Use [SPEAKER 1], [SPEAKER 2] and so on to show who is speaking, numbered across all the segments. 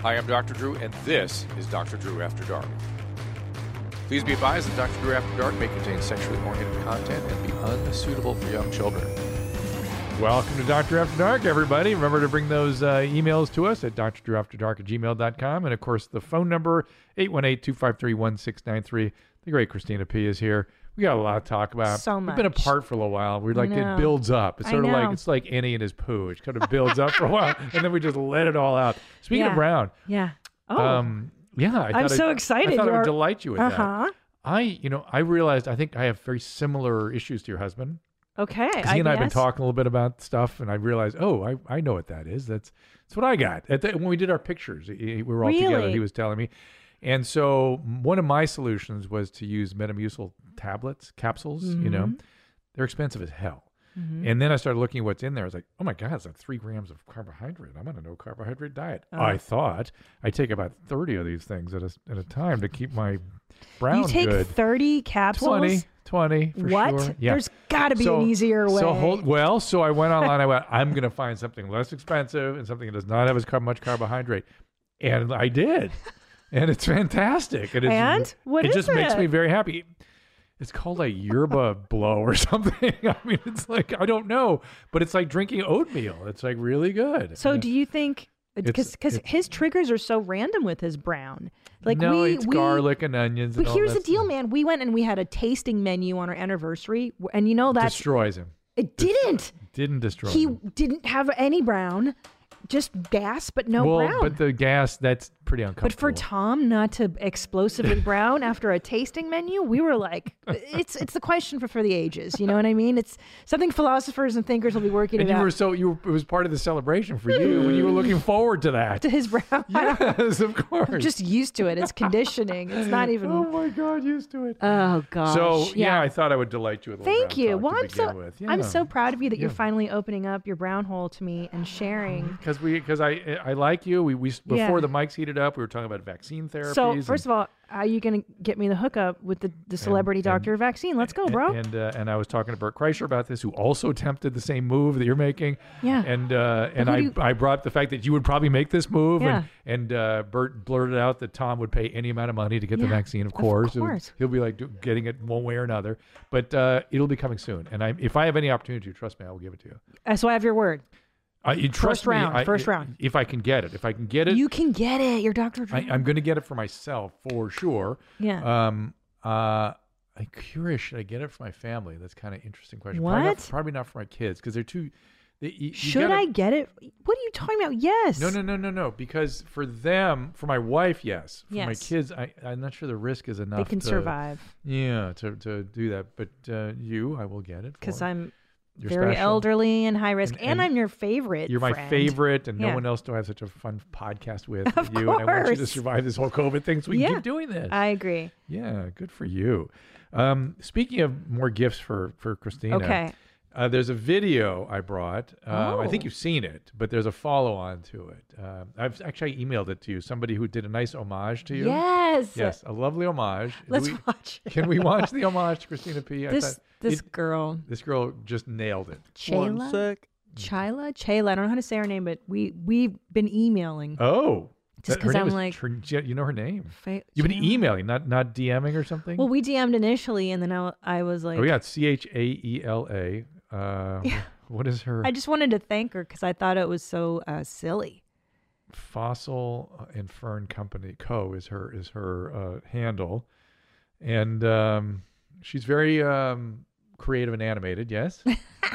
[SPEAKER 1] Hi, I'm Dr. Drew, and this is Dr. Drew After Dark. Please be advised that Dr. Drew After Dark may contain sexually oriented content and be unsuitable for young children.
[SPEAKER 2] Welcome to Dr. After Dark, everybody. Remember to bring those uh, emails to us at drdrewafterdark at gmail.com. And of course, the phone number, 818 253 1693. The great Christina P is here. We got a lot to talk about.
[SPEAKER 3] So
[SPEAKER 2] We've been
[SPEAKER 3] much.
[SPEAKER 2] apart for a little while. We're like,
[SPEAKER 3] know.
[SPEAKER 2] it builds up. It's
[SPEAKER 3] I
[SPEAKER 2] sort of like,
[SPEAKER 3] know.
[SPEAKER 2] it's like Annie and his poo. It kind of builds up for a while, and then we just let it all out. Speaking of
[SPEAKER 3] Yeah.
[SPEAKER 2] Brown,
[SPEAKER 3] Yeah. Oh.
[SPEAKER 2] um, yeah. I
[SPEAKER 3] I'm
[SPEAKER 2] thought I-
[SPEAKER 3] so excited.
[SPEAKER 2] I thought I would
[SPEAKER 3] You're-
[SPEAKER 2] delight you with
[SPEAKER 3] uh
[SPEAKER 2] that.
[SPEAKER 3] huh.
[SPEAKER 2] I, you know, I realized I think I have very similar issues to your husband.
[SPEAKER 3] Okay.
[SPEAKER 2] Because he and I have been
[SPEAKER 3] guess.
[SPEAKER 2] talking a little bit about stuff, and I realized, oh, I, I know what that is. That's that's what I got. At the, when we did our pictures, he- he- we were all together.
[SPEAKER 3] Really?
[SPEAKER 2] He was telling me, and so one of my solutions was to use Metamucil tablets, capsules. You
[SPEAKER 3] Mm-hmm.
[SPEAKER 2] know, they're expensive as hell. And then I started looking at what's in there. I was like, oh my God, it's like three grams of carbohydrate. I'm on a no carbohydrate diet.
[SPEAKER 3] Uh-huh.
[SPEAKER 2] I thought I take about 30 of these things at a, at a time to keep my brown
[SPEAKER 3] You take
[SPEAKER 2] good.
[SPEAKER 3] 30 capsules.
[SPEAKER 2] 20, 20 for
[SPEAKER 3] what?
[SPEAKER 2] sure. Yeah.
[SPEAKER 3] There's got to be an easier way.
[SPEAKER 2] So hold, well, so I went online. I went, I'm going to find something less expensive and something that does not have as car- much carbohydrate, and I did, and it's fantastic. And, it's,
[SPEAKER 3] And? What
[SPEAKER 2] it
[SPEAKER 3] is
[SPEAKER 2] just makes
[SPEAKER 3] it?
[SPEAKER 2] me very happy. It's called a yerba blow or something. I mean, it's like I don't know, but it's like drinking oatmeal. It's like really good.
[SPEAKER 3] So
[SPEAKER 2] And
[SPEAKER 3] do you think?
[SPEAKER 2] It's-
[SPEAKER 3] Because because
[SPEAKER 2] it's-
[SPEAKER 3] his triggers are so random with his brown. Like
[SPEAKER 2] no,
[SPEAKER 3] we
[SPEAKER 2] it's
[SPEAKER 3] we.
[SPEAKER 2] garlic and onions.
[SPEAKER 3] but
[SPEAKER 2] and all
[SPEAKER 3] here's the
[SPEAKER 2] that
[SPEAKER 3] deal,
[SPEAKER 2] stuff.
[SPEAKER 3] man. We went and we had a tasting menu on our anniversary, w- and you know that's
[SPEAKER 2] Destroys him.
[SPEAKER 3] it didn't.
[SPEAKER 2] Didn't destroy.
[SPEAKER 3] He
[SPEAKER 2] him.
[SPEAKER 3] didn't have any brown, just gas, but no
[SPEAKER 2] well,
[SPEAKER 3] brown.
[SPEAKER 2] but the gas that's pretty uncomfortable.
[SPEAKER 3] But for Tom not to explosively brown after a tasting menu, we were like, it's it's the question for, for the ages. You know what I mean? It's something philosophers and thinkers will be working
[SPEAKER 2] and
[SPEAKER 3] it
[SPEAKER 2] you
[SPEAKER 3] out.
[SPEAKER 2] were so you were, it was part of the celebration for you when you were looking forward to that.
[SPEAKER 3] to his brown.
[SPEAKER 2] yes, of course.
[SPEAKER 3] Just used to it. It's conditioning. It's not even.
[SPEAKER 2] oh my god, used to it.
[SPEAKER 3] Oh gosh.
[SPEAKER 2] so yeah. I thought I would delight you with. A little
[SPEAKER 3] Thank
[SPEAKER 2] brown
[SPEAKER 3] you.
[SPEAKER 2] talk to
[SPEAKER 3] Well, I'm so
[SPEAKER 2] begin with.
[SPEAKER 3] I'm so proud of you that you're
[SPEAKER 2] Yeah.
[SPEAKER 3] finally opening up your brown hole to me and sharing.
[SPEAKER 2] because we because I I like you. We we before
[SPEAKER 3] Yeah.
[SPEAKER 2] the mics heated up, we were talking about vaccine therapies.
[SPEAKER 3] So
[SPEAKER 2] and-
[SPEAKER 3] first of all, are you gonna get me the hookup with the, the celebrity
[SPEAKER 2] and-
[SPEAKER 3] doctor vaccine? Let's go, bro.
[SPEAKER 2] And uh, and I was talking to Bert Kreischer about this, who also attempted the same move that you're making.
[SPEAKER 3] Yeah.
[SPEAKER 2] And uh, and
[SPEAKER 3] who
[SPEAKER 2] I,
[SPEAKER 3] do you-
[SPEAKER 2] I brought up the fact that you would probably make this move.
[SPEAKER 3] Yeah.
[SPEAKER 2] And, and uh, Bert blurted out that Tom would pay any amount of money to get the
[SPEAKER 3] Yeah,
[SPEAKER 2] vaccine. Of
[SPEAKER 3] of
[SPEAKER 2] course, It would-
[SPEAKER 3] course.
[SPEAKER 2] he'll be like do, getting it one way or another. But uh, it'll be coming soon. And I, if I have any opportunity, to, trust me, I will give it to you.
[SPEAKER 3] Uh, so I have your word.
[SPEAKER 2] Uh, you trust
[SPEAKER 3] First round,
[SPEAKER 2] me, I-
[SPEAKER 3] first round.
[SPEAKER 2] If I can get it, if I can get it,
[SPEAKER 3] You can get it. Your doctor.
[SPEAKER 2] I, I'm going to get it for myself for sure.
[SPEAKER 3] Yeah.
[SPEAKER 2] Um. Uh. I'm curious. Should I get it for my family? That's kind of interesting question. Probably not,
[SPEAKER 3] What?
[SPEAKER 2] probably not for my kids because they're too. They, you- you
[SPEAKER 3] Should
[SPEAKER 2] gotta-
[SPEAKER 3] I get it? What are you talking about? Yes.
[SPEAKER 2] No, no, no, no, no. Because for them, for my wife, yes. For my
[SPEAKER 3] Yes.
[SPEAKER 2] kids, I, I'm not sure the risk is enough.
[SPEAKER 3] They can
[SPEAKER 2] to-
[SPEAKER 3] survive
[SPEAKER 2] Yeah, to, to do that. But uh, you, I will get it
[SPEAKER 3] because
[SPEAKER 2] for-
[SPEAKER 3] I'm
[SPEAKER 2] you're
[SPEAKER 3] very
[SPEAKER 2] special.
[SPEAKER 3] elderly and high risk,
[SPEAKER 2] And-
[SPEAKER 3] and,
[SPEAKER 2] and
[SPEAKER 3] I'm your favorite.
[SPEAKER 2] You're my
[SPEAKER 3] friend.
[SPEAKER 2] favorite, and no
[SPEAKER 3] Yeah.
[SPEAKER 2] one else do I have such a fun podcast with
[SPEAKER 3] Of
[SPEAKER 2] than you. And I want you to
[SPEAKER 3] course.
[SPEAKER 2] survive this whole COVID thing, so we can
[SPEAKER 3] Yeah.
[SPEAKER 2] keep doing this.
[SPEAKER 3] I agree.
[SPEAKER 2] Yeah, good for you. Um, speaking of more gifts for for Christina,
[SPEAKER 3] Okay.
[SPEAKER 2] uh, there's a video I brought. Um, I think
[SPEAKER 3] Oh.
[SPEAKER 2] you've seen it, but there's a follow on to it. Um, I've actually emailed it to you. Somebody who did a nice homage to you.
[SPEAKER 3] Yes.
[SPEAKER 2] Yes, a lovely homage. Do
[SPEAKER 3] Let's
[SPEAKER 2] we-
[SPEAKER 3] watch it.
[SPEAKER 2] Can we watch the homage to Christina P? I
[SPEAKER 3] This
[SPEAKER 2] thought
[SPEAKER 3] this
[SPEAKER 2] it-
[SPEAKER 3] girl,
[SPEAKER 2] this girl just nailed it.
[SPEAKER 3] Chayla, Chayla, Chayla. I don't know how to say her name, but we we've been emailing.
[SPEAKER 2] Oh,
[SPEAKER 3] Just
[SPEAKER 2] her
[SPEAKER 3] 'cause
[SPEAKER 2] name
[SPEAKER 3] I'm
[SPEAKER 2] is
[SPEAKER 3] like-
[SPEAKER 2] Trin- you know her name.
[SPEAKER 3] Fa-
[SPEAKER 2] You've been
[SPEAKER 3] Chayla.
[SPEAKER 2] emailing, not not DMing or something.
[SPEAKER 3] Well, we DM'd initially, and then I, w- I was like,
[SPEAKER 2] oh yeah, C H A E L A. Uh, What is her?
[SPEAKER 3] I just wanted to thank her because I thought it was so uh, silly.
[SPEAKER 2] Fossil uh, and Fern Company Co. is her is her uh, handle, and um, she's very um, creative and animated. Yes,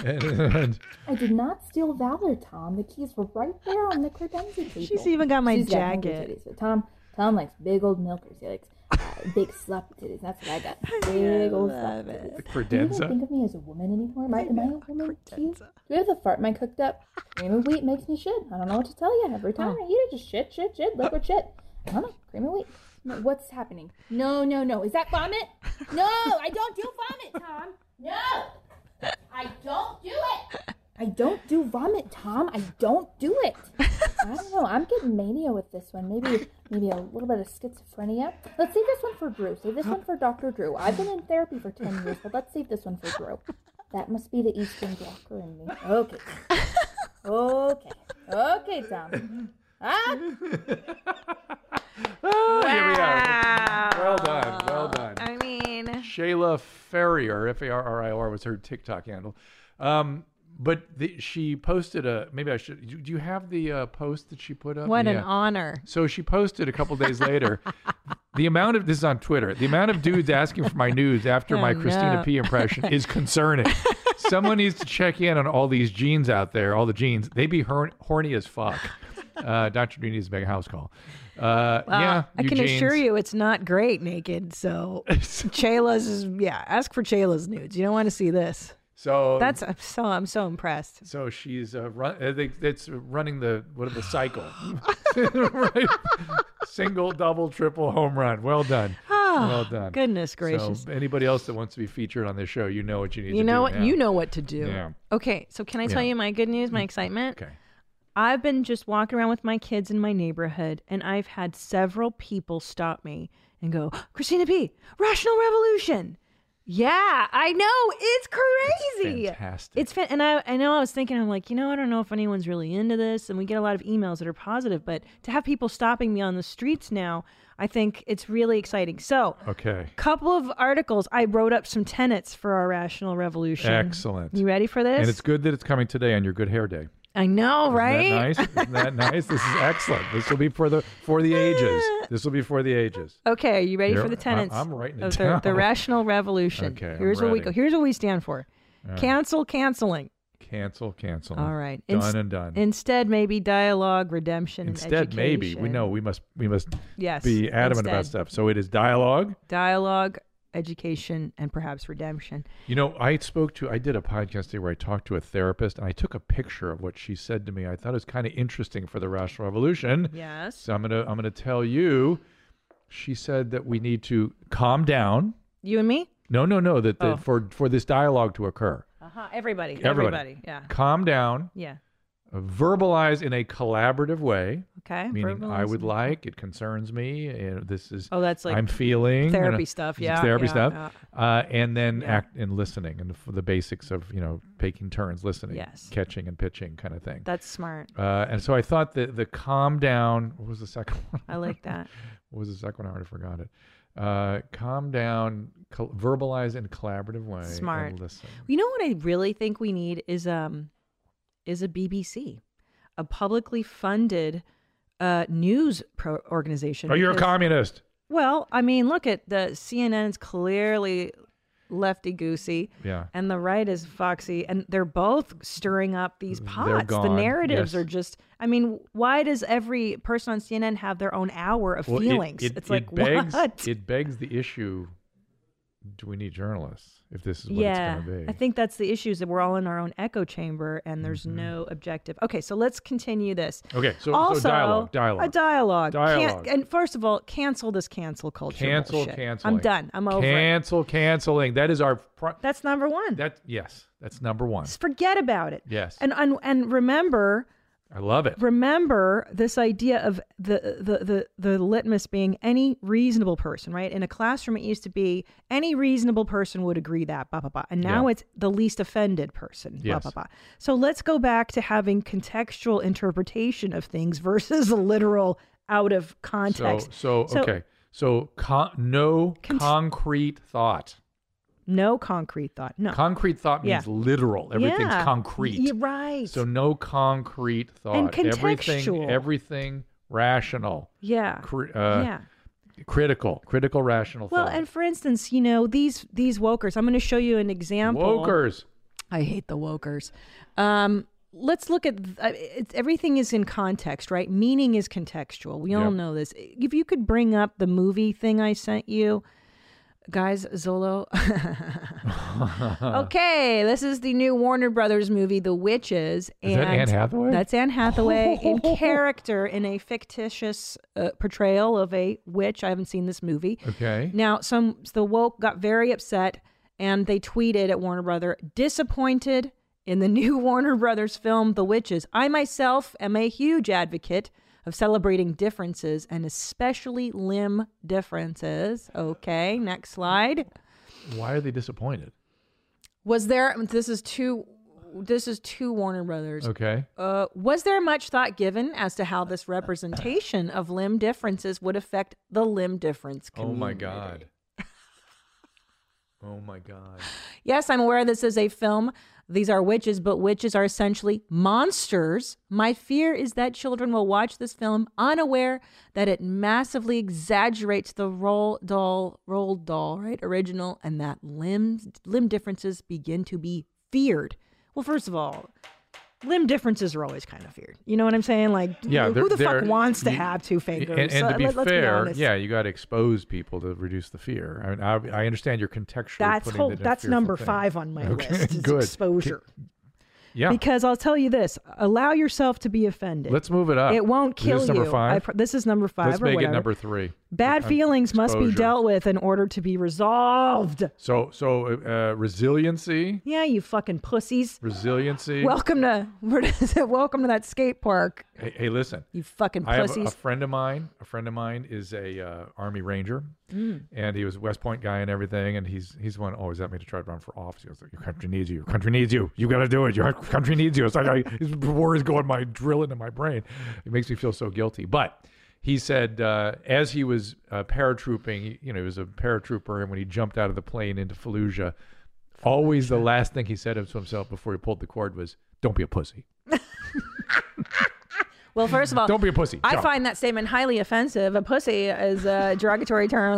[SPEAKER 2] and, and
[SPEAKER 4] I did not steal valor, Tom. The keys were right there on the credenza table.
[SPEAKER 3] She's even got my
[SPEAKER 4] She's got hungry
[SPEAKER 3] jacket.
[SPEAKER 4] titties, but Tom, Tom likes big old milkers. He likes uh, big slap titties. That's what I got. Big old slap titties. Do you even
[SPEAKER 2] credenza.
[SPEAKER 4] think of me as a woman anymore? Am I, am I a woman to you? Do you have the fart mic hooked up? Cream of wheat makes me shit. I don't know what to tell you. Every time
[SPEAKER 3] Oh.
[SPEAKER 4] I eat it, just shit, shit, shit, liquid shit. I don't know. Cream of wheat. No, what's happening? No, no, no. Is that vomit? No, I don't do vomit, Tom. No, I don't do it. I don't do vomit, Tom. I don't do it. I don't know. I'm getting mania with this one. Maybe, maybe a little bit of schizophrenia. Let's save this one for Drew. Save this one for Doctor Drew. I've been in therapy for ten years, but let's save this one for Drew. That must be the Eastern Blocker in me. Okay. Okay. Okay, Tom. Ah,
[SPEAKER 2] Ah, here we are. Well done. Well done.
[SPEAKER 3] I mean,
[SPEAKER 2] Shayla Ferrier, F A R R I R, was her TikTok handle. Um, but the, she posted a. Maybe I should. Do do you have the uh, post that she put up?
[SPEAKER 3] what an
[SPEAKER 2] Yeah.
[SPEAKER 3] honor.
[SPEAKER 2] So she posted a couple days later. the amount of this is on Twitter. The amount of dudes asking for my news after my Christina
[SPEAKER 3] Oh, no.
[SPEAKER 2] P impression is concerning. Someone needs to check in on all these genes out there. All the genes, they be horn- horny as fuck. Uh, Dr. Dooney is a big house call. Uh,
[SPEAKER 3] Well,
[SPEAKER 2] yeah,
[SPEAKER 3] I can
[SPEAKER 2] Eugene's-
[SPEAKER 3] assure you it's not great naked. So Shayla's, is- yeah, ask for Shayla's nudes. You don't want to see this.
[SPEAKER 2] So
[SPEAKER 3] That's I'm so I'm so impressed.
[SPEAKER 2] So she's uh, run. uh, They, it's running the what the cycle, right? Single, double, triple, home run. Well done. well done.
[SPEAKER 3] Ah, Goodness gracious.
[SPEAKER 2] So anybody else that wants to be featured on this show, you know what you need to
[SPEAKER 3] you know
[SPEAKER 2] do
[SPEAKER 3] what?
[SPEAKER 2] now.
[SPEAKER 3] You know what to do.
[SPEAKER 2] Yeah.
[SPEAKER 3] Okay, so can I tell
[SPEAKER 2] Yeah. Mm.
[SPEAKER 3] you my good news, my excitement?
[SPEAKER 2] Okay.
[SPEAKER 3] I've been just walking around with my kids in my neighborhood, and I've had several people stop me and go, Christina P., Rational Revolution. Yeah, I know. It's crazy.
[SPEAKER 2] fantastic.
[SPEAKER 3] It's fan- and I, I know I was thinking, I'm like, you know, I don't know if anyone's really into this. And we get a lot of emails that are positive, but to have people stopping me on the streets now, I think it's really exciting. So,
[SPEAKER 2] Okay.
[SPEAKER 3] couple of articles. I wrote up some tenets for our Rational Revolution.
[SPEAKER 2] Excellent.
[SPEAKER 3] You ready for this?
[SPEAKER 2] And it's good that it's coming today on your Good Hair Day.
[SPEAKER 3] I know, right?
[SPEAKER 2] Isn't that nice? Isn't that nice? This is excellent. This will be for the for the ages. This will be for the ages.
[SPEAKER 3] Okay, are you ready
[SPEAKER 2] You're-
[SPEAKER 3] for the tenets?
[SPEAKER 2] I'm- I'm writing it
[SPEAKER 3] of
[SPEAKER 2] down.
[SPEAKER 3] The, the rational revolution.
[SPEAKER 2] Okay, I'm
[SPEAKER 3] here's what we
[SPEAKER 2] ready.
[SPEAKER 3] go. Here's what we stand for. Cancel canceling.
[SPEAKER 2] Cancel, cancel.
[SPEAKER 3] All right.
[SPEAKER 2] Done
[SPEAKER 3] Inst-
[SPEAKER 2] and done.
[SPEAKER 3] Instead, maybe dialogue, redemption, and
[SPEAKER 2] Instead, maybe we
[SPEAKER 3] education.
[SPEAKER 2] know we must we must
[SPEAKER 3] Yes.
[SPEAKER 2] be adamant about
[SPEAKER 3] instead.
[SPEAKER 2] stuff. So it is dialogue.
[SPEAKER 3] Dialogue, education, and perhaps redemption.
[SPEAKER 2] You know, I spoke to, I did a podcast today where I talked to a therapist and I took a picture of what she said to me. I thought it was kind of interesting for the rational revolution.
[SPEAKER 3] Yes.
[SPEAKER 2] So I'm going to, I'm going to tell you, she said that we need to calm down.
[SPEAKER 3] You and me.
[SPEAKER 2] No, no, no, that, that
[SPEAKER 3] Oh.
[SPEAKER 2] for, for this dialogue to occur.
[SPEAKER 3] Uh huh. Everybody.
[SPEAKER 2] Everybody.
[SPEAKER 3] Yeah.
[SPEAKER 2] Calm down,
[SPEAKER 3] Yeah.
[SPEAKER 2] verbalize in a collaborative way,
[SPEAKER 3] Okay.
[SPEAKER 2] meaning I
[SPEAKER 3] Verbalize.
[SPEAKER 2] would like, it concerns me, and this is,
[SPEAKER 3] Oh, that's like
[SPEAKER 2] I'm feeling
[SPEAKER 3] therapy
[SPEAKER 2] and, uh,
[SPEAKER 3] stuff,
[SPEAKER 2] it's
[SPEAKER 3] yeah,
[SPEAKER 2] therapy
[SPEAKER 3] yeah,
[SPEAKER 2] stuff. Uh, and then act and listening and the, the basics of you know taking turns listening,
[SPEAKER 3] Yes.
[SPEAKER 2] catching and pitching kind of thing.
[SPEAKER 3] That's smart.
[SPEAKER 2] uh, and so I thought that the calm down. What was the second one?
[SPEAKER 3] I like that.
[SPEAKER 2] What was the second one? I already forgot it. Uh, calm down, col- verbalize in a collaborative way,
[SPEAKER 3] Smart.
[SPEAKER 2] and listen.
[SPEAKER 3] You know what I really think we need is um is a BBC, a publicly funded uh, news pro- organization.
[SPEAKER 2] Oh, you're a
[SPEAKER 3] because-
[SPEAKER 2] communist.
[SPEAKER 3] Well, I mean, look at the CNN's clearly lefty goosey,
[SPEAKER 2] Yeah.
[SPEAKER 3] and the right is foxy, and they're both stirring up these
[SPEAKER 2] They're
[SPEAKER 3] pots. The
[SPEAKER 2] gone,
[SPEAKER 3] narratives
[SPEAKER 2] yes.
[SPEAKER 3] are just. I mean, why does every person on CNN have their own hour of
[SPEAKER 2] Well, it-
[SPEAKER 3] feelings?
[SPEAKER 2] It,
[SPEAKER 3] it's
[SPEAKER 2] it
[SPEAKER 3] like
[SPEAKER 2] begs,
[SPEAKER 3] what?
[SPEAKER 2] It begs the issue: Do we need journalists if this is what
[SPEAKER 3] yeah,
[SPEAKER 2] it's going to be?
[SPEAKER 3] I think that's the issue is that we're all in our own echo chamber and there's no objective. Okay, so let's continue this.
[SPEAKER 2] Mm-hmm. Okay, so,
[SPEAKER 3] also,
[SPEAKER 2] so dialogue,
[SPEAKER 3] a
[SPEAKER 2] dialogue.
[SPEAKER 3] dialogue, Can't-
[SPEAKER 2] Dialogue.
[SPEAKER 3] and first of all, cancel this cancel culture.
[SPEAKER 2] Cancel,
[SPEAKER 3] bullshit.
[SPEAKER 2] canceling.
[SPEAKER 3] I'm done. I'm over. it.
[SPEAKER 2] Cancel, canceling. That is our pro-
[SPEAKER 3] That's number one.
[SPEAKER 2] that. Yes, that's number one.
[SPEAKER 3] Just forget about it.
[SPEAKER 2] Yes.
[SPEAKER 3] And and and remember,
[SPEAKER 2] I love it.
[SPEAKER 3] remember this idea of the the the the litmus being any reasonable person, right? In a classroom, it used to be any reasonable person would agree that blah blah blah, and now
[SPEAKER 2] Yeah.
[SPEAKER 3] it's the least offended person
[SPEAKER 2] Yes.
[SPEAKER 3] blah blah blah. So let's go back to having contextual interpretation of things versus a literal out of
[SPEAKER 2] So,
[SPEAKER 3] context.
[SPEAKER 2] so
[SPEAKER 3] So-
[SPEAKER 2] okay. So con- no
[SPEAKER 3] Con-
[SPEAKER 2] concrete thought.
[SPEAKER 3] no concrete thought. No.
[SPEAKER 2] Concrete thought
[SPEAKER 3] Yeah.
[SPEAKER 2] means literal. Everything's
[SPEAKER 3] Yeah.
[SPEAKER 2] concrete.
[SPEAKER 3] Y- right.
[SPEAKER 2] So no concrete thought. Everything,
[SPEAKER 3] contextual.
[SPEAKER 2] everything rational,
[SPEAKER 3] yeah.
[SPEAKER 2] cri- uh,
[SPEAKER 3] yeah.
[SPEAKER 2] critical, critical, rational
[SPEAKER 3] Well,
[SPEAKER 2] thought.
[SPEAKER 3] and for instance, you know these these wokers. I'm going to show you an example.
[SPEAKER 2] Wokers.
[SPEAKER 3] I hate the wokers. Um, let's look at I- it's, everything is in context, right? Meaning is contextual. We all
[SPEAKER 2] Yep.
[SPEAKER 3] know this. If you could bring up the movie thing I sent you, guys, Zolo.
[SPEAKER 2] Uh-huh.
[SPEAKER 3] okay, this is the new Warner Brothers movie, The Witches.
[SPEAKER 2] Is that Anne Hathaway?
[SPEAKER 3] That's Anne Hathaway in character in a fictitious uh, portrayal of a witch. I haven't seen this movie.
[SPEAKER 2] Okay.
[SPEAKER 3] Now, some the woke got very upset and they tweeted at Warner Brother, disappointed in the new Warner Brothers film The Witches. I myself am a huge advocate of celebrating differences and especially limb differences. Okay, next slide.
[SPEAKER 2] Why are they disappointed?
[SPEAKER 3] Was there this is two this is two Warner Brothers.
[SPEAKER 2] Okay.
[SPEAKER 3] Uh, was there much thought given as to how this representation of limb differences would affect the limb difference
[SPEAKER 2] Oh
[SPEAKER 3] community?
[SPEAKER 2] my god. Oh my god.
[SPEAKER 3] Yes, I'm aware this is a film. These are witches, but witches are essentially monsters. My fear is that children will watch this film unaware that it massively exaggerates the roll doll, roll doll, right? Original, and that limbs, limb differences begin to be feared. Well, first of all, limb differences are always kind of feared. You know what I'm saying? Like,
[SPEAKER 2] Yeah.
[SPEAKER 3] who
[SPEAKER 2] they're-
[SPEAKER 3] the fuck
[SPEAKER 2] they're-
[SPEAKER 3] wants to
[SPEAKER 2] you-
[SPEAKER 3] have two fingers?
[SPEAKER 2] And, and
[SPEAKER 3] Uh,
[SPEAKER 2] to be
[SPEAKER 3] let- let's
[SPEAKER 2] fair,
[SPEAKER 3] honest.
[SPEAKER 2] yeah, you got to expose people to reduce the fear. I mean, I, I understand your contextual.
[SPEAKER 3] That's whole, that's number five on my
[SPEAKER 2] Okay,
[SPEAKER 3] list. Is
[SPEAKER 2] good.
[SPEAKER 3] exposure.
[SPEAKER 2] Yeah.
[SPEAKER 3] Because I'll tell you this: allow yourself to be offended.
[SPEAKER 2] Let's move it up.
[SPEAKER 3] It won't
[SPEAKER 2] Is
[SPEAKER 3] kill
[SPEAKER 2] this
[SPEAKER 3] you.
[SPEAKER 2] number
[SPEAKER 3] I
[SPEAKER 2] five?
[SPEAKER 3] pr- this is number five.
[SPEAKER 2] Let's
[SPEAKER 3] or
[SPEAKER 2] make
[SPEAKER 3] whatever.
[SPEAKER 2] it number three.
[SPEAKER 3] Bad
[SPEAKER 2] Uh,
[SPEAKER 3] feelings must be
[SPEAKER 2] exposure.
[SPEAKER 3] dealt with in order to be resolved.
[SPEAKER 2] So so uh, resiliency,
[SPEAKER 3] Yeah, you fucking pussies.
[SPEAKER 2] resiliency.
[SPEAKER 3] Welcome to where does it, welcome to that skate park.
[SPEAKER 2] hey, hey, listen.
[SPEAKER 3] You fucking
[SPEAKER 2] I have a- a
[SPEAKER 3] pussies.
[SPEAKER 2] friend of mine. A friend of mine is a uh, Army Ranger,
[SPEAKER 3] Mm.
[SPEAKER 2] and he was a West Point guy and everything. And he's he's the one always at me to try to run for office. He goes, "Your country needs you. Your country needs you. You got to do it. Your country needs you." It's like I, his war is going my drill into my brain. It makes me feel so guilty. But he said, uh, as he was uh, paratrooping, you know, he was a paratrooper, and when he jumped out of the plane into Fallujah, always the last thing he said to himself before he pulled the cord was, "Don't be a pussy.
[SPEAKER 3] well, first of all,
[SPEAKER 2] Don't be a pussy."
[SPEAKER 3] I
[SPEAKER 2] Jump.
[SPEAKER 3] find that statement highly offensive. A pussy is a derogatory term.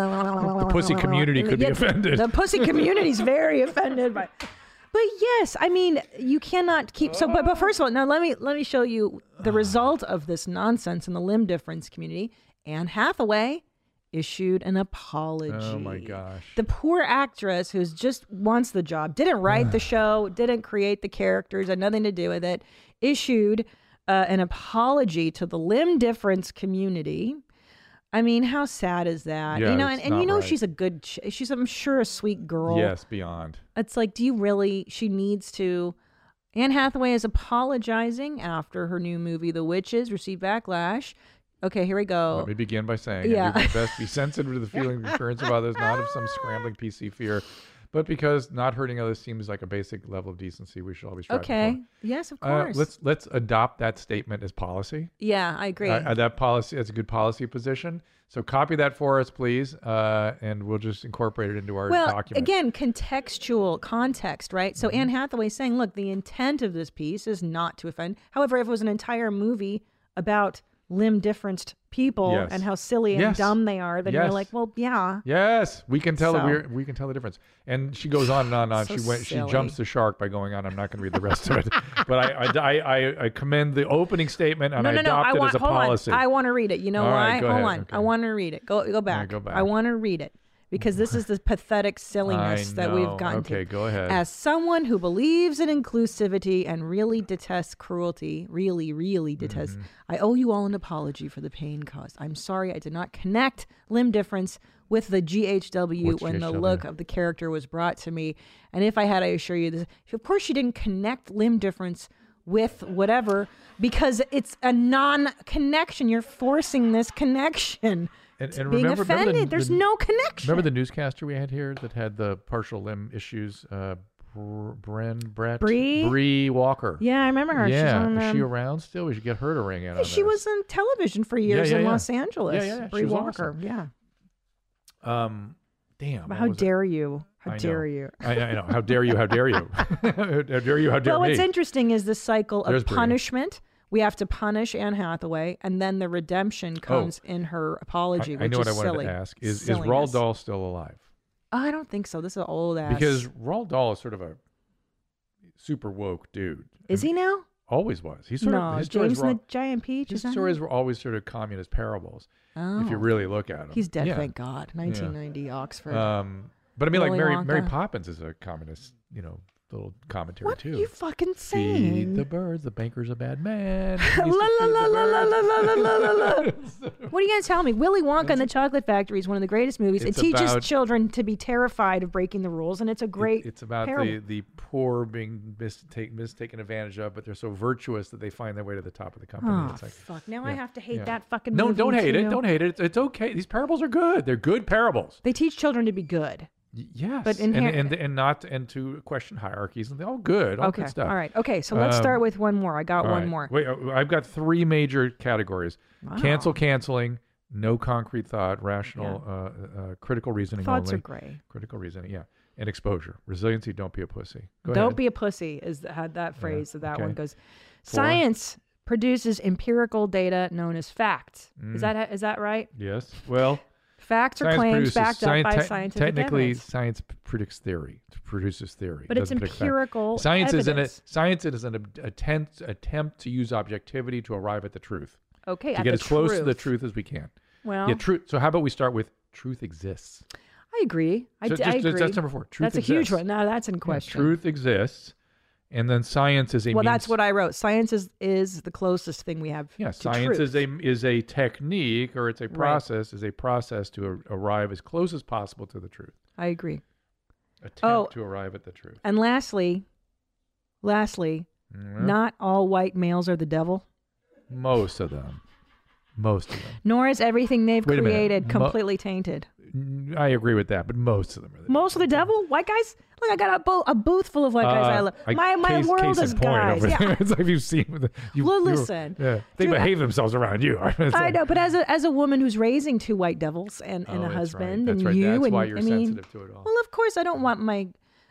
[SPEAKER 3] The
[SPEAKER 2] pussy community could be offended.
[SPEAKER 3] The pussy community is very offended by. But yes, I mean you cannot keep so. But but first of all, now let me let me show you the result of this nonsense in the limb difference community. Anne Hathaway issued an apology.
[SPEAKER 2] Oh my gosh.
[SPEAKER 3] The poor actress who's just wants the job, didn't write the show, didn't create the characters, had nothing to do with it, issued uh, an apology to the limb difference community. I mean, how sad is that?
[SPEAKER 2] Yeah,
[SPEAKER 3] you know,
[SPEAKER 2] it's
[SPEAKER 3] and, and you
[SPEAKER 2] not
[SPEAKER 3] know
[SPEAKER 2] right.
[SPEAKER 3] she's a good, ch- she's I'm sure a sweet girl.
[SPEAKER 2] Yes, beyond.
[SPEAKER 3] It's like, do you really? She needs to. Anne Hathaway is apologizing after her new movie, The Witches, received backlash. Okay, here we go.
[SPEAKER 2] Let me begin by saying
[SPEAKER 3] Yeah.
[SPEAKER 2] I do my best to be sensitive to the feelings and experience of others, not of some scrambling PC fear, but because not hurting others seems like a basic level of decency we should always strive
[SPEAKER 3] okay. Yes, of
[SPEAKER 2] for. Uh,
[SPEAKER 3] course.
[SPEAKER 2] let's let's adopt that statement as policy.
[SPEAKER 3] yeah, I agree.
[SPEAKER 2] Uh, that policy that's a good policy position. So copy that for us, please, uh, and we'll just incorporate it into our
[SPEAKER 3] well,
[SPEAKER 2] document. Mm-hmm.
[SPEAKER 3] again, contextual context, right? So Anne Hathaway's saying, look, the intent of this piece is not to offend. However, if it was an entire movie about limb differenced people
[SPEAKER 2] Yes.
[SPEAKER 3] and how silly and
[SPEAKER 2] Yes.
[SPEAKER 3] dumb they are, then you're
[SPEAKER 2] Yes.
[SPEAKER 3] like, well, yeah.
[SPEAKER 2] Yes, we can tell
[SPEAKER 3] So-
[SPEAKER 2] the we're, we can tell the difference. And she goes on and on and on.
[SPEAKER 3] So
[SPEAKER 2] she went.
[SPEAKER 3] silly.
[SPEAKER 2] She jumps the shark by going on. I'm not going to read the rest of it. But I I, I, I I commend the opening statement and
[SPEAKER 3] no,
[SPEAKER 2] I
[SPEAKER 3] no, no.
[SPEAKER 2] adopt
[SPEAKER 3] I
[SPEAKER 2] it
[SPEAKER 3] want.
[SPEAKER 2] as a
[SPEAKER 3] hold
[SPEAKER 2] policy.
[SPEAKER 3] on. I want to read it. You know
[SPEAKER 2] All
[SPEAKER 3] why?
[SPEAKER 2] right, go
[SPEAKER 3] hold
[SPEAKER 2] ahead.
[SPEAKER 3] on.
[SPEAKER 2] Okay.
[SPEAKER 3] I want to read it. Go, go back.
[SPEAKER 2] go back.
[SPEAKER 3] I want to read it because this is the pathetic silliness
[SPEAKER 2] I
[SPEAKER 3] that we've
[SPEAKER 2] know.
[SPEAKER 3] gotten to.
[SPEAKER 2] Okay, go ahead.
[SPEAKER 3] As someone who believes in inclusivity and really detests cruelty, really, really detests,
[SPEAKER 2] Mm-hmm.
[SPEAKER 3] I owe you all an apology for the pain caused. I'm sorry I did not connect limb difference with the GHW
[SPEAKER 2] What's
[SPEAKER 3] when the
[SPEAKER 2] GHW?
[SPEAKER 3] look of the character was brought to me. And if I had, I assure you this. Of course, she didn't connect limb difference with whatever because it's a non connection. You're forcing this connection.
[SPEAKER 2] And-
[SPEAKER 3] to
[SPEAKER 2] and
[SPEAKER 3] being
[SPEAKER 2] remember- remember the-
[SPEAKER 3] offended. There's
[SPEAKER 2] the-
[SPEAKER 3] no connection.
[SPEAKER 2] Remember the newscaster we had here that had the partial limb issues? Uh, Br- Bren Brett
[SPEAKER 3] Bree?
[SPEAKER 2] Bree Walker.
[SPEAKER 3] yeah, I remember her. She's
[SPEAKER 2] Yeah,
[SPEAKER 3] on,
[SPEAKER 2] is she
[SPEAKER 3] um,
[SPEAKER 2] around still? We should get her to ring in.
[SPEAKER 3] Yeah,
[SPEAKER 2] on
[SPEAKER 3] she
[SPEAKER 2] this.
[SPEAKER 3] was on television for years
[SPEAKER 2] yeah,
[SPEAKER 3] in
[SPEAKER 2] yeah.
[SPEAKER 3] Los Angeles.
[SPEAKER 2] Yeah, yeah, yeah.
[SPEAKER 3] Bree
[SPEAKER 2] She was
[SPEAKER 3] Walker.
[SPEAKER 2] awesome.
[SPEAKER 3] Yeah.
[SPEAKER 2] Um, damn. what
[SPEAKER 3] How
[SPEAKER 2] was it?
[SPEAKER 3] dare you? How
[SPEAKER 2] I know.
[SPEAKER 3] dare you?
[SPEAKER 2] I, I know. How dare you? How dare you? how dare you? How dare
[SPEAKER 3] Well,
[SPEAKER 2] me?
[SPEAKER 3] what's interesting is the cycle of
[SPEAKER 2] There's Bree.
[SPEAKER 3] punishment. We have to punish Anne Hathaway, and then the redemption comes in her apology,
[SPEAKER 2] Oh. I, I
[SPEAKER 3] which
[SPEAKER 2] know what
[SPEAKER 3] is
[SPEAKER 2] I wanted
[SPEAKER 3] silly.
[SPEAKER 2] to ask. Is is
[SPEAKER 3] Silliness. Oh,
[SPEAKER 2] Roald Dahl still alive?
[SPEAKER 3] I don't think so. This is an old ass.
[SPEAKER 2] Because Roald Dahl is sort of a super woke dude.
[SPEAKER 3] is he now?
[SPEAKER 2] always was. He's sort
[SPEAKER 3] No,
[SPEAKER 2] of his stories
[SPEAKER 3] James
[SPEAKER 2] were
[SPEAKER 3] and the
[SPEAKER 2] all-
[SPEAKER 3] Giant Peach.
[SPEAKER 2] his
[SPEAKER 3] is that
[SPEAKER 2] stories
[SPEAKER 3] him?
[SPEAKER 2] were always sort of communist parables. If you
[SPEAKER 3] Oh.
[SPEAKER 2] really look at them,
[SPEAKER 5] He's dead,
[SPEAKER 2] Yeah.
[SPEAKER 5] thank God. 1990 Oxford.
[SPEAKER 2] Um, but I mean, like
[SPEAKER 5] Willy
[SPEAKER 2] Mary Mary
[SPEAKER 5] Wonka.
[SPEAKER 2] Poppins is a communist, you know, little commentary
[SPEAKER 5] what
[SPEAKER 2] too.
[SPEAKER 5] are you fucking
[SPEAKER 2] Feed
[SPEAKER 5] saying?
[SPEAKER 2] the birds. The banker's a bad man.
[SPEAKER 3] La la la la la la la la la la. What are you gonna tell me? Willy Wonka and the Chocolate Factory is one of the greatest movies.
[SPEAKER 2] It's
[SPEAKER 3] it teaches
[SPEAKER 2] about-
[SPEAKER 3] children to be terrified of breaking the rules, and it's a great.
[SPEAKER 2] it's about
[SPEAKER 3] parable.
[SPEAKER 2] the the poor being mistake, mistaken advantage of, but they're so virtuous that they find their way to the top of the company.
[SPEAKER 3] Oh,
[SPEAKER 2] it's like,
[SPEAKER 3] fuck! Now I
[SPEAKER 2] yeah,
[SPEAKER 3] have to hate
[SPEAKER 2] yeah.
[SPEAKER 3] that fucking.
[SPEAKER 2] No,
[SPEAKER 3] movie,
[SPEAKER 2] don't hate it.
[SPEAKER 3] too.
[SPEAKER 2] Don't hate it. It's, it's okay. These parables are good. They're good parables.
[SPEAKER 3] They teach children to be good.
[SPEAKER 2] Y- yes,
[SPEAKER 3] But
[SPEAKER 2] and,
[SPEAKER 3] inher-
[SPEAKER 2] and and not and to question hierarchies and they're all good. All
[SPEAKER 3] okay.
[SPEAKER 2] good stuff.
[SPEAKER 3] All right. Okay. So let's
[SPEAKER 2] Um,
[SPEAKER 3] start with one more. I got
[SPEAKER 2] All
[SPEAKER 3] one
[SPEAKER 2] right.
[SPEAKER 3] more.
[SPEAKER 2] Wait, uh, I've got three major categories: cancel, canceling, no concrete thought, rational, uh, uh, critical reasoning
[SPEAKER 3] Thoughts
[SPEAKER 2] only.
[SPEAKER 3] are gray.
[SPEAKER 2] Critical reasoning, yeah, and exposure, resiliency. Don't be a pussy. Go
[SPEAKER 3] Don't
[SPEAKER 2] ahead.
[SPEAKER 3] be a pussy is the, had that phrase. so that
[SPEAKER 2] okay.
[SPEAKER 3] one goes. Science produces empirical data known as facts. Is
[SPEAKER 2] Mm.
[SPEAKER 3] that is that right?
[SPEAKER 2] Yes. Well,
[SPEAKER 3] Facts are
[SPEAKER 2] science
[SPEAKER 3] claims
[SPEAKER 2] produces
[SPEAKER 3] backed up
[SPEAKER 2] science-
[SPEAKER 3] by
[SPEAKER 2] te-
[SPEAKER 3] scientific
[SPEAKER 2] Technically,
[SPEAKER 3] evidence.
[SPEAKER 2] science p- predicts theory. It produces theory.
[SPEAKER 3] But
[SPEAKER 2] It
[SPEAKER 3] it's
[SPEAKER 2] doesn't predict fact.
[SPEAKER 3] empirical
[SPEAKER 2] Science
[SPEAKER 3] evidence.
[SPEAKER 2] is an science is an ab- attempt attempt to use objectivity to arrive at the truth
[SPEAKER 3] Okay,
[SPEAKER 2] to
[SPEAKER 3] at
[SPEAKER 2] get
[SPEAKER 3] the
[SPEAKER 2] as close to the truth as we can.
[SPEAKER 3] Well,
[SPEAKER 2] Yeah, truth. So how about we start with truth exists.
[SPEAKER 3] I agree. I,
[SPEAKER 2] So
[SPEAKER 3] d- I
[SPEAKER 2] just-
[SPEAKER 3] agree.
[SPEAKER 2] just- that's number four. Truth
[SPEAKER 3] That's a huge
[SPEAKER 2] exists.
[SPEAKER 3] one. Now that's in
[SPEAKER 2] Yeah,
[SPEAKER 3] question.
[SPEAKER 2] truth exists, and then science is a.
[SPEAKER 3] Well,
[SPEAKER 2] means-
[SPEAKER 3] that's what I wrote. Science is is the closest thing we have.
[SPEAKER 2] Yeah,
[SPEAKER 3] to
[SPEAKER 2] science
[SPEAKER 3] truth.
[SPEAKER 2] is a is a technique or it's a process is a process to ar- arrive as close as possible to the truth.
[SPEAKER 3] I agree.
[SPEAKER 2] Attempt
[SPEAKER 3] Oh.
[SPEAKER 2] to arrive at the truth.
[SPEAKER 3] And lastly, lastly,
[SPEAKER 2] Mm,
[SPEAKER 3] not all white males are the devil.
[SPEAKER 2] most of them, most of them.
[SPEAKER 3] Nor is everything they've
[SPEAKER 2] Wait a minute.
[SPEAKER 3] created
[SPEAKER 2] Mo-
[SPEAKER 3] completely tainted.
[SPEAKER 2] N- I agree with that, but most of them are. The
[SPEAKER 3] Most of the devil, white guys. Look, I got a, bo- a booth full of white guys.
[SPEAKER 2] Uh,
[SPEAKER 3] I love.
[SPEAKER 2] I-
[SPEAKER 3] My my
[SPEAKER 2] case-
[SPEAKER 3] world
[SPEAKER 2] case in
[SPEAKER 3] is
[SPEAKER 2] point
[SPEAKER 3] guys.
[SPEAKER 2] Over
[SPEAKER 3] Yeah,
[SPEAKER 2] there. it's like you've seen. with the- You,
[SPEAKER 3] Well,
[SPEAKER 2] you-
[SPEAKER 3] listen.
[SPEAKER 2] yeah, they
[SPEAKER 3] Dude, I-
[SPEAKER 2] behave themselves around you. It's
[SPEAKER 3] I
[SPEAKER 2] like-
[SPEAKER 3] know, but as a as a woman who's raising two white devils and,
[SPEAKER 2] Oh,
[SPEAKER 3] and a
[SPEAKER 2] that's right.
[SPEAKER 3] husband
[SPEAKER 2] That's
[SPEAKER 3] and
[SPEAKER 2] right.
[SPEAKER 3] you
[SPEAKER 2] That's
[SPEAKER 3] and
[SPEAKER 2] why you're
[SPEAKER 3] I mean,
[SPEAKER 2] sensitive to it all.
[SPEAKER 3] Well, of course, I don't want my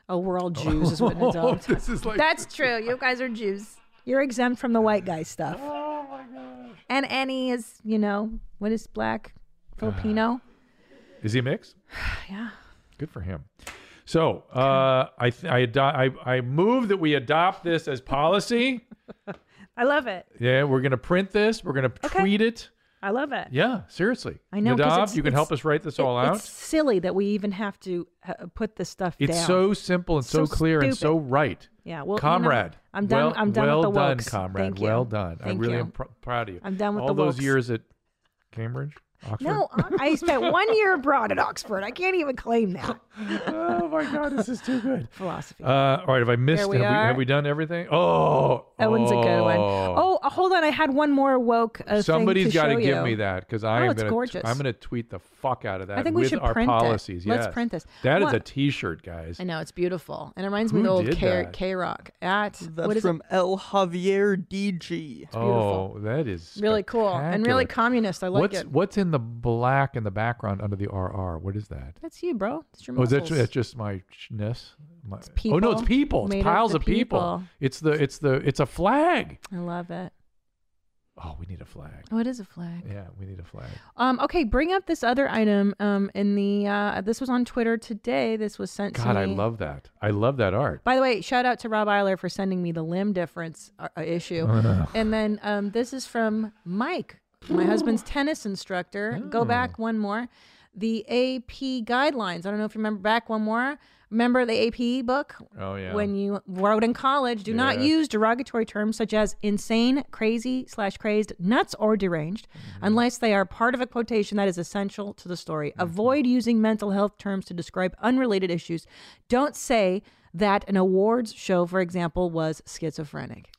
[SPEAKER 3] a world Jews is what it's all.
[SPEAKER 2] Oh, this is like
[SPEAKER 3] That's true. You guys are Jews. You're exempt from the white guy stuff. Oh my gosh. And Annie is, you know, what is black
[SPEAKER 2] Uh-huh.
[SPEAKER 3] Filipino?
[SPEAKER 2] Is he a mix?
[SPEAKER 3] yeah.
[SPEAKER 2] Good for him. So uh, I, th- I, ado- I I move that we adopt this as policy.
[SPEAKER 3] I love it.
[SPEAKER 2] Yeah, we're gonna print this. We're gonna
[SPEAKER 3] Okay.
[SPEAKER 2] tweet it.
[SPEAKER 3] I love it.
[SPEAKER 2] Yeah, seriously.
[SPEAKER 3] I know, 'cause
[SPEAKER 2] Nadav,
[SPEAKER 3] it's-
[SPEAKER 2] you can
[SPEAKER 3] it's-
[SPEAKER 2] help us write this all
[SPEAKER 3] It-
[SPEAKER 2] out.
[SPEAKER 3] It's silly that we even have to uh, put this stuff
[SPEAKER 2] It's
[SPEAKER 3] down.
[SPEAKER 2] so simple and so,
[SPEAKER 3] So
[SPEAKER 2] clear and so right.
[SPEAKER 3] Yeah, well, you know,
[SPEAKER 2] comrade.
[SPEAKER 3] I'm done-
[SPEAKER 2] Well,
[SPEAKER 3] I'm done with
[SPEAKER 2] well
[SPEAKER 3] the
[SPEAKER 2] done,
[SPEAKER 3] wokes.
[SPEAKER 2] comrade.
[SPEAKER 3] Thank you.
[SPEAKER 2] well done. I
[SPEAKER 3] Thank
[SPEAKER 2] really
[SPEAKER 3] you.
[SPEAKER 2] am pr- proud of you.
[SPEAKER 3] I'm done with
[SPEAKER 2] all
[SPEAKER 3] the
[SPEAKER 2] those
[SPEAKER 3] wokes.
[SPEAKER 2] years at Cambridge, Oxford.
[SPEAKER 3] No, I I spent one year abroad at Oxford. I can't even claim that
[SPEAKER 2] oh my God, this is too good.
[SPEAKER 3] philosophy.
[SPEAKER 2] Uh, all right, have I missed?
[SPEAKER 3] There we
[SPEAKER 2] have,
[SPEAKER 3] are.
[SPEAKER 2] have we done everything? Oh,
[SPEAKER 3] that one's a good one. Oh, uh, hold on. I had one more woke. Uh,
[SPEAKER 2] Somebody's
[SPEAKER 3] got
[SPEAKER 2] gotta
[SPEAKER 3] to
[SPEAKER 2] give
[SPEAKER 3] you.
[SPEAKER 2] me that because I
[SPEAKER 3] Oh,
[SPEAKER 2] am
[SPEAKER 3] it's
[SPEAKER 2] gonna
[SPEAKER 3] gorgeous.
[SPEAKER 2] I'm gonna tweet the fuck out of that.
[SPEAKER 3] I think we
[SPEAKER 2] with
[SPEAKER 3] should
[SPEAKER 2] our
[SPEAKER 3] print it.
[SPEAKER 2] policies.
[SPEAKER 3] Let's
[SPEAKER 2] yes.
[SPEAKER 3] print this.
[SPEAKER 2] That is
[SPEAKER 3] What-
[SPEAKER 2] a T-shirt, guys.
[SPEAKER 5] I know it's beautiful, and it reminds me
[SPEAKER 2] Who
[SPEAKER 5] of the old
[SPEAKER 2] did
[SPEAKER 5] K
[SPEAKER 2] that?
[SPEAKER 5] K Rock at what
[SPEAKER 6] That's
[SPEAKER 5] is
[SPEAKER 6] from El Javier DG.
[SPEAKER 2] oh,
[SPEAKER 5] beautiful.
[SPEAKER 2] that is
[SPEAKER 5] it? Really cool and really
[SPEAKER 2] spectacular.
[SPEAKER 5] communist. I like
[SPEAKER 2] what's
[SPEAKER 5] it.
[SPEAKER 2] what's in the black in the background under the RR? What is that?
[SPEAKER 5] That's you, bro. It's your
[SPEAKER 2] Oh, is that
[SPEAKER 5] muscles.
[SPEAKER 2] that's just my ness? My, oh no,
[SPEAKER 5] people
[SPEAKER 2] it's people.
[SPEAKER 5] made
[SPEAKER 2] It's
[SPEAKER 5] of
[SPEAKER 2] piles
[SPEAKER 5] the
[SPEAKER 2] of people.
[SPEAKER 5] people.
[SPEAKER 2] It's the it's the it's a flag.
[SPEAKER 5] I love it.
[SPEAKER 2] Oh, we need a flag.
[SPEAKER 5] Oh, it is a flag.
[SPEAKER 2] Yeah, we need a flag.
[SPEAKER 5] Um, okay, bring up this other item. Um, in the uh, this was on Twitter today. This was sent to
[SPEAKER 2] God,
[SPEAKER 5] me.
[SPEAKER 2] I love that. I love that art.
[SPEAKER 5] By the way, shout out to Rob Eiler for sending me the limb difference uh, uh, issue.
[SPEAKER 2] Oh,
[SPEAKER 5] and then um, this is from Mike, my husband's tennis instructor.
[SPEAKER 2] Oh.
[SPEAKER 5] Go back one more. The AP guidelines. I don't know if you remember back one more. Remember the AP book?
[SPEAKER 2] Oh yeah.
[SPEAKER 5] When you wrote in college, do not
[SPEAKER 2] Yes.
[SPEAKER 5] use derogatory terms such as insane, crazy, slash crazed, nuts, or deranged,
[SPEAKER 2] Mm-hmm.
[SPEAKER 5] unless they are part of a quotation that is essential to the story. Avoid using mental health terms to describe unrelated issues. Don't say that an awards show, for example, was schizophrenic.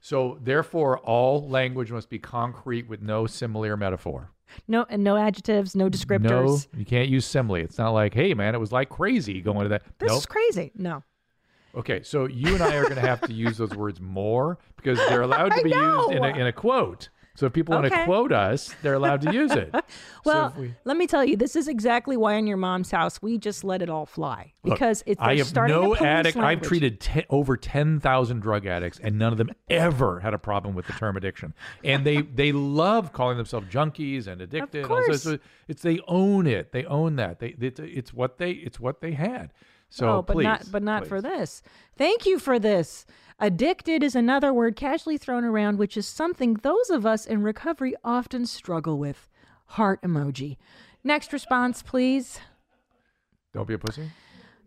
[SPEAKER 2] So therefore, all language must be concrete with no simile or metaphor.
[SPEAKER 5] No, and no adjectives, no descriptors.
[SPEAKER 2] No, you can't use simile. It's not like, hey man, it was like crazy going to that.
[SPEAKER 3] This
[SPEAKER 2] nope.
[SPEAKER 3] is crazy. No.
[SPEAKER 2] Okay, so you and I are going to have to use those words more because they're allowed to be used in a, in a quote. So if people want to
[SPEAKER 3] Okay.
[SPEAKER 2] quote us, they're allowed to use it.
[SPEAKER 3] Well,
[SPEAKER 2] if we-
[SPEAKER 3] let me tell you, this is exactly why in your mom's house we just let it all fly
[SPEAKER 2] Look,
[SPEAKER 3] because it's
[SPEAKER 2] I
[SPEAKER 3] they're
[SPEAKER 2] have
[SPEAKER 3] starting
[SPEAKER 2] no
[SPEAKER 3] to police
[SPEAKER 2] addict. I've
[SPEAKER 3] language.
[SPEAKER 2] treated te- over ten thousand drug addicts, and none of them ever had a problem with the term addiction. And they they love calling themselves junkies and addicted. and all sorts
[SPEAKER 3] course.
[SPEAKER 2] of- it's they own it. They own that. They it's, it's what they it's what they had. So
[SPEAKER 3] oh, but
[SPEAKER 2] please,
[SPEAKER 3] not but not for
[SPEAKER 2] please.
[SPEAKER 3] this. Thank you for this. Addicted is another word casually thrown around, which is something those of us in recovery often struggle with. Heart emoji. Next response, please.
[SPEAKER 2] Don't be a pussy.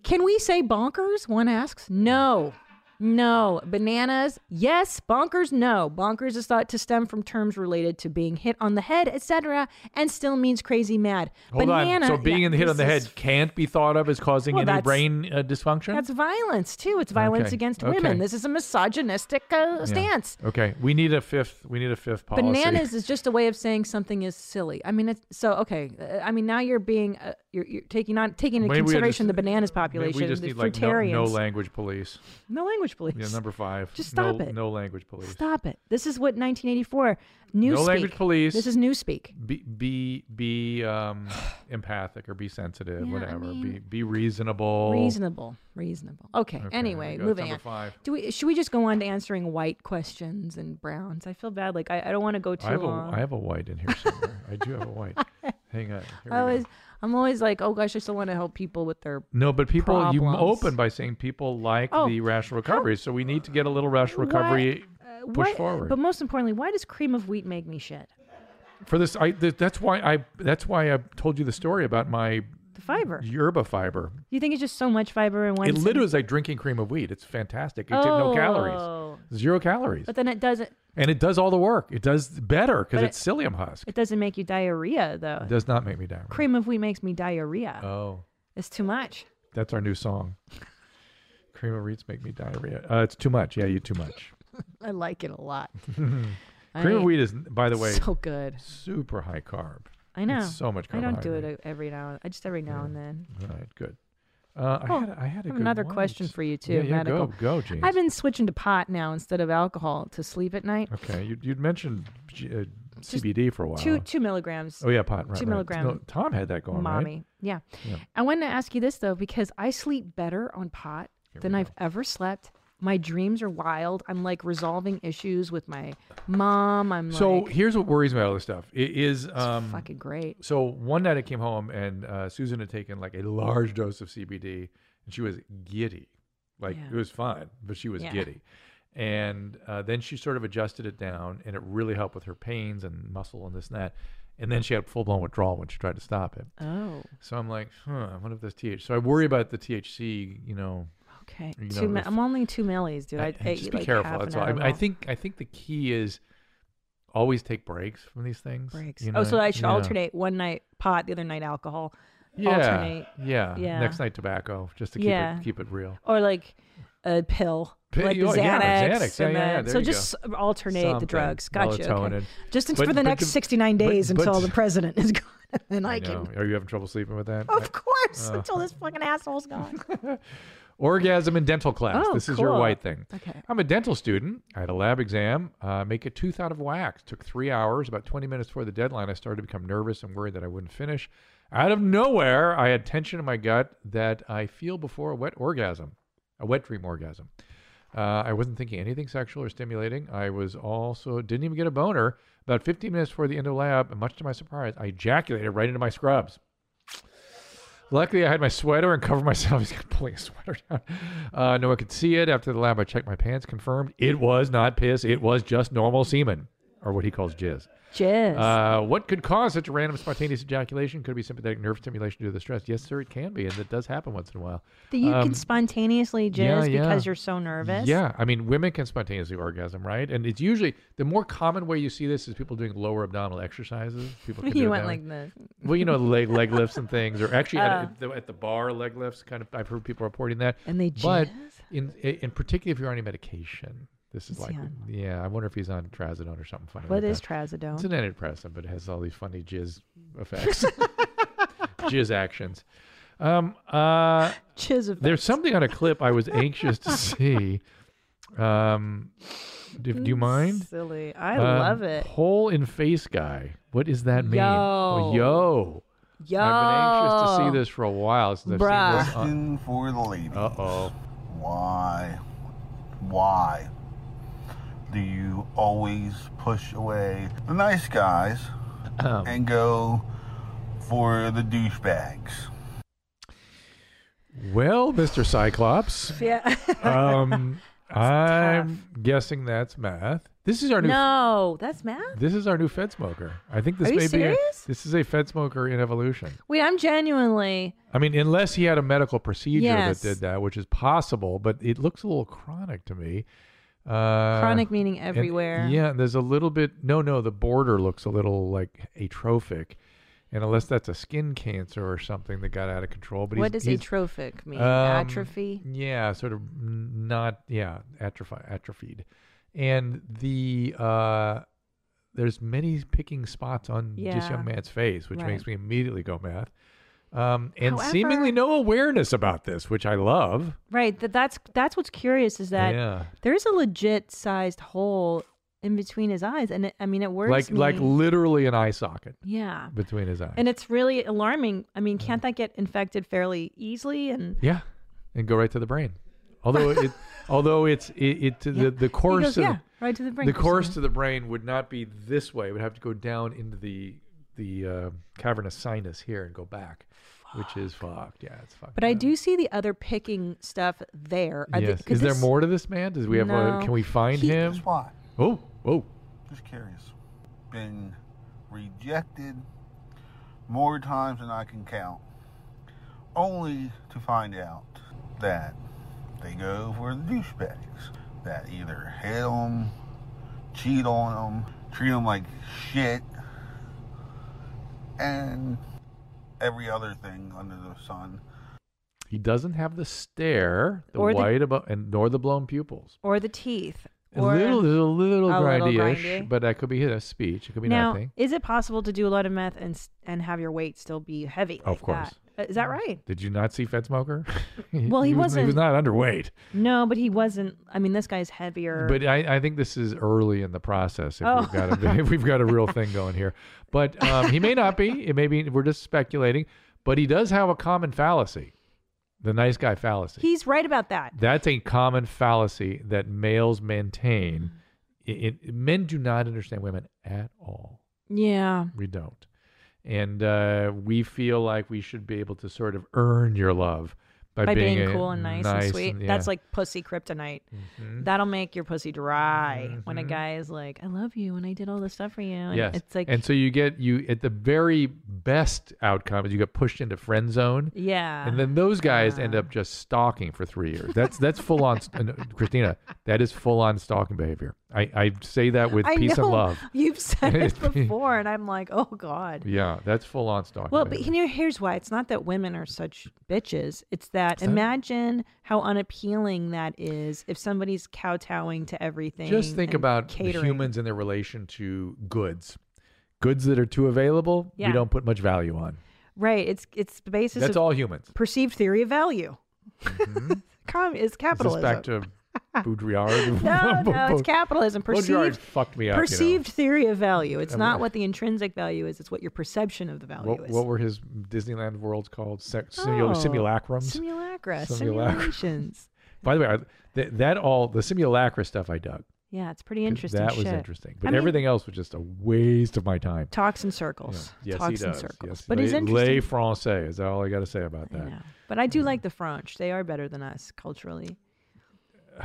[SPEAKER 3] Can we say bonkers? One asks. No. No. Bananas? Yes. Bonkers? No. Bonkers is thought to stem from terms related to being hit on the head, etc., and still means crazy mad.
[SPEAKER 2] Hold
[SPEAKER 3] Banana,
[SPEAKER 2] on. So being
[SPEAKER 3] yeah,
[SPEAKER 2] in the hit on the
[SPEAKER 3] this
[SPEAKER 2] head
[SPEAKER 3] is-
[SPEAKER 2] can't be thought of as causing
[SPEAKER 3] Well,
[SPEAKER 2] any
[SPEAKER 3] that's-
[SPEAKER 2] brain uh, dysfunction.
[SPEAKER 3] That's violence too. It's violence
[SPEAKER 2] Okay.
[SPEAKER 3] against
[SPEAKER 2] Okay.
[SPEAKER 3] women. This is a misogynistic uh,
[SPEAKER 2] Yeah.
[SPEAKER 3] stance.
[SPEAKER 2] Okay, we need a fifth. We need a fifth policy.
[SPEAKER 3] Bananas is just a way of saying something is silly. I mean, it's, so okay. uh, I mean, now you're being uh, you're, you're taking on taking into
[SPEAKER 2] Maybe we
[SPEAKER 3] consideration
[SPEAKER 2] just-
[SPEAKER 3] the bananas
[SPEAKER 2] Maybe
[SPEAKER 3] population,
[SPEAKER 2] we just
[SPEAKER 3] the
[SPEAKER 2] need like no,
[SPEAKER 3] fruitarians.
[SPEAKER 2] no language police.
[SPEAKER 3] No language, police.
[SPEAKER 2] Yeah, number five.
[SPEAKER 3] Just
[SPEAKER 2] No-
[SPEAKER 3] stop it.
[SPEAKER 2] No language police.
[SPEAKER 3] Stop it. This is what 1984 newspeak.
[SPEAKER 2] No language police.
[SPEAKER 3] This is newspeak.
[SPEAKER 2] Be be be um, empathic or be sensitive,
[SPEAKER 3] Yeah, I
[SPEAKER 2] whatever. be
[SPEAKER 3] mean-
[SPEAKER 2] be reasonable.
[SPEAKER 3] Reasonable. Reasonable. Okay.
[SPEAKER 2] Okay, there
[SPEAKER 3] anyway,
[SPEAKER 2] you go.
[SPEAKER 3] moving
[SPEAKER 2] Number
[SPEAKER 3] on.
[SPEAKER 2] five.
[SPEAKER 3] Do we should we just go on to answering white questions and browns? I feel bad. Like I, I don't want to uh, go too
[SPEAKER 2] I have
[SPEAKER 3] long.
[SPEAKER 2] a I have a white in here somewhere. I do have a white. Hang on. Here we
[SPEAKER 3] I
[SPEAKER 2] go.
[SPEAKER 3] always I'm always like, oh gosh, I still want to help people with their
[SPEAKER 2] No, but people, you m-
[SPEAKER 3] problems.
[SPEAKER 2] open by saying people like
[SPEAKER 3] Oh,
[SPEAKER 2] the rational recovery. So we need to get a little rational recovery
[SPEAKER 3] Why- uh,
[SPEAKER 2] push
[SPEAKER 3] why-
[SPEAKER 2] forward.
[SPEAKER 3] But most importantly, why does cream of wheat make me shit?
[SPEAKER 2] For this, I th- that's why I that's why I told you the story about my
[SPEAKER 3] The fiber.
[SPEAKER 2] yerba fiber.
[SPEAKER 3] You think it's just so much fiber in one?
[SPEAKER 2] it
[SPEAKER 3] sitting?
[SPEAKER 2] literally is like drinking cream of wheat. It's fantastic. It no
[SPEAKER 3] oh,
[SPEAKER 2] calories, zero calories,
[SPEAKER 3] But then it doesn't.
[SPEAKER 2] and it does all the work. It does better because
[SPEAKER 3] But
[SPEAKER 2] it's psyllium husk.
[SPEAKER 3] It doesn't make you diarrhea though.
[SPEAKER 2] It does not make me diarrhea.
[SPEAKER 3] cream of wheat makes me diarrhea.
[SPEAKER 2] Oh,
[SPEAKER 3] it's too much.
[SPEAKER 2] that's our new song. Cream of wheats make me diarrhea. Uh, it's too much. Yeah, you too much.
[SPEAKER 3] I like it a lot.
[SPEAKER 2] Cream of wheat is, by the way,
[SPEAKER 3] so good.
[SPEAKER 2] super high carb.
[SPEAKER 3] I know.
[SPEAKER 2] It's so much
[SPEAKER 3] I don't do
[SPEAKER 2] carbohydrate.
[SPEAKER 3] it every now. I just every now and then.
[SPEAKER 2] All right, good. Uh, I
[SPEAKER 3] Oh,
[SPEAKER 2] had, I had a
[SPEAKER 3] I have
[SPEAKER 2] good
[SPEAKER 3] another
[SPEAKER 2] one.
[SPEAKER 3] question for you too.
[SPEAKER 2] Yeah, yeah,
[SPEAKER 3] medical.
[SPEAKER 2] go, go, James.
[SPEAKER 3] I've been switching to pot now instead of alcohol to sleep at night.
[SPEAKER 2] Okay, you, you'd mentioned G- uh, CBD for a while.
[SPEAKER 3] Two two milligrams.
[SPEAKER 2] oh yeah, pot. Right,
[SPEAKER 3] two
[SPEAKER 2] right.
[SPEAKER 3] milligram
[SPEAKER 2] No, Tom had that going,
[SPEAKER 3] mommy.
[SPEAKER 2] right?
[SPEAKER 3] Yeah.
[SPEAKER 2] Yeah.
[SPEAKER 3] I wanted to ask you this though, because I sleep better on pot
[SPEAKER 2] Here
[SPEAKER 3] than
[SPEAKER 2] we
[SPEAKER 3] I've ever slept. My dreams are wild. I'm like resolving issues with my mom. I'm
[SPEAKER 2] So
[SPEAKER 3] like,
[SPEAKER 2] here's what worries me about all this stuff. It is
[SPEAKER 3] it's
[SPEAKER 2] um,
[SPEAKER 3] fucking great.
[SPEAKER 2] so one night I came home and uh, Susan had taken like a large dose of CBD and she was giddy. Like
[SPEAKER 3] Yeah.
[SPEAKER 2] it was fun, but she was
[SPEAKER 3] Yeah.
[SPEAKER 2] giddy. And uh, then she sort of adjusted it down and it really helped with her pains and muscle and this and that. And then she had full blown withdrawal when she tried to stop it.
[SPEAKER 3] Oh,
[SPEAKER 2] So I'm like, huh, I wonder if this THC. So I worry about the THC, you know.
[SPEAKER 3] okay.
[SPEAKER 2] You
[SPEAKER 3] two
[SPEAKER 2] know,
[SPEAKER 3] mi-
[SPEAKER 2] if-
[SPEAKER 3] I'm only two millis, dude. I,
[SPEAKER 2] I-
[SPEAKER 3] I
[SPEAKER 2] I- just
[SPEAKER 3] ate
[SPEAKER 2] be
[SPEAKER 3] like
[SPEAKER 2] careful.
[SPEAKER 3] half
[SPEAKER 2] That's
[SPEAKER 3] an
[SPEAKER 2] all. I,
[SPEAKER 3] hour
[SPEAKER 2] I think I think the key is always take breaks from these things.
[SPEAKER 3] breaks.
[SPEAKER 2] you
[SPEAKER 3] oh,
[SPEAKER 2] know?
[SPEAKER 3] so I should
[SPEAKER 2] Yeah.
[SPEAKER 3] alternate one night pot, the other night alcohol,
[SPEAKER 2] Yeah.
[SPEAKER 3] alternate.
[SPEAKER 2] Yeah.
[SPEAKER 3] Yeah.
[SPEAKER 2] Next night tobacco, just to keep
[SPEAKER 3] Yeah.
[SPEAKER 2] it keep it real.
[SPEAKER 3] or like a pill.
[SPEAKER 2] Pill-
[SPEAKER 3] Like the
[SPEAKER 2] oh,
[SPEAKER 3] Xanax,
[SPEAKER 2] yeah, Xanax.
[SPEAKER 3] and
[SPEAKER 2] Yeah, yeah, yeah,
[SPEAKER 3] then-
[SPEAKER 2] there
[SPEAKER 3] so
[SPEAKER 2] you go.
[SPEAKER 3] just s- alternate the
[SPEAKER 2] Something.
[SPEAKER 3] drugs. Gotcha. Okay.
[SPEAKER 2] Melatonin.
[SPEAKER 3] Just
[SPEAKER 2] But-
[SPEAKER 3] for the
[SPEAKER 2] but
[SPEAKER 3] next
[SPEAKER 2] the-
[SPEAKER 3] 69
[SPEAKER 2] but-
[SPEAKER 3] days until
[SPEAKER 2] but-
[SPEAKER 3] the president is gone. And I,
[SPEAKER 2] I
[SPEAKER 3] can,
[SPEAKER 2] know. Are you having trouble sleeping with that?
[SPEAKER 3] of course,
[SPEAKER 2] Uh.
[SPEAKER 3] until this fucking asshole's gone.
[SPEAKER 2] Orgasm in dental class.
[SPEAKER 3] Oh,
[SPEAKER 2] this is your
[SPEAKER 3] cool.
[SPEAKER 2] white thing.
[SPEAKER 3] Okay.
[SPEAKER 2] I'm a dental student. I had a lab exam. Uh, make a tooth out of wax. Took three hours. About 20 minutes before the deadline, I started to become nervous and worried that I wouldn't finish. Out of nowhere, I had tension in my gut that I feel before a wet orgasm, a wet dream orgasm. Uh, I wasn't thinking anything sexual or stimulating. I was also didn't even get a boner. About 15 minutes before the end of lab, and much to my surprise, I ejaculated right into my scrubs. Luckily, I had my sweater and covered myself. He's pulling a sweater down. Uh, no one could see it. After the lab, I checked my pants. Confirmed, it was not piss. It was just normal semen, or what he calls jizz.
[SPEAKER 3] Jizz.
[SPEAKER 2] Uh, what could cause such a random spontaneous ejaculation? Could it be sympathetic nerve stimulation due to the stress? Yes, sir, it can be, and it does happen once in a while.
[SPEAKER 3] that you
[SPEAKER 2] um,
[SPEAKER 3] can spontaneously jizz
[SPEAKER 2] yeah, yeah.
[SPEAKER 3] because you're so nervous.
[SPEAKER 2] Yeah, I mean, women can spontaneously orgasm, right? And it's usually the more common way you see this is people doing lower abdominal exercises. People can do
[SPEAKER 3] You
[SPEAKER 2] it
[SPEAKER 3] went
[SPEAKER 2] that way.
[SPEAKER 3] like this. Uh.
[SPEAKER 2] well, you know, leg leg lifts and things, or actually at, at the, at the bar leg lifts. Kind of, I've heard people reporting that.
[SPEAKER 3] And they
[SPEAKER 2] but
[SPEAKER 3] jizz?
[SPEAKER 2] in in particular, if you're on any medication, this is
[SPEAKER 3] Is
[SPEAKER 2] like,
[SPEAKER 3] he on-
[SPEAKER 2] yeah, I wonder if he's on trazodone or something funny.
[SPEAKER 3] What
[SPEAKER 2] like
[SPEAKER 3] is
[SPEAKER 2] that.
[SPEAKER 3] trazodone?
[SPEAKER 2] It's an antidepressant, but it has all these funny jizz effects, jizz actions. Um, uh,
[SPEAKER 3] jizz of
[SPEAKER 2] there's something on a clip I was anxious to see. Um, do, do you mind?
[SPEAKER 3] Mm, Silly. I
[SPEAKER 2] Um,
[SPEAKER 3] love it.
[SPEAKER 2] Hole in face guy. What does that mean? Well,
[SPEAKER 3] Yo.
[SPEAKER 2] yo.
[SPEAKER 3] Yo.
[SPEAKER 2] I've been anxious to see this for a while since I've
[SPEAKER 3] Bruh.
[SPEAKER 2] seen Uh,
[SPEAKER 7] Question for the ladies.
[SPEAKER 2] this. Uh oh.
[SPEAKER 7] Why? Why? Do you always push away the nice guys and go for the douchebags?
[SPEAKER 2] Well, Mr. Cyclops,
[SPEAKER 3] Yeah.
[SPEAKER 2] um, I'm guessing that's math. This is our new.
[SPEAKER 3] No, that's math.
[SPEAKER 2] This is our new Fed smoker. I think this
[SPEAKER 3] Are you
[SPEAKER 2] may be. A,
[SPEAKER 3] serious?
[SPEAKER 2] this is a Fed smoker in evolution.
[SPEAKER 3] Wait, I'm genuinely.
[SPEAKER 2] I mean, unless he had a medical procedure
[SPEAKER 3] Yes.
[SPEAKER 2] that did that, which is possible, but it looks a little chronic to me. Uh,
[SPEAKER 3] Chronic meaning
[SPEAKER 2] and-
[SPEAKER 3] everywhere.
[SPEAKER 2] yeah, there's a little bit. No, no, the border looks a little like atrophic, and unless that's a skin cancer or something that got out of control. But
[SPEAKER 3] What
[SPEAKER 2] he's,
[SPEAKER 3] does
[SPEAKER 2] he's,
[SPEAKER 3] atrophic mean?
[SPEAKER 2] um,
[SPEAKER 3] Atrophy.
[SPEAKER 2] Yeah, sort of n- not yeah, atrophy atrophied. And the uh there's many picking spots on this
[SPEAKER 3] Yeah.
[SPEAKER 2] young man's face, which
[SPEAKER 3] Right.
[SPEAKER 2] makes me immediately go math. Um, and seemingly
[SPEAKER 3] However-
[SPEAKER 2] no awareness about this, which I love.
[SPEAKER 3] Right. That that's that's what's curious is that
[SPEAKER 2] yeah,
[SPEAKER 3] there's a legit sized hole in between his eyes, and it, I mean it worries
[SPEAKER 2] like
[SPEAKER 3] me.
[SPEAKER 2] like literally an eye socket
[SPEAKER 3] yeah.
[SPEAKER 2] between his eyes.
[SPEAKER 3] And it's really alarming. I mean, can't that get infected fairly easily? And
[SPEAKER 2] yeah, and go right to the brain. Although it, although it's it, it to the the
[SPEAKER 3] he
[SPEAKER 2] course
[SPEAKER 3] goes,
[SPEAKER 2] of
[SPEAKER 3] yeah, right to the brain.
[SPEAKER 2] the course to the brain would not be this way. It would have to go down into the the uh, cavernous sinus here and go back, which is fucked. Yeah, it's fucked.
[SPEAKER 3] But I
[SPEAKER 2] up.
[SPEAKER 3] do see the other picking stuff there. Are they-
[SPEAKER 2] Yes.
[SPEAKER 3] 'cause
[SPEAKER 2] Is there
[SPEAKER 3] this-
[SPEAKER 2] more to this man? Does we have? uh
[SPEAKER 3] No.
[SPEAKER 2] can we find
[SPEAKER 3] He-
[SPEAKER 2] him?
[SPEAKER 7] That's why.
[SPEAKER 2] Oh, oh,
[SPEAKER 7] Just curious. Been rejected more times than I can count, only to find out that they go for the douchebags that either hit them, cheat on them, treat them like shit, and every other thing under the sun.
[SPEAKER 2] he doesn't have the stare, the
[SPEAKER 3] Or the-
[SPEAKER 2] white above, and nor the blown pupils.
[SPEAKER 3] or the teeth?
[SPEAKER 2] A
[SPEAKER 3] or-
[SPEAKER 2] little, there's a little
[SPEAKER 3] a little
[SPEAKER 2] grindy-ish,
[SPEAKER 3] grindy.
[SPEAKER 2] but that could be his speech. It could be
[SPEAKER 3] now,
[SPEAKER 2] nothing.
[SPEAKER 3] is it possible to do a lot of meth and s- and have your weight still be heavy?
[SPEAKER 2] Of
[SPEAKER 3] like that? Uh, Is that right?
[SPEAKER 2] Did you not see Fed Smoker?
[SPEAKER 3] Well, he
[SPEAKER 2] was, He was
[SPEAKER 3] wasn't-
[SPEAKER 2] not underweight.
[SPEAKER 3] No, but he wasn't. I mean, this guy's heavier.
[SPEAKER 2] But uh, I, I think this is early in the process. If,
[SPEAKER 3] Oh.
[SPEAKER 2] we've got a, if we've got a real thing going here, but um, he may not be. It may be. We're just speculating. But he does have a common fallacy, the nice guy fallacy.
[SPEAKER 3] he's right about that.
[SPEAKER 2] That's a common fallacy that males maintain.
[SPEAKER 3] Mm-hmm.
[SPEAKER 2] It, it- men do not understand women at all.
[SPEAKER 3] Yeah.
[SPEAKER 2] We don't, and uh, we feel like we should be able to sort of earn your love by,
[SPEAKER 3] by being,
[SPEAKER 2] a
[SPEAKER 3] cool and nice, and sweet.
[SPEAKER 2] yeah. Mm-hmm.
[SPEAKER 3] That's like pussy kryptonite. That'll make your pussy dry when a
[SPEAKER 2] Mhm.
[SPEAKER 3] guy is like, "I love you," and I did all this stuff for you. And
[SPEAKER 2] yes.
[SPEAKER 3] it's like,
[SPEAKER 2] and so you get you at the very best outcome is you get pushed into friend zone,
[SPEAKER 3] yeah,
[SPEAKER 2] and then those guys end up just stalking for three years. That's that's full on, st- no, Christina. That is full on stalking behavior. I, I say that with
[SPEAKER 3] I
[SPEAKER 2] peace
[SPEAKER 3] know
[SPEAKER 2] and love.
[SPEAKER 3] You've said it
[SPEAKER 2] It's-
[SPEAKER 3] before, and I'm like, "Oh God."
[SPEAKER 2] Yeah, that's full on stalking.
[SPEAKER 3] Well, but
[SPEAKER 2] behavior.
[SPEAKER 3] here, here's why. It's not that women are such bitches. It's that imagine how unappealing that is if somebody's kowtowing to everything.
[SPEAKER 2] just think
[SPEAKER 3] and
[SPEAKER 2] about the
[SPEAKER 3] catering.
[SPEAKER 2] humans and their relation to goods. Goods that are too available,
[SPEAKER 3] Yeah.
[SPEAKER 2] we don't put much value on.
[SPEAKER 3] Right. It's it's the basis
[SPEAKER 2] That's
[SPEAKER 3] of
[SPEAKER 2] all Mm-hmm. humans.
[SPEAKER 3] perceived theory of value. Com- is
[SPEAKER 2] Is this
[SPEAKER 3] capitalism.
[SPEAKER 2] back to Baudrillard?
[SPEAKER 3] No, no, it's capitalism.
[SPEAKER 2] Baudrillard
[SPEAKER 3] Perceived,
[SPEAKER 2] fucked me up. you know.
[SPEAKER 3] perceived theory of value. It's
[SPEAKER 2] I mean-
[SPEAKER 3] not what the intrinsic value is. It's what your perception of the value
[SPEAKER 2] what,
[SPEAKER 3] is.
[SPEAKER 2] what were his Disneyland worlds called? Se- simul-
[SPEAKER 3] Oh,
[SPEAKER 2] simulacrums. Simulacra.
[SPEAKER 3] Simulacra, simulations.
[SPEAKER 2] By the way, I, th- that all the simulacra stuff I dug.
[SPEAKER 3] yeah, it's pretty interesting.
[SPEAKER 2] That
[SPEAKER 3] shit.
[SPEAKER 2] was interesting, but
[SPEAKER 3] I mean-
[SPEAKER 2] everything else was just a waste of my time.
[SPEAKER 3] Talks in circles.
[SPEAKER 2] Yes, he
[SPEAKER 3] Talks in
[SPEAKER 2] does.
[SPEAKER 3] circles.
[SPEAKER 2] Yes,
[SPEAKER 3] but
[SPEAKER 2] les,
[SPEAKER 3] it's interesting.
[SPEAKER 2] les Français is all I got to say about
[SPEAKER 3] I
[SPEAKER 2] that.
[SPEAKER 3] know. But I
[SPEAKER 2] Mm-hmm.
[SPEAKER 3] do like the French. They are better than us culturally.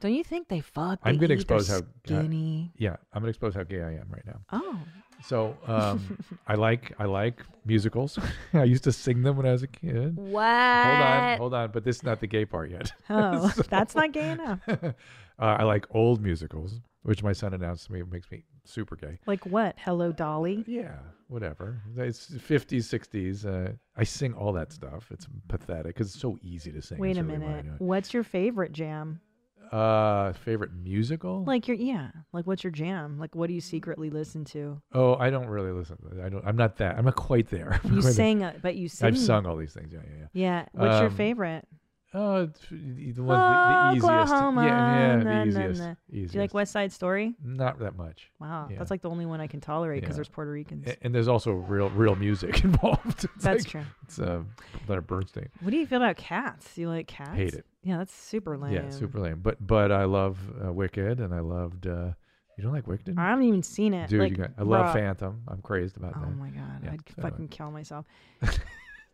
[SPEAKER 3] Don't you think they fuck?
[SPEAKER 2] I'm
[SPEAKER 3] going
[SPEAKER 2] gonna
[SPEAKER 3] to
[SPEAKER 2] expose how-
[SPEAKER 3] skinny.
[SPEAKER 2] Yeah, I'm gonna expose how gay I am right now.
[SPEAKER 3] oh,
[SPEAKER 2] So um, I like I like musicals. I used to sing them when I was a
[SPEAKER 5] Mm,
[SPEAKER 2] kid.
[SPEAKER 3] what?
[SPEAKER 2] Hold on, hold on, but this is not the gay part yet.
[SPEAKER 3] Uh, Oh, that's not gay enough.
[SPEAKER 2] uh, I like old musicals, which my son announced to me makes me super gay.
[SPEAKER 3] Like what? Hello, Dolly.
[SPEAKER 2] Yeah, whatever. It's 50s, 60s. Uh, I sing all that stuff. It's pathetic 'cause it's so easy to sing.
[SPEAKER 3] Wait
[SPEAKER 2] It's
[SPEAKER 3] a
[SPEAKER 2] really why I
[SPEAKER 3] minute.
[SPEAKER 2] do it.
[SPEAKER 3] What's your favorite jam?
[SPEAKER 2] Uh, favorite musical?
[SPEAKER 3] Like your yeah. Like what's your jam? Like what do you secretly listen to?
[SPEAKER 2] oh, I don't really listen. I don't. I'm not that. I'm not quite there. I'm
[SPEAKER 3] You
[SPEAKER 2] quite there.
[SPEAKER 3] sing, a, but you sing.
[SPEAKER 2] I've sung all these things. Yeah, yeah, yeah.
[SPEAKER 3] Yeah. What's your
[SPEAKER 2] Um,
[SPEAKER 3] favorite?
[SPEAKER 2] Oh, it's f- the, the ones the, the easiest.
[SPEAKER 3] Oklahoma,
[SPEAKER 2] Yeah, yeah, the
[SPEAKER 3] na, na,
[SPEAKER 2] easiest.
[SPEAKER 3] na.
[SPEAKER 2] easiest.
[SPEAKER 3] Do you like West Side Story?
[SPEAKER 2] Not that much.
[SPEAKER 3] Wow,
[SPEAKER 2] Yeah.
[SPEAKER 3] that's like the only one I can tolerate
[SPEAKER 2] Yeah. Eh.
[SPEAKER 3] because there's Puerto Ricans.
[SPEAKER 2] A- And there's also real, real music involved. It's like-
[SPEAKER 3] that's true.
[SPEAKER 2] It's uh, Leonard Bernstein.
[SPEAKER 3] What do you feel about cats? Do you like cats?
[SPEAKER 2] Hate it.
[SPEAKER 3] Yeah, that's super lame.
[SPEAKER 2] Yeah, super lame. But but I love uh, Wicked, and I loved. Uh, you don't like Wicked?
[SPEAKER 3] I haven't even seen it.
[SPEAKER 2] Dude,
[SPEAKER 3] like,
[SPEAKER 2] you got, I love
[SPEAKER 3] bruh.
[SPEAKER 2] Phantom. I'm crazed about
[SPEAKER 3] Oh
[SPEAKER 2] that.
[SPEAKER 3] my god,
[SPEAKER 2] Yeah,
[SPEAKER 3] I'd
[SPEAKER 2] so-
[SPEAKER 3] fucking kill myself.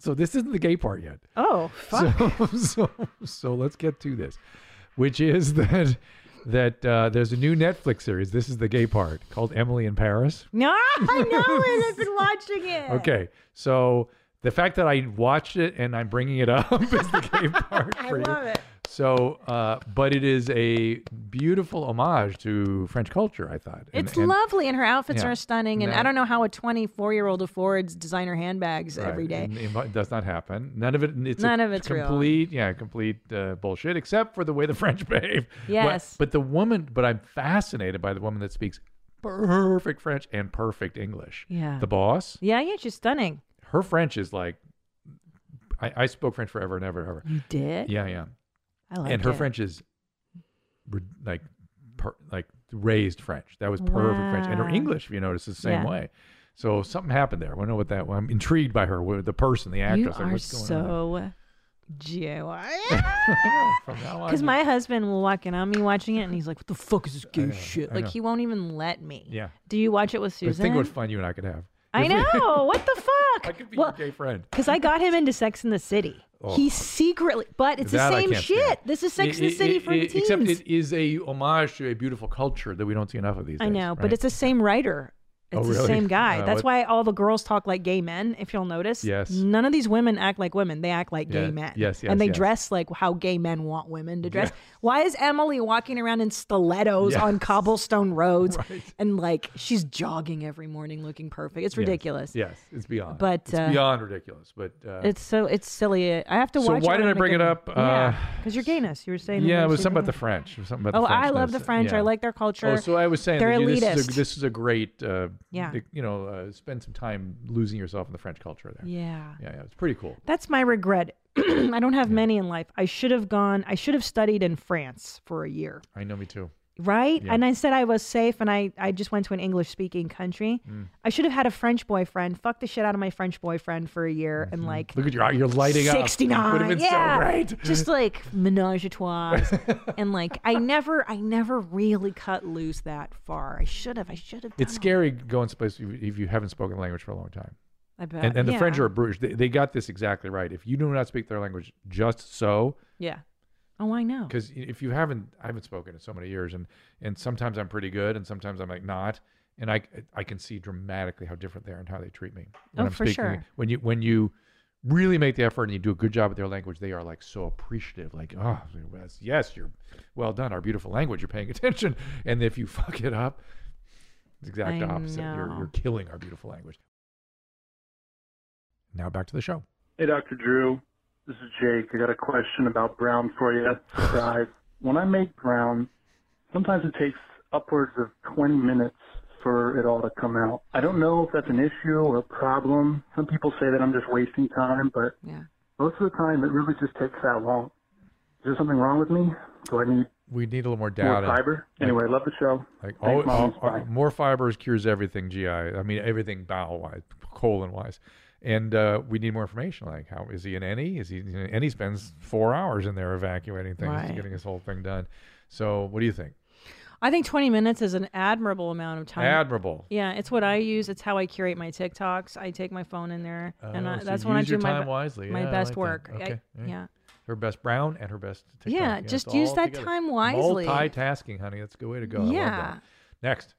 [SPEAKER 2] So this isn't the gay part yet.
[SPEAKER 3] Oh fuck.
[SPEAKER 2] So so so let's get to this. which is that that uh, there's a new Netflix series. This is the gay part called Emily in Paris.
[SPEAKER 3] No, I know it. I've been watching it.
[SPEAKER 2] Okay, so the fact that I watched it and I'm bringing it up is the gay part
[SPEAKER 3] I
[SPEAKER 2] for you.
[SPEAKER 3] love it.
[SPEAKER 2] So, uh, but it is a beautiful homage to French culture. I thought And-
[SPEAKER 3] It's
[SPEAKER 2] and-
[SPEAKER 3] lovely, and her outfits
[SPEAKER 2] yeah.
[SPEAKER 3] are stunning. And
[SPEAKER 2] No.
[SPEAKER 3] I don't know how a 24 year old affords designer handbags
[SPEAKER 2] Right.
[SPEAKER 3] every day.
[SPEAKER 2] And It, mu- does not happen. None of it. It's a
[SPEAKER 3] None of it's real.
[SPEAKER 2] complete. Yeah, complete uh, bullshit. Except for the way the French behave. What-
[SPEAKER 3] Yes.
[SPEAKER 2] But, the woman. But I'm fascinated by the woman that speaks perfect French and perfect English.
[SPEAKER 3] Yeah.
[SPEAKER 2] The boss.
[SPEAKER 3] Yeah, yeah, she's stunning.
[SPEAKER 2] Her French is like. I, I spoke French forever and ever and ever.
[SPEAKER 3] You did?
[SPEAKER 2] Yeah, yeah.
[SPEAKER 3] I like
[SPEAKER 2] and her
[SPEAKER 3] it.
[SPEAKER 2] French is re- like per, like raised French. That was perfect French. And her
[SPEAKER 3] Wow.
[SPEAKER 2] English, if you notice, is the same
[SPEAKER 3] Yeah.
[SPEAKER 2] way. So something happened there. I don't know what that. I'm intrigued by her, wh- the person, the actress.
[SPEAKER 3] You
[SPEAKER 2] like,
[SPEAKER 3] are
[SPEAKER 2] what's going on?
[SPEAKER 3] so Jew.
[SPEAKER 2] From now on,
[SPEAKER 3] Because
[SPEAKER 2] you-
[SPEAKER 3] my husband will walk in on me watching it, and he's like, "What the fuck is this gay
[SPEAKER 2] know,
[SPEAKER 3] shit?"
[SPEAKER 2] I
[SPEAKER 3] Like
[SPEAKER 2] know.
[SPEAKER 3] he won't even let me.
[SPEAKER 2] Yeah.
[SPEAKER 3] Do you watch it with
[SPEAKER 2] but
[SPEAKER 3] Susan?
[SPEAKER 2] think what fun you and I could have.
[SPEAKER 3] I
[SPEAKER 2] If we-
[SPEAKER 3] know. what the fuck?
[SPEAKER 2] I could be
[SPEAKER 3] well,
[SPEAKER 2] your gay friend.
[SPEAKER 3] Because I got him into Sex in the City. He secretly, but it's
[SPEAKER 2] That
[SPEAKER 3] the
[SPEAKER 2] I
[SPEAKER 3] same
[SPEAKER 2] can't stand.
[SPEAKER 3] shit. This is
[SPEAKER 2] It-
[SPEAKER 3] Sex in the
[SPEAKER 2] it-
[SPEAKER 3] City
[SPEAKER 2] it-
[SPEAKER 3] for
[SPEAKER 2] it-
[SPEAKER 3] teens.
[SPEAKER 2] Except it is a homage to a beautiful culture that we don't see enough of these
[SPEAKER 3] I
[SPEAKER 2] days.
[SPEAKER 3] know, but
[SPEAKER 2] right?
[SPEAKER 3] it's the same writer. It's
[SPEAKER 2] Oh,
[SPEAKER 3] the
[SPEAKER 2] really?
[SPEAKER 3] same guy.
[SPEAKER 2] Uh,
[SPEAKER 3] That's
[SPEAKER 2] what-
[SPEAKER 3] why all the girls talk like gay men. If you'll notice,
[SPEAKER 2] Yes.
[SPEAKER 3] none of these women act like women. They act like
[SPEAKER 2] Yeah,
[SPEAKER 3] gay men.
[SPEAKER 2] yes, yes,
[SPEAKER 3] and they
[SPEAKER 2] yes.
[SPEAKER 3] dress like how gay men want women to dress. Why is Emily walking around in stilettos
[SPEAKER 2] Yes.
[SPEAKER 3] on cobblestone roads
[SPEAKER 2] Right.
[SPEAKER 3] and like she's jogging every morning, looking perfect? It's
[SPEAKER 2] Yes.
[SPEAKER 3] ridiculous.
[SPEAKER 2] Yes, it's beyond.
[SPEAKER 3] But,
[SPEAKER 2] it's
[SPEAKER 3] uh,
[SPEAKER 2] beyond ridiculous. But uh,
[SPEAKER 3] It's so it's silly. I have to
[SPEAKER 2] So
[SPEAKER 3] watch.
[SPEAKER 2] why
[SPEAKER 3] it
[SPEAKER 2] did
[SPEAKER 3] when
[SPEAKER 2] I
[SPEAKER 3] make
[SPEAKER 2] bring
[SPEAKER 3] a-
[SPEAKER 2] it up?
[SPEAKER 3] Yeah,
[SPEAKER 2] Uh,
[SPEAKER 3] because you're gay. Ness. You were saying.
[SPEAKER 2] yeah,
[SPEAKER 3] that
[SPEAKER 2] it was
[SPEAKER 3] you're
[SPEAKER 2] something
[SPEAKER 3] gay.
[SPEAKER 2] about the French. It was something about
[SPEAKER 3] Oh,
[SPEAKER 2] the
[SPEAKER 3] I love the
[SPEAKER 2] Frenchness.
[SPEAKER 3] French. I
[SPEAKER 2] Yeah.
[SPEAKER 3] like their culture.
[SPEAKER 2] Oh, so I was saying
[SPEAKER 3] They're
[SPEAKER 2] that you- this, is
[SPEAKER 3] elitist.
[SPEAKER 2] a, this is a great, uh,
[SPEAKER 3] Yeah.
[SPEAKER 2] big- you know, uh, spend some time losing yourself in the French culture there.
[SPEAKER 3] yeah.
[SPEAKER 2] yeah, yeah, it's pretty cool.
[SPEAKER 3] That's my regret. I don't have many in life. I should have gone, I should have studied in France for a year,
[SPEAKER 2] I know, me too.
[SPEAKER 3] right?
[SPEAKER 2] Yeah.
[SPEAKER 3] And I said I was safe and I, I just went to an English speaking country.
[SPEAKER 2] Mm.
[SPEAKER 3] I should have had a French boyfriend, fuck the shit out of my French boyfriend for a year and like
[SPEAKER 2] Look at your, you're Mm-hmm. lighting up.
[SPEAKER 3] 69.
[SPEAKER 2] Would have been
[SPEAKER 3] yeah.
[SPEAKER 2] so great.
[SPEAKER 3] Just like menage a trois. and like, I never, I never really cut loose that far. I should have, I should have.
[SPEAKER 2] It's
[SPEAKER 3] done
[SPEAKER 2] scary going someplace if if you haven't spoken the language for a long time.
[SPEAKER 3] all- I bet.
[SPEAKER 2] And, and the
[SPEAKER 3] yeah.
[SPEAKER 2] French are brutish. They, they got this exactly right. If you do not speak their language just so,
[SPEAKER 3] Yeah. Oh, I know.
[SPEAKER 2] because if you haven't, I haven't spoken in so many years, and and sometimes I'm pretty good, and sometimes I'm like not, and I I can see dramatically how different they are and how they treat me.
[SPEAKER 3] Oh,
[SPEAKER 2] I'm
[SPEAKER 3] for sure.
[SPEAKER 2] When you when you really make the effort and you do a good job with their language, they are like so appreciative. Like, oh, yes, yes, you're well done. Our beautiful language. You're paying attention. And if you fuck it up, it's the exact
[SPEAKER 3] I
[SPEAKER 2] opposite. You're
[SPEAKER 3] know.
[SPEAKER 2] you're killing our beautiful language. Now back to the show.
[SPEAKER 8] Hey, Dr. Drew. This is Jake. I got a question about brown for you. Fries. when I make brown, sometimes it takes upwards of 20 minutes for it all to come out. I don't know if that's an issue or a problem. Some people say that I'm just wasting time, but
[SPEAKER 3] Yeah.
[SPEAKER 8] most of the time it really just takes that long. Is there something wrong with me? Do I need
[SPEAKER 2] We need a little more
[SPEAKER 8] more
[SPEAKER 2] data.
[SPEAKER 8] fiber? Anyway, love the show.
[SPEAKER 2] Like all,
[SPEAKER 8] Thanks, Mom.
[SPEAKER 2] all-
[SPEAKER 8] Bye.
[SPEAKER 2] more fibers cures everything GI. I mean everything bowel wise, colon wise, and uh, we need more information. Like how is he in any? Is he in any? Spends four hours in there evacuating things,
[SPEAKER 3] Right.
[SPEAKER 2] getting his whole thing done. So what do you think?
[SPEAKER 3] I think 20 minutes is an admirable amount of time.
[SPEAKER 2] Admirable.
[SPEAKER 3] yeah, it's what I use. It's how I curate my TikToks. I take my phone in there, and
[SPEAKER 2] Oh,
[SPEAKER 3] I,
[SPEAKER 2] so
[SPEAKER 3] that's
[SPEAKER 2] you
[SPEAKER 3] when I
[SPEAKER 2] use
[SPEAKER 3] do
[SPEAKER 2] your
[SPEAKER 3] my
[SPEAKER 2] time
[SPEAKER 3] be-
[SPEAKER 2] wisely.
[SPEAKER 3] my
[SPEAKER 2] Yeah, I
[SPEAKER 3] best
[SPEAKER 2] like that.
[SPEAKER 3] work. I-
[SPEAKER 2] Okay, all right.
[SPEAKER 3] yeah,
[SPEAKER 2] Her best brown and her best. TikTok.
[SPEAKER 3] Yeah,
[SPEAKER 2] it's
[SPEAKER 3] just use
[SPEAKER 2] all
[SPEAKER 3] that time wisely.
[SPEAKER 2] Multitasking, honey. That's a good way to go. I love that.
[SPEAKER 3] Yeah.
[SPEAKER 2] Next.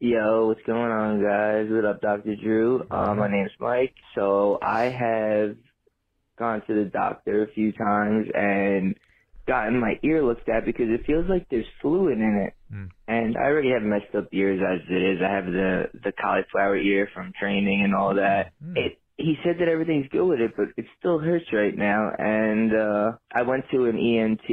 [SPEAKER 9] Yo, what's going on, guys? What up, Dr. Drew? Uh,
[SPEAKER 2] Uh-huh.
[SPEAKER 9] my name's Mike. So I have gone to the doctor a few times and gotten my ear looked at because it feels like there's fluid in it.
[SPEAKER 2] Mm.
[SPEAKER 9] And I already have messed up ears as it is. I have the, the cauliflower ear from training and all that.
[SPEAKER 2] Mm.
[SPEAKER 9] It, he said that everything's good with it, but it still hurts right now. And uh, I went to an ENT,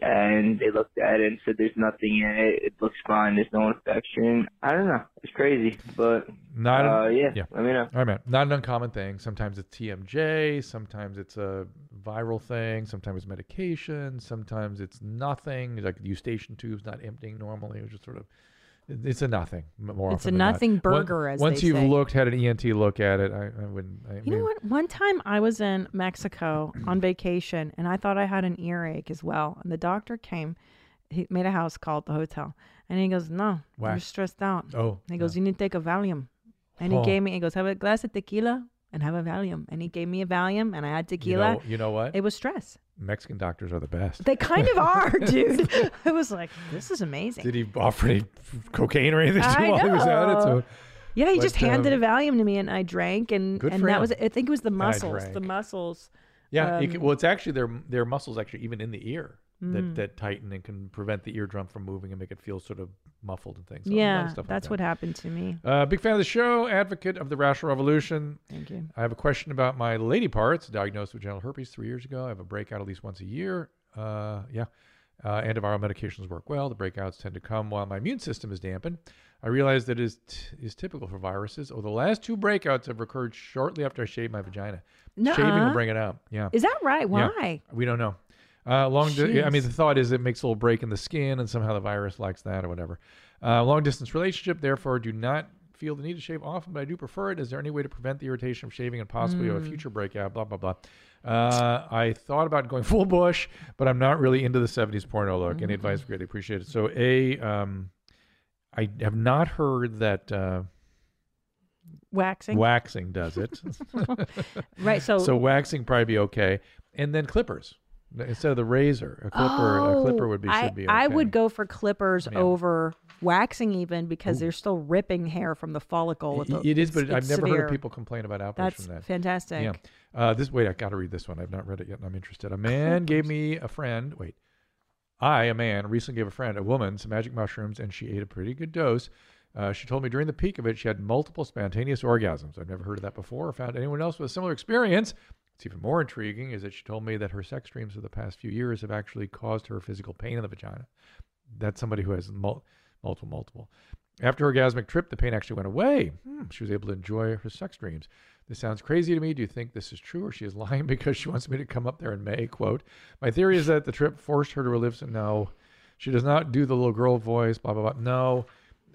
[SPEAKER 9] and they looked at it and said there's nothing in it. It looks fine. There's no infection. I don't know. It's crazy, but
[SPEAKER 2] Not.
[SPEAKER 9] uh, yeah,
[SPEAKER 2] yeah.
[SPEAKER 9] let me know.
[SPEAKER 2] All right, man. Not an uncommon thing. Sometimes it's TMJ. Sometimes it's a viral thing. Sometimes it's medication. Sometimes it's nothing. Like the eustachian tube's not emptying normally. It was just sort of, it's a nothing m- more
[SPEAKER 3] It's
[SPEAKER 2] often
[SPEAKER 3] a
[SPEAKER 2] than not.
[SPEAKER 3] nothing
[SPEAKER 2] Once-
[SPEAKER 3] burger, as
[SPEAKER 2] Once
[SPEAKER 3] they
[SPEAKER 2] you've
[SPEAKER 3] say.
[SPEAKER 2] looked, had an ENT look at it, I, I wouldn't. I
[SPEAKER 3] You know what? One time I was in Mexico on vacation, and I thought I had an earache as well. And the doctor came, he made a house call at the hotel, and he goes, "No,
[SPEAKER 2] Whack.
[SPEAKER 3] you're stressed out."
[SPEAKER 2] Oh,
[SPEAKER 3] And he goes, "You need to take a Valium." And
[SPEAKER 2] Oh.
[SPEAKER 3] he gave me. He goes, "Have a glass of tequila." and have a Valium. And he gave me a Valium and I had
[SPEAKER 2] You
[SPEAKER 3] tequila.
[SPEAKER 2] know, you know what?
[SPEAKER 3] it was stress.
[SPEAKER 2] Mexican doctors are the best.
[SPEAKER 3] They kind of are, dude. I was like, this is amazing.
[SPEAKER 2] Did he offer any cocaine or anything to
[SPEAKER 3] I
[SPEAKER 2] you while he was at it?
[SPEAKER 3] know.
[SPEAKER 2] So
[SPEAKER 3] yeah, he
[SPEAKER 2] but,
[SPEAKER 3] just handed
[SPEAKER 2] um,
[SPEAKER 3] a Valium to me and I drank and,
[SPEAKER 2] Good
[SPEAKER 3] and
[SPEAKER 2] for
[SPEAKER 3] that
[SPEAKER 2] him.
[SPEAKER 3] was it. I think it was the muscles. The
[SPEAKER 2] drank.
[SPEAKER 3] muscles.
[SPEAKER 2] yeah, it
[SPEAKER 3] Um, Mm.
[SPEAKER 2] can, well, it's actually their their muscles actually even in the ear that, that tighten and can prevent the eardrum from moving and make it feel sort of muffled and things. So a lot of
[SPEAKER 3] yeah,
[SPEAKER 2] stuff like
[SPEAKER 3] that's
[SPEAKER 2] that.
[SPEAKER 3] what happened to me.
[SPEAKER 2] Uh, big fan of the show, advocate of the rational revolution.
[SPEAKER 3] Thank you.
[SPEAKER 2] I have a question about my lady parts. Diagnosed with genital herpes three years ago. I have a breakout at least once a year. Uh, yeah. Uh, antiviral medications work well. The breakouts tend to come while my immune system is dampened. I realize that is t- is typical for viruses. Oh, the last two breakouts have occurred shortly after I shaved my vagina. Shaving
[SPEAKER 3] Nuh-uh.
[SPEAKER 2] will bring it out. Yeah.
[SPEAKER 3] Is that right?
[SPEAKER 2] Yeah.
[SPEAKER 3] Why?
[SPEAKER 2] We don't know. Uh, long. Di- I mean,
[SPEAKER 3] Jeez.
[SPEAKER 2] the thought is it makes a little break in the skin, and somehow the virus likes that or whatever. Uh, long distance relationship, therefore, do not feel the need to shave often, but I do prefer it. Is there any way to prevent the irritation of shaving and possibly
[SPEAKER 3] Hmm.
[SPEAKER 2] of a future breakout? Blah blah blah. Uh, I thought about going full bush, but I'm not really into the '70s porno look. Any advice? would be Greatly appreciated. So, a, um, I have not heard that uh,
[SPEAKER 3] Waxing.
[SPEAKER 2] waxing does it.
[SPEAKER 3] right. So,
[SPEAKER 2] So waxing probably be okay, and then clippers instead of the razor. A clipper, a clipper would be should
[SPEAKER 3] Oh, I,
[SPEAKER 2] be. Okay.
[SPEAKER 3] I would go for clippers
[SPEAKER 2] Yeah.
[SPEAKER 3] over waxing even because they're still ripping hair from the follicle. With the,
[SPEAKER 2] It is, but
[SPEAKER 3] it's-
[SPEAKER 2] I've
[SPEAKER 3] it's
[SPEAKER 2] never heard
[SPEAKER 3] severe.
[SPEAKER 2] of people complain about outbreaks
[SPEAKER 3] That's
[SPEAKER 2] from that.
[SPEAKER 3] fantastic.
[SPEAKER 2] Yeah. Uh, this wait, I got to read this one. I've not read it yet, and I'm interested. A man gave me a friend. Wait, I, a man, recently gave a friend, a woman, some magic mushrooms, and she ate a pretty good dose. Uh, she told me during the peak of it, she had multiple spontaneous orgasms. I've never heard of that before or found anyone else with a similar experience. What's even more intriguing is that she told me that her sex dreams of the past few years have actually caused her physical pain in the vagina. That's somebody who has mul- multiple, multiple. After her orgasmic trip, the pain actually went away. Hmm, she was able to enjoy her sex dreams. This sounds crazy to me. Do you think this is true or she is lying because she wants me to come up there in May? Quote, my theory is that the trip forced her to relive some, no, she does not do the little girl voice, blah, blah, blah. No.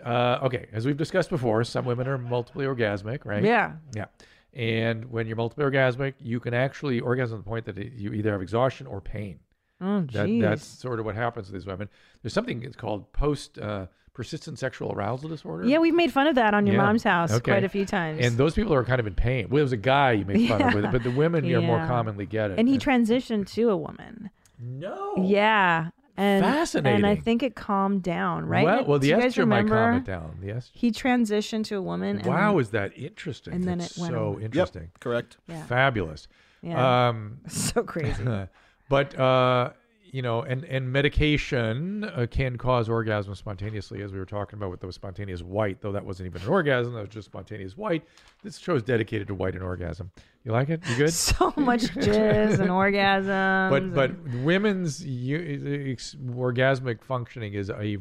[SPEAKER 2] Uh, okay. As we've discussed before, some women are multiply orgasmic, right?
[SPEAKER 3] Yeah.
[SPEAKER 2] Yeah. And when you're multiply orgasmic, you can actually orgasm to the point that you either have exhaustion or pain.
[SPEAKER 3] Oh,
[SPEAKER 2] That,
[SPEAKER 3] jeez.
[SPEAKER 2] that's sort of what happens to these women. There's something it's called post uh, persistent sexual arousal disorder.
[SPEAKER 3] Yeah, we've made fun of that on your
[SPEAKER 2] Yeah.
[SPEAKER 3] mom's house
[SPEAKER 2] Okay.
[SPEAKER 3] quite a few times.
[SPEAKER 2] And those people are kind of in pain. Well, it was a guy you made fun of, but-
[SPEAKER 3] Yeah.
[SPEAKER 2] but the women here more
[SPEAKER 3] Yeah.
[SPEAKER 2] commonly get it.
[SPEAKER 3] and he transitioned to a woman.
[SPEAKER 2] no.
[SPEAKER 3] Yeah. And, And I
[SPEAKER 2] Fascinating.
[SPEAKER 3] think it calmed down, right?
[SPEAKER 2] Well, well,
[SPEAKER 3] Do
[SPEAKER 2] the
[SPEAKER 3] you guys
[SPEAKER 2] estrogen might calm
[SPEAKER 3] remember?
[SPEAKER 2] it down. The estrogen.
[SPEAKER 3] He transitioned to a woman. And
[SPEAKER 2] Wow, is that interesting?
[SPEAKER 3] and then
[SPEAKER 2] That's
[SPEAKER 3] it went
[SPEAKER 2] so
[SPEAKER 3] away.
[SPEAKER 2] interesting.
[SPEAKER 10] Correct.
[SPEAKER 3] Yeah.
[SPEAKER 2] Fabulous.
[SPEAKER 3] Yeah.
[SPEAKER 2] Um,
[SPEAKER 3] So crazy.
[SPEAKER 2] but uh, you know, and and medication uh, can cause orgasm spontaneously, as we were talking about with the spontaneous white. Though that wasn't even an orgasm; that was just spontaneous white. This show is dedicated to white and orgasm. You like it? You good?
[SPEAKER 3] so much jizz and orgasms.
[SPEAKER 2] but but
[SPEAKER 3] and-
[SPEAKER 2] women's u- ex- orgasmic functioning is a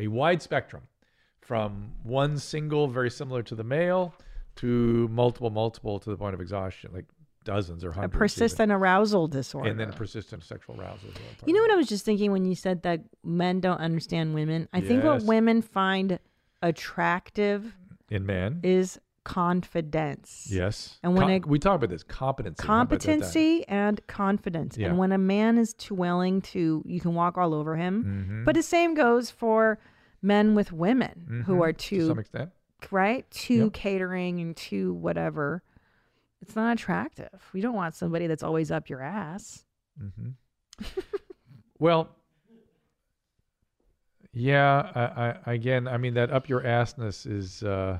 [SPEAKER 2] a wide spectrum from one single very similar to the male to multiple multiple to the point of exhaustion like dozens or
[SPEAKER 3] a
[SPEAKER 2] hundreds even.
[SPEAKER 3] persistent arousal disorder.
[SPEAKER 2] and then persistent sexual arousal is what I'm
[SPEAKER 3] You know
[SPEAKER 2] talking
[SPEAKER 3] what I was just thinking when you said that men don't understand women? I think what
[SPEAKER 2] Yes.
[SPEAKER 3] women find attractive
[SPEAKER 2] about. in men
[SPEAKER 3] is confidence.
[SPEAKER 2] yes
[SPEAKER 3] and when
[SPEAKER 2] Com-
[SPEAKER 3] it-
[SPEAKER 2] we talk about this competency How about that?
[SPEAKER 3] Competency and confidence.
[SPEAKER 2] Yeah.
[SPEAKER 3] And when a man is too willing to, you can walk all over him.
[SPEAKER 2] Mm-hmm.
[SPEAKER 3] But the same goes for men with women who are
[SPEAKER 2] Mm-hmm. to some
[SPEAKER 3] too,
[SPEAKER 2] extent
[SPEAKER 3] right? Too
[SPEAKER 2] Yep.
[SPEAKER 3] catering and too whatever. It's not attractive. We don't want somebody that's always up your ass.
[SPEAKER 2] Mm-hmm. well, yeah. I, I, again, I mean that up your assness is. Uh,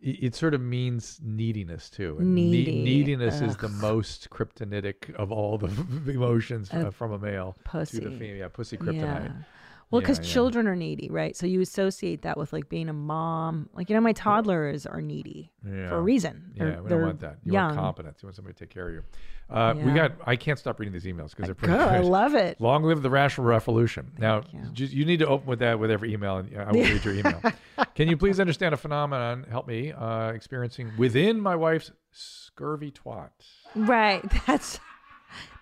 [SPEAKER 2] it, it sort of means neediness too. And nee-
[SPEAKER 3] Needy.
[SPEAKER 2] neediness is the
[SPEAKER 3] Ugh.
[SPEAKER 2] most kryptonitic of all the emotions
[SPEAKER 3] A
[SPEAKER 2] uh, from a male to
[SPEAKER 3] pussy.
[SPEAKER 2] the female. Yeah, pussy
[SPEAKER 3] Yeah.
[SPEAKER 2] kryptonite.
[SPEAKER 3] Well,
[SPEAKER 2] Yeah,
[SPEAKER 3] because
[SPEAKER 2] yeah.
[SPEAKER 3] children are needy, right? So you associate that with like being a mom. Like you know, my toddlers are needy for
[SPEAKER 2] Yeah.
[SPEAKER 3] a reason.
[SPEAKER 2] Yeah,
[SPEAKER 3] They're-
[SPEAKER 2] we
[SPEAKER 3] they're
[SPEAKER 2] don't want that. You
[SPEAKER 3] young.
[SPEAKER 2] want competence. You want somebody to take care of you. Uh, We
[SPEAKER 3] Yeah.
[SPEAKER 2] got. I can't stop reading these emails because they're
[SPEAKER 3] Good,
[SPEAKER 2] pretty
[SPEAKER 3] I
[SPEAKER 2] good.
[SPEAKER 3] love it.
[SPEAKER 2] Long live the rational revolution. now,
[SPEAKER 3] you.
[SPEAKER 2] you. you need to open with that with every email, and I will read your email. Can you please understand a phenomenon? Help me uh, experiencing within my wife's scurvy twat.
[SPEAKER 3] Right. That's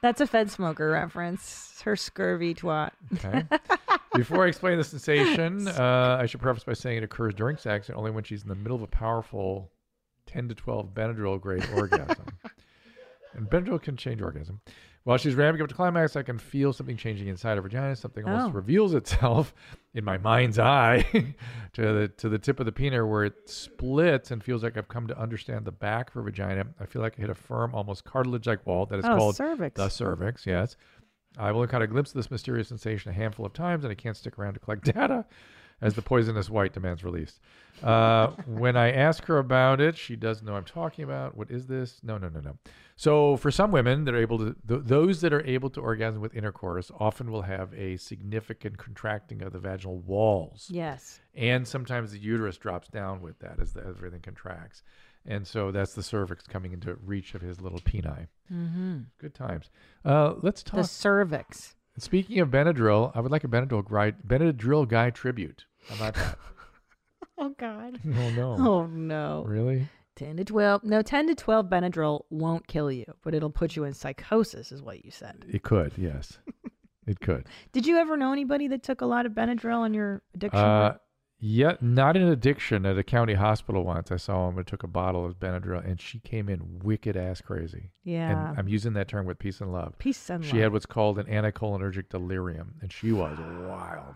[SPEAKER 3] that's a Fed smoker reference. Her scurvy twat.
[SPEAKER 2] Okay. Before I explain the sensation, uh, I should preface by saying it occurs during sex and only when she's in the middle of a powerful 10 to 12 Benadryl grade orgasm. And Benadryl can change orgasm. While she's ramping up to climax, I can feel something changing inside her vagina. Something almost
[SPEAKER 5] Oh.
[SPEAKER 2] reveals itself in my mind's eye to the to the tip of the penis, where it splits and feels like I've come to understand the back of her vagina. I feel like I hit a firm, almost cartilage-like wall that is
[SPEAKER 5] Oh,
[SPEAKER 2] called
[SPEAKER 5] cervix.
[SPEAKER 2] the cervix. Yes, I've only caught a glimpse of this mysterious sensation a handful of times, and I can't stick around to collect data as the poisonous white demands release. Uh, when I ask her about it, she doesn't know I'm talking about. What is this? No, no, no, no. So for some women, they're able to th- those that are able to orgasm with intercourse often will have a significant contracting of the vaginal walls,
[SPEAKER 5] Yes.
[SPEAKER 2] and sometimes the uterus drops down with that as, the, as everything contracts, and so that's the cervix coming into reach of his little peni.
[SPEAKER 5] Mm-hmm.
[SPEAKER 2] Good times. Uh, let's talk.
[SPEAKER 5] The cervix.
[SPEAKER 2] Speaking of Benadryl, I would like a Benadryl guy, Benadryl guy tribute. How about that?
[SPEAKER 5] Oh God.
[SPEAKER 2] oh no.
[SPEAKER 5] Oh no.
[SPEAKER 2] Really?
[SPEAKER 5] Ten to twelve. No, ten to twelve Benadryl won't kill you, but it'll put you in psychosis, is what you said.
[SPEAKER 2] It could, yes. It could.
[SPEAKER 5] Did you ever know anybody that took a lot of Benadryl in your addiction?
[SPEAKER 2] Uh, yeah, not an addiction at a county hospital once. I saw a woman took a bottle of Benadryl and she came in wicked ass crazy.
[SPEAKER 5] Yeah.
[SPEAKER 2] And I'm using that term with peace and love.
[SPEAKER 5] Peace and
[SPEAKER 2] she
[SPEAKER 5] love.
[SPEAKER 2] had what's called an anticholinergic delirium and she was wild,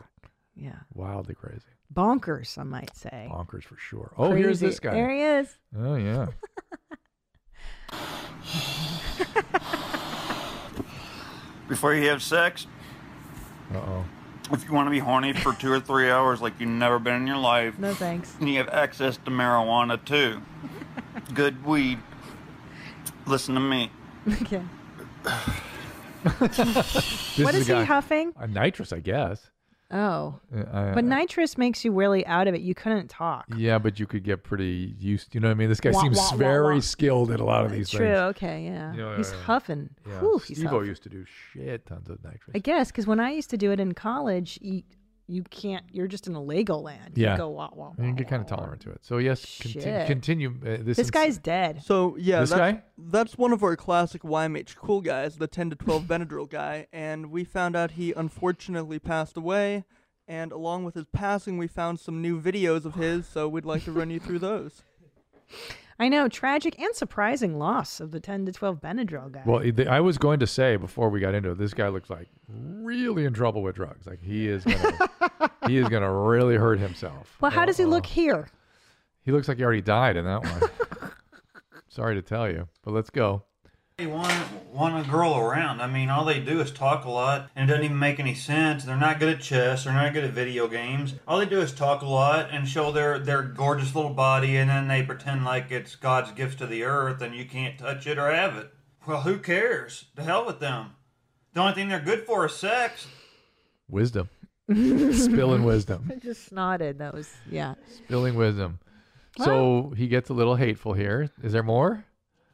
[SPEAKER 5] yeah.
[SPEAKER 2] wildly crazy.
[SPEAKER 5] Bonkers, I might say.
[SPEAKER 2] Bonkers for sure. Oh, here's
[SPEAKER 5] Crazy.
[SPEAKER 2] this guy.
[SPEAKER 5] There he is.
[SPEAKER 2] Oh yeah.
[SPEAKER 11] Before you have sex,
[SPEAKER 2] Uh oh.
[SPEAKER 11] if you want to be horny for two or three hours like you've never been in your life,
[SPEAKER 5] No thanks.
[SPEAKER 11] and you have access to marijuana too, good weed, listen to me.
[SPEAKER 5] Okay.
[SPEAKER 2] This
[SPEAKER 5] what
[SPEAKER 2] is,
[SPEAKER 5] is
[SPEAKER 2] a
[SPEAKER 5] he
[SPEAKER 2] guy-
[SPEAKER 5] huffing?
[SPEAKER 2] A nitrous, I guess.
[SPEAKER 5] Oh.
[SPEAKER 2] Uh, I-
[SPEAKER 5] But nitrous makes you really out of it. You couldn't talk.
[SPEAKER 2] Yeah, but you could get pretty used. You know what I mean? This guy
[SPEAKER 5] Wah,
[SPEAKER 2] seems
[SPEAKER 5] wah, wah,
[SPEAKER 2] very
[SPEAKER 5] wah.
[SPEAKER 2] skilled at a lot of these
[SPEAKER 5] True.
[SPEAKER 2] things.
[SPEAKER 5] Okay. Yeah.
[SPEAKER 2] Yeah,
[SPEAKER 5] he's
[SPEAKER 2] yeah, yeah.
[SPEAKER 5] huffing.
[SPEAKER 2] Yeah,
[SPEAKER 5] Whew, he's
[SPEAKER 2] Steve-O
[SPEAKER 5] huffing.
[SPEAKER 2] used to do shit tons of nitrous.
[SPEAKER 5] I guess because when I used to do it in college, you, you can't. You're just in a Lego land.
[SPEAKER 2] Yeah.
[SPEAKER 5] You go wah wah.
[SPEAKER 2] I
[SPEAKER 5] wah,
[SPEAKER 2] mean, you get
[SPEAKER 5] wah,
[SPEAKER 2] kind of
[SPEAKER 5] wah.
[SPEAKER 2] tolerant to it. So yes, conti-
[SPEAKER 5] Shit.
[SPEAKER 2] continue. Uh,
[SPEAKER 5] This
[SPEAKER 2] this ins-
[SPEAKER 5] guy's dead.
[SPEAKER 6] So yeah,
[SPEAKER 2] This
[SPEAKER 6] that's,
[SPEAKER 2] guy?
[SPEAKER 6] that's one of our classic YMH cool guys, the 10 to 12 Benadryl guy, and we found out he unfortunately passed away. And along with his passing, we found some new videos of his, so we'd like to run you through those.
[SPEAKER 5] I know. Tragic and surprising loss of the 10 to 12 Benadryl guy.
[SPEAKER 2] Well, the, I was going to say before we got into it, this guy looks like really in trouble with drugs. Like he is, gonna, he is gonna really hurt himself.
[SPEAKER 5] Well, how does he
[SPEAKER 2] Uh-oh.
[SPEAKER 5] look here?
[SPEAKER 2] He looks like he already died in that one. Sorry to tell you, but let's go.
[SPEAKER 11] They want, want a girl around. I mean, all they do is talk a lot, and it doesn't even make any sense. They're not good at chess. They're not good at video games. All they do is talk a lot and show their, their gorgeous little body, and then they pretend like it's God's gift to the earth, and you can't touch it or have it. Well, who cares? To hell with them. The only thing they're good for is sex.
[SPEAKER 2] Wisdom, spilling wisdom,
[SPEAKER 5] I just snotted. That was yeah.
[SPEAKER 2] spilling wisdom. So he gets a little hateful here. Is there more?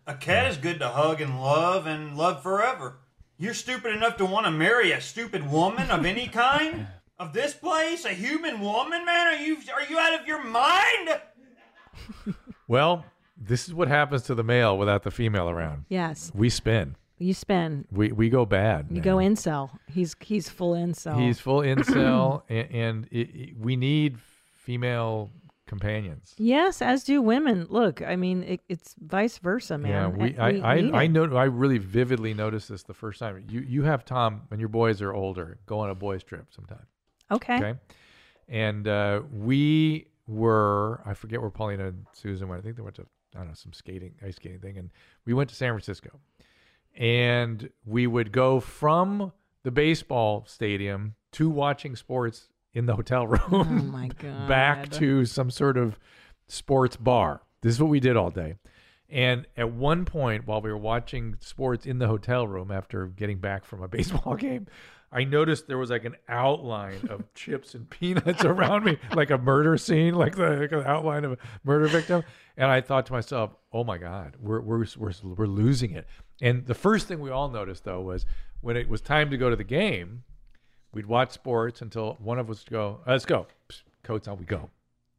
[SPEAKER 11] A cat is good to hug and love and love forever. You're stupid enough to want to marry a stupid woman of any kind? Of this place? A human woman, man? Are you are you out of your mind?
[SPEAKER 2] Well, this is what happens to the male without the female around.
[SPEAKER 5] Yes.
[SPEAKER 2] We spin.
[SPEAKER 5] You spin.
[SPEAKER 2] We we go bad.
[SPEAKER 5] You
[SPEAKER 2] man.
[SPEAKER 5] go incel. He's he's full incel.
[SPEAKER 2] He's full incel, and, and it, it- we need female companions.
[SPEAKER 5] Yes, as do women. Look, I mean, it, it's vice versa, man.
[SPEAKER 2] yeah, we, I, I,
[SPEAKER 5] need
[SPEAKER 2] I
[SPEAKER 5] it.
[SPEAKER 2] know I really vividly noticed this the first time. You you have Tom when your boys are older, go on a boys trip sometime.
[SPEAKER 5] Okay.
[SPEAKER 2] Okay. And uh, we were, I forget where Paulina and Susan went. I think they went to, I don't know, some skating, ice skating thing. And we went to San Francisco. And we would go from the baseball stadium to watching sports in the hotel room. Oh
[SPEAKER 5] my God.
[SPEAKER 2] back to some sort of sports bar. This is what we did all day. And at one point, while we were watching sports in the hotel room after getting back from a baseball game, I noticed there was like an outline of chips and peanuts
[SPEAKER 3] Oh
[SPEAKER 2] around me, like a murder scene, like the, like the outline of a murder victim. And I thought to myself, "Oh my God, we're we're we're we're losing it." And the first thing we all noticed though was when it was time to go to the game, We'd watch sports until one of us go, "Uh, let's go. Psst, coats on, we go.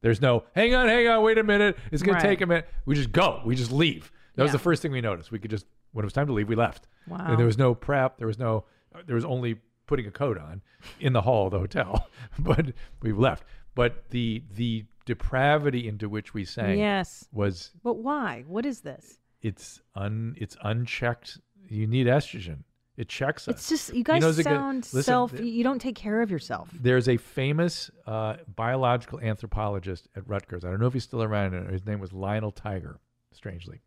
[SPEAKER 2] There's no, hang on, hang on, wait a minute. It's going
[SPEAKER 5] Right.
[SPEAKER 2] to take a minute. We just go. We just leave. That was
[SPEAKER 5] Yeah.
[SPEAKER 2] the first thing we noticed. We could just, when it was time to leave, we left.
[SPEAKER 5] Wow.
[SPEAKER 2] And there was no prep. There was no, there was only putting a coat on in the hall of the hotel. but we left. But the, the depravity into which we sang
[SPEAKER 5] Yes.
[SPEAKER 2] was,
[SPEAKER 5] But why? What is this?
[SPEAKER 2] it's un, it's unchecked. You need estrogen. It checks us.
[SPEAKER 3] It's just you guys
[SPEAKER 2] know, is it good-
[SPEAKER 3] sound
[SPEAKER 2] listen,
[SPEAKER 3] self.
[SPEAKER 2] th-
[SPEAKER 3] you don't take care of yourself.
[SPEAKER 2] There's a famous uh, biological anthropologist at Rutgers. I don't know if he's still around. or His name was Lionel Tiger, strangely,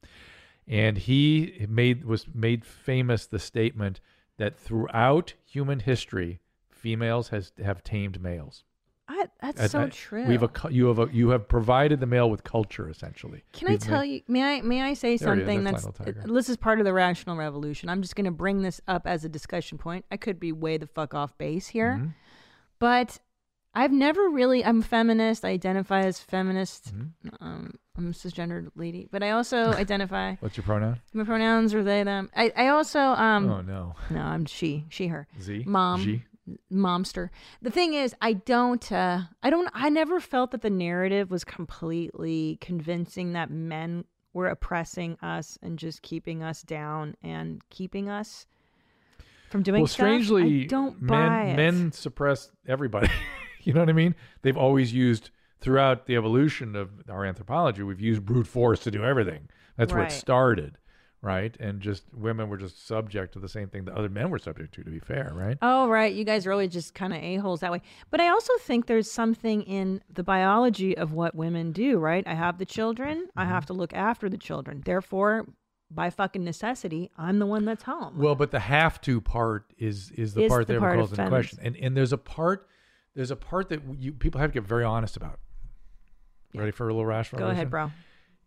[SPEAKER 2] and he made was made famous the statement that throughout human history, females has have tamed males.
[SPEAKER 3] I, that's
[SPEAKER 2] I-
[SPEAKER 3] so
[SPEAKER 2] I-
[SPEAKER 3] true.
[SPEAKER 2] We have a cu- you have a you have provided the male with culture essentially.
[SPEAKER 3] Can I tell you? May I? May I say
[SPEAKER 2] There he is,
[SPEAKER 3] something?
[SPEAKER 2] that's
[SPEAKER 3] That's
[SPEAKER 2] Lionel Tiger.
[SPEAKER 3] this is part of the rational revolution. I'm just going to bring this up as a discussion point. I could be way the fuck off base here,
[SPEAKER 2] Mhm.
[SPEAKER 3] but I've never really. I'm feminist. I identify as feminist.
[SPEAKER 2] Mm-hmm.
[SPEAKER 3] Um, I'm a cisgendered lady, but I also identify.
[SPEAKER 2] What's your pronoun?
[SPEAKER 3] My pronouns are they them. I, I also um.
[SPEAKER 2] oh no,
[SPEAKER 3] No, I'm she, she, her.
[SPEAKER 2] Z
[SPEAKER 3] Mom.
[SPEAKER 2] G?
[SPEAKER 3] Momster. The thing is, I don't, uh, I don't, I never felt that the narrative was completely convincing that men were oppressing us and just keeping us down and keeping us from doing
[SPEAKER 2] Well,
[SPEAKER 3] stuff. I
[SPEAKER 2] strangely,
[SPEAKER 3] don't
[SPEAKER 2] men
[SPEAKER 3] buy it.
[SPEAKER 2] men suppress everybody. you know what I mean? They've always used throughout the evolution of our anthropology, we've used brute force to do everything. That's where
[SPEAKER 3] Right.
[SPEAKER 2] it started, right? And just women were just subject to the same thing that other men were subject to. To be fair, right?
[SPEAKER 3] Oh, right. You guys are always just kind of a-holes that way. But I also think there's something in the biology of what women do, right? I have the children. I
[SPEAKER 2] Mm-hmm.
[SPEAKER 3] have to look after the children. Therefore, by fucking necessity, I'm the one that's home.
[SPEAKER 2] Well, but the have to part is is the
[SPEAKER 3] Is
[SPEAKER 2] part
[SPEAKER 3] the
[SPEAKER 2] that
[SPEAKER 3] part
[SPEAKER 2] calls
[SPEAKER 3] of
[SPEAKER 2] into
[SPEAKER 3] feminist.
[SPEAKER 2] question, and and there's a part there's a part that you people have to get very honest about. Ready for a little rational?
[SPEAKER 3] Go ahead,
[SPEAKER 2] reason?
[SPEAKER 3] bro.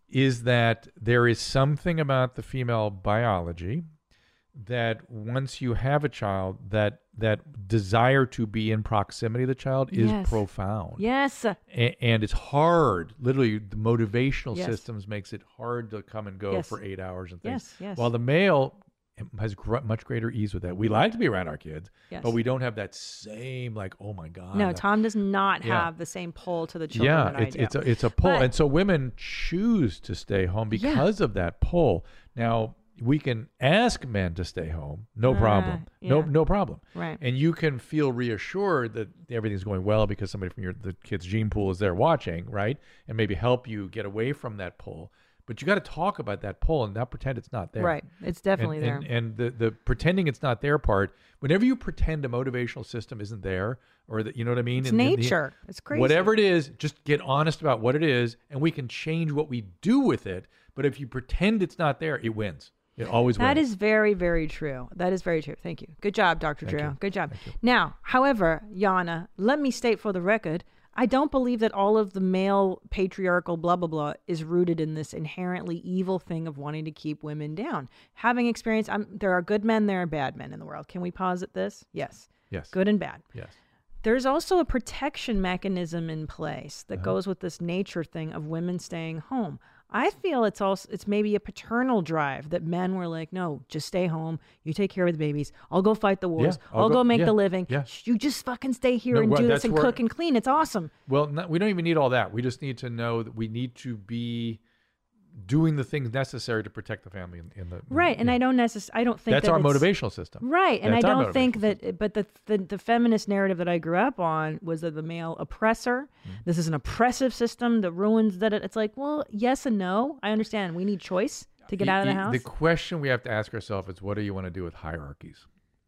[SPEAKER 2] Is that there is something about the female biology that once you have a child that that desire to be in proximity of the child is
[SPEAKER 3] Yes.
[SPEAKER 2] profound
[SPEAKER 3] Yes.
[SPEAKER 2] and, and it's hard. Literally, the motivational
[SPEAKER 3] Yes.
[SPEAKER 2] systems makes it hard to come and go
[SPEAKER 3] Yes.
[SPEAKER 2] for eight hours and things.
[SPEAKER 3] Yes, yes.
[SPEAKER 2] While the male has gr- much greater ease with that. We like to be around our kids,
[SPEAKER 3] Yes.
[SPEAKER 2] but we don't have that same like, oh my god.
[SPEAKER 3] No,
[SPEAKER 2] that-
[SPEAKER 3] Tom does not
[SPEAKER 2] Yeah.
[SPEAKER 3] have the same pull to the children.
[SPEAKER 2] Yeah,
[SPEAKER 3] that
[SPEAKER 2] it's
[SPEAKER 3] I do.
[SPEAKER 2] it's a it's a pull,
[SPEAKER 3] But-
[SPEAKER 2] and so women choose to stay home
[SPEAKER 3] Yeah.
[SPEAKER 2] because of that pull. Now we can ask men to stay home, no
[SPEAKER 3] Ah,
[SPEAKER 2] problem, no
[SPEAKER 3] yeah.
[SPEAKER 2] no problem,
[SPEAKER 3] Right.
[SPEAKER 2] And you can feel reassured that everything's going well because somebody from your the kid's gene pool is there watching, right, and maybe help you get away from that pull. But you got to talk about that pull and not pretend it's not there.
[SPEAKER 3] Right. It's definitely
[SPEAKER 2] and,
[SPEAKER 3] there.
[SPEAKER 2] and- And, the, the pretending it's not their part, whenever you pretend a motivational system isn't there, or that you know what I mean?
[SPEAKER 3] It's
[SPEAKER 2] And- and the-
[SPEAKER 3] nature. It's crazy.
[SPEAKER 2] Whatever it is, just get honest about what it is, and we can change what we do with it. But if you pretend it's not there, it wins. It always
[SPEAKER 3] That
[SPEAKER 2] wins.
[SPEAKER 3] is very, very true. That is very true. Thank you. Good job, Dr. Drew. Good job. Now, however, Yana, let me state for the record I don't believe that all of the male patriarchal blah, blah, blah is rooted in this inherently evil thing of wanting to keep women down. Having experience, I'm, there are good men, there are bad men in the world. Can we posit this? Yes.
[SPEAKER 2] yes.
[SPEAKER 3] Good and bad.
[SPEAKER 2] Yes.
[SPEAKER 3] there's also a protection mechanism in place
[SPEAKER 2] Uh-huh.
[SPEAKER 3] that goes with this nature thing of women staying home. I feel it's also it's maybe a paternal drive that men were like, no, just stay home. You take care of the babies. I'll go fight the wars.
[SPEAKER 2] I'll
[SPEAKER 3] I'll, go,
[SPEAKER 2] go-
[SPEAKER 3] make
[SPEAKER 2] yeah,
[SPEAKER 3] the living.
[SPEAKER 2] yeah.
[SPEAKER 3] Sh- You just fucking stay here
[SPEAKER 2] No,
[SPEAKER 3] and
[SPEAKER 2] well,
[SPEAKER 3] do
[SPEAKER 2] that's
[SPEAKER 3] this and
[SPEAKER 2] where-
[SPEAKER 3] cook and clean. It's awesome.
[SPEAKER 2] Well, not, we don't even need all that. We just need to know that we need to be doing the things necessary to protect the family in, in the
[SPEAKER 3] Right. And
[SPEAKER 2] yeah.
[SPEAKER 3] I don't necessarily I don't think
[SPEAKER 2] that's
[SPEAKER 3] that
[SPEAKER 2] our
[SPEAKER 3] it's-
[SPEAKER 2] motivational system.
[SPEAKER 3] Right. And
[SPEAKER 2] That's
[SPEAKER 3] I
[SPEAKER 2] our
[SPEAKER 3] don't think
[SPEAKER 2] motivational
[SPEAKER 3] that, but the, the, the feminist narrative that I grew up on was that the male oppressor,
[SPEAKER 2] Mm.
[SPEAKER 3] this is an oppressive system that ruins that. It's like, well, yes and no. I understand. We need choice to get
[SPEAKER 2] Y-
[SPEAKER 3] out of the
[SPEAKER 2] y-
[SPEAKER 3] house.
[SPEAKER 2] The question we have to ask ourselves is, what do you want to do with hierarchies?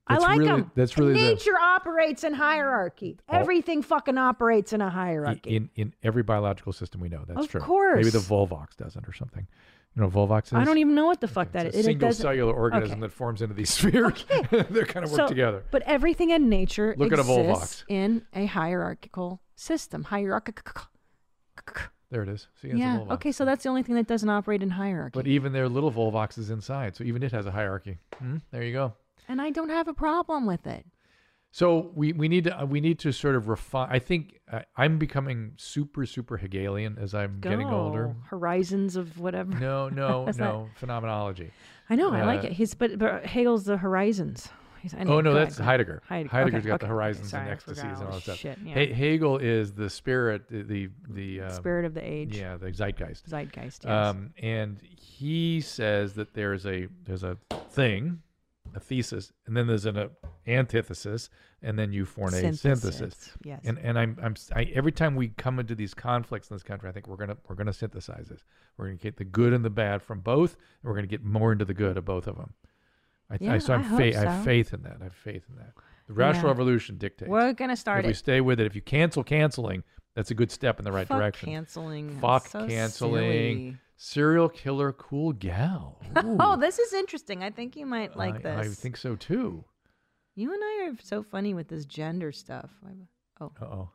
[SPEAKER 3] I
[SPEAKER 2] That's
[SPEAKER 3] like
[SPEAKER 2] really,
[SPEAKER 3] them.
[SPEAKER 2] That's really the- Oh.
[SPEAKER 3] Nature operates in hierarchy.
[SPEAKER 2] All-
[SPEAKER 3] Everything fucking operates in a
[SPEAKER 2] I-
[SPEAKER 3] hierarchy.
[SPEAKER 2] In in every biological system we know that's
[SPEAKER 3] Of
[SPEAKER 2] true. maybe
[SPEAKER 3] course.
[SPEAKER 2] the Volvox doesn't or something. You know, what Volvox is.
[SPEAKER 3] I don't even know what the fuck that
[SPEAKER 2] It's
[SPEAKER 3] is.
[SPEAKER 2] a
[SPEAKER 3] It- it
[SPEAKER 2] single
[SPEAKER 3] doesn't-
[SPEAKER 2] cellular organism
[SPEAKER 3] Okay.
[SPEAKER 2] that forms into these spheres. they kind of work
[SPEAKER 3] So-
[SPEAKER 2] together.
[SPEAKER 3] But everything in nature
[SPEAKER 2] Look at a Volvox.
[SPEAKER 3] exists in a hierarchical system. Hierarchical.
[SPEAKER 2] There it is. See, it's a
[SPEAKER 3] Yeah.
[SPEAKER 2] Volvox.
[SPEAKER 3] Okay. So that's the only thing that doesn't operate in hierarchy.
[SPEAKER 2] But even their little Volvox is inside, so even it has a hierarchy. Hmm, There you go.
[SPEAKER 3] and I don't have a problem with it.
[SPEAKER 2] So we, we need to uh, we need to sort of refine. I think I, I'm becoming super super Hegelian as I'm getting older.
[SPEAKER 3] Go. Horizons of whatever.
[SPEAKER 2] No, no,
[SPEAKER 3] That's
[SPEAKER 2] no. Phenomenology.
[SPEAKER 3] I know. I like
[SPEAKER 2] Uh,
[SPEAKER 3] it. He's but, but Hegel's the horizons. He's, anyway,
[SPEAKER 2] Oh no,
[SPEAKER 3] go
[SPEAKER 2] that's
[SPEAKER 3] ahead.
[SPEAKER 2] Heidegger.
[SPEAKER 3] Heidegger.
[SPEAKER 2] Heidegger's
[SPEAKER 3] Okay,
[SPEAKER 2] got
[SPEAKER 3] okay,
[SPEAKER 2] the
[SPEAKER 3] okay,
[SPEAKER 2] horizons
[SPEAKER 3] sorry, I
[SPEAKER 2] and ecstasies
[SPEAKER 3] forgot
[SPEAKER 2] and all that stuff.
[SPEAKER 3] Shit, yeah.
[SPEAKER 2] He- Hegel is the spirit, the the, the um,
[SPEAKER 3] Spirit of the age.
[SPEAKER 2] Yeah, the zeitgeist.
[SPEAKER 3] Zeitgeist. Yes.
[SPEAKER 2] Um, and he says that there is a there's a thing, a thesis, and then there's an uh, antithesis, and then you form a synthesis.
[SPEAKER 3] Synthesis, yes.
[SPEAKER 2] And and I'm I'm I, every time we come into these conflicts in this country, I think we're gonna we're gonna synthesize this. We're gonna get the good and the bad from both, and we're gonna get more into the good of both of them. I, I,
[SPEAKER 3] Yeah,
[SPEAKER 2] so I'm
[SPEAKER 3] I hope
[SPEAKER 2] fa- I have
[SPEAKER 3] so.
[SPEAKER 2] faith in that. I have faith in that. The rational
[SPEAKER 3] Yeah.
[SPEAKER 2] revolution dictates.
[SPEAKER 3] We're gonna start
[SPEAKER 2] if we
[SPEAKER 3] it.
[SPEAKER 2] stay with it, if you cancel canceling, that's a good step in the right
[SPEAKER 3] Fuck
[SPEAKER 2] direction.
[SPEAKER 3] canceling.
[SPEAKER 2] Fuck
[SPEAKER 3] That's so
[SPEAKER 2] canceling.
[SPEAKER 3] silly.
[SPEAKER 2] Serial killer, cool gal. Ooh.
[SPEAKER 3] Oh, this is interesting. I think you might like
[SPEAKER 2] I, I
[SPEAKER 3] this.
[SPEAKER 2] think so too.
[SPEAKER 3] you and I are so funny with this gender stuff. I- Oh,
[SPEAKER 2] Uh oh.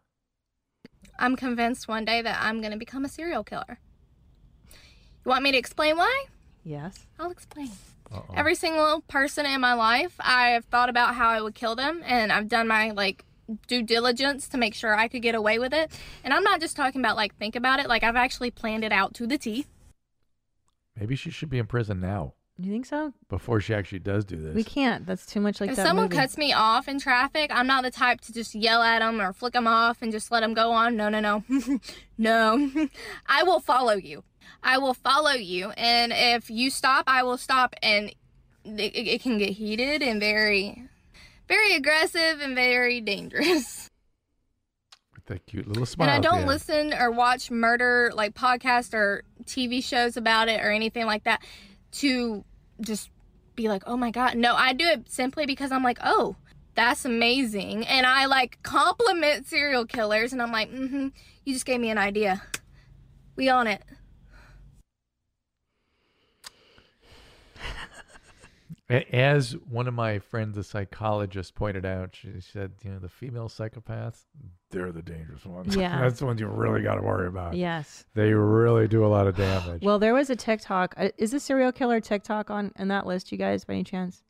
[SPEAKER 12] I'm convinced one day that I'm going to become a serial killer. You want me to explain why?
[SPEAKER 3] yes.
[SPEAKER 12] I'll explain.
[SPEAKER 2] Uh-oh.
[SPEAKER 12] Every single person in my life, I've thought about how I would kill them, and I've done my like due diligence to make sure I could get away with it. And I'm not just talking about like think about it; like I've actually planned it out to the T.
[SPEAKER 2] Maybe she should be in prison now
[SPEAKER 3] You think so?
[SPEAKER 2] before she actually does do this.
[SPEAKER 3] We can't. That's too much like
[SPEAKER 12] if
[SPEAKER 3] that.
[SPEAKER 12] someone
[SPEAKER 3] movie.
[SPEAKER 12] cuts me off in traffic, I'm not the type to just yell at them or flick them off and just let them go on. No, no, no. no. I will follow you. I will follow you. And if you stop, I will stop. And it, it it can get heated and very, very aggressive and very dangerous.
[SPEAKER 2] With that cute little smile. at
[SPEAKER 12] and
[SPEAKER 2] the
[SPEAKER 12] I don't
[SPEAKER 2] end.
[SPEAKER 12] listen or watch murder like podcasts or TV shows about it or anything like that to just be like, oh my god. No, I do it simply because I'm like, oh, that's amazing, and I like compliment serial killers, and I'm like, mm-hmm, you just gave me an idea. We on it.
[SPEAKER 2] A- As one of my friends, a psychologist, pointed out, she said, you know, the female psychopaths, they're the dangerous ones.
[SPEAKER 3] Yeah.
[SPEAKER 2] That's the ones you really got to worry about.
[SPEAKER 3] Yes.
[SPEAKER 2] They really do a lot of damage.
[SPEAKER 3] Well, there was a TikTok. uh, Is the serial killer TikTok on in that list, you guys, by any chance?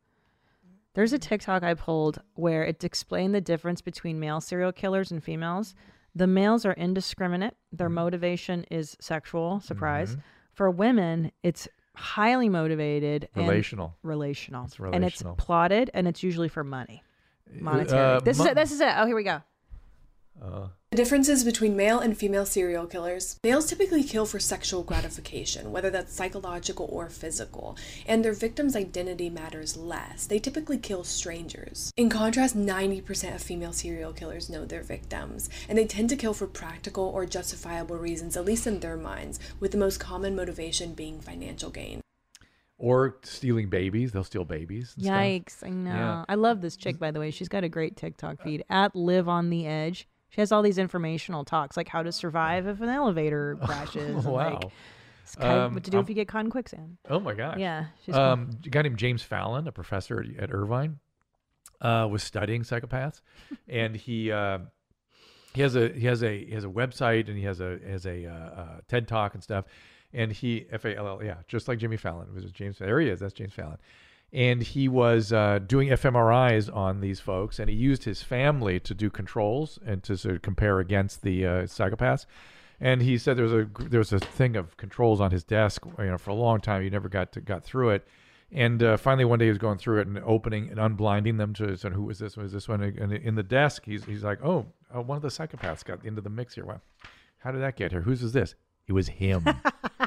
[SPEAKER 3] There's a TikTok I pulled where it explained the difference between male serial killers and females. The males are indiscriminate. Their
[SPEAKER 2] Mm-hmm.
[SPEAKER 3] motivation is sexual. Surprise. For women, it's highly motivated and
[SPEAKER 2] Relational.
[SPEAKER 3] relational.
[SPEAKER 2] It's
[SPEAKER 3] And it's
[SPEAKER 2] relational.
[SPEAKER 3] plotted and it's usually for money. Monetary.
[SPEAKER 2] uh,
[SPEAKER 3] this is
[SPEAKER 2] mo-
[SPEAKER 3] it. This is it. Oh, here we go.
[SPEAKER 2] Uh,
[SPEAKER 13] The differences between male and female serial killers. Males typically kill for sexual gratification, whether that's psychological or physical, and their victim's identity matters less. They typically kill strangers. In contrast, 90% of female serial killers know their victims, and they tend to kill for practical or justifiable reasons, at least in their minds, with the most common motivation being financial gain.
[SPEAKER 2] or stealing babies. They'll steal babies. and stuff.
[SPEAKER 3] Yikes! I know.
[SPEAKER 2] Yeah.
[SPEAKER 3] I love this chick, by the way. She's got a great TikTok feed at Live on the Edge. She has all these informational talks, like how to survive if an elevator crashes. and,
[SPEAKER 2] wow.
[SPEAKER 3] Like, sky-
[SPEAKER 2] Um,
[SPEAKER 3] what to do
[SPEAKER 2] I'm-
[SPEAKER 3] if you get caught in quicksand.
[SPEAKER 2] Oh my gosh.
[SPEAKER 3] Yeah, she's cool.
[SPEAKER 2] um, a guy named James Fallon, a professor at, at Irvine, uh, was studying psychopaths, and he uh, he has a he has a he has a website and he has a has a uh, uh, TED talk and stuff, and he F A L L yeah, just like Jimmy Fallon. It was James. There he is. That's James Fallon. And he was uh, doing fMRIs on these folks, and he used his family to do controls and to sort of compare against the uh, psychopaths and he said there was a gr- there was a thing of controls on his desk you know for a long time he never got to, got through it and uh, finally one day he was going through it and opening and unblinding them to so who was this was this one and in the desk he's he's like oh uh, one of the psychopaths got into the mix here wow how did that get here whose was this it was him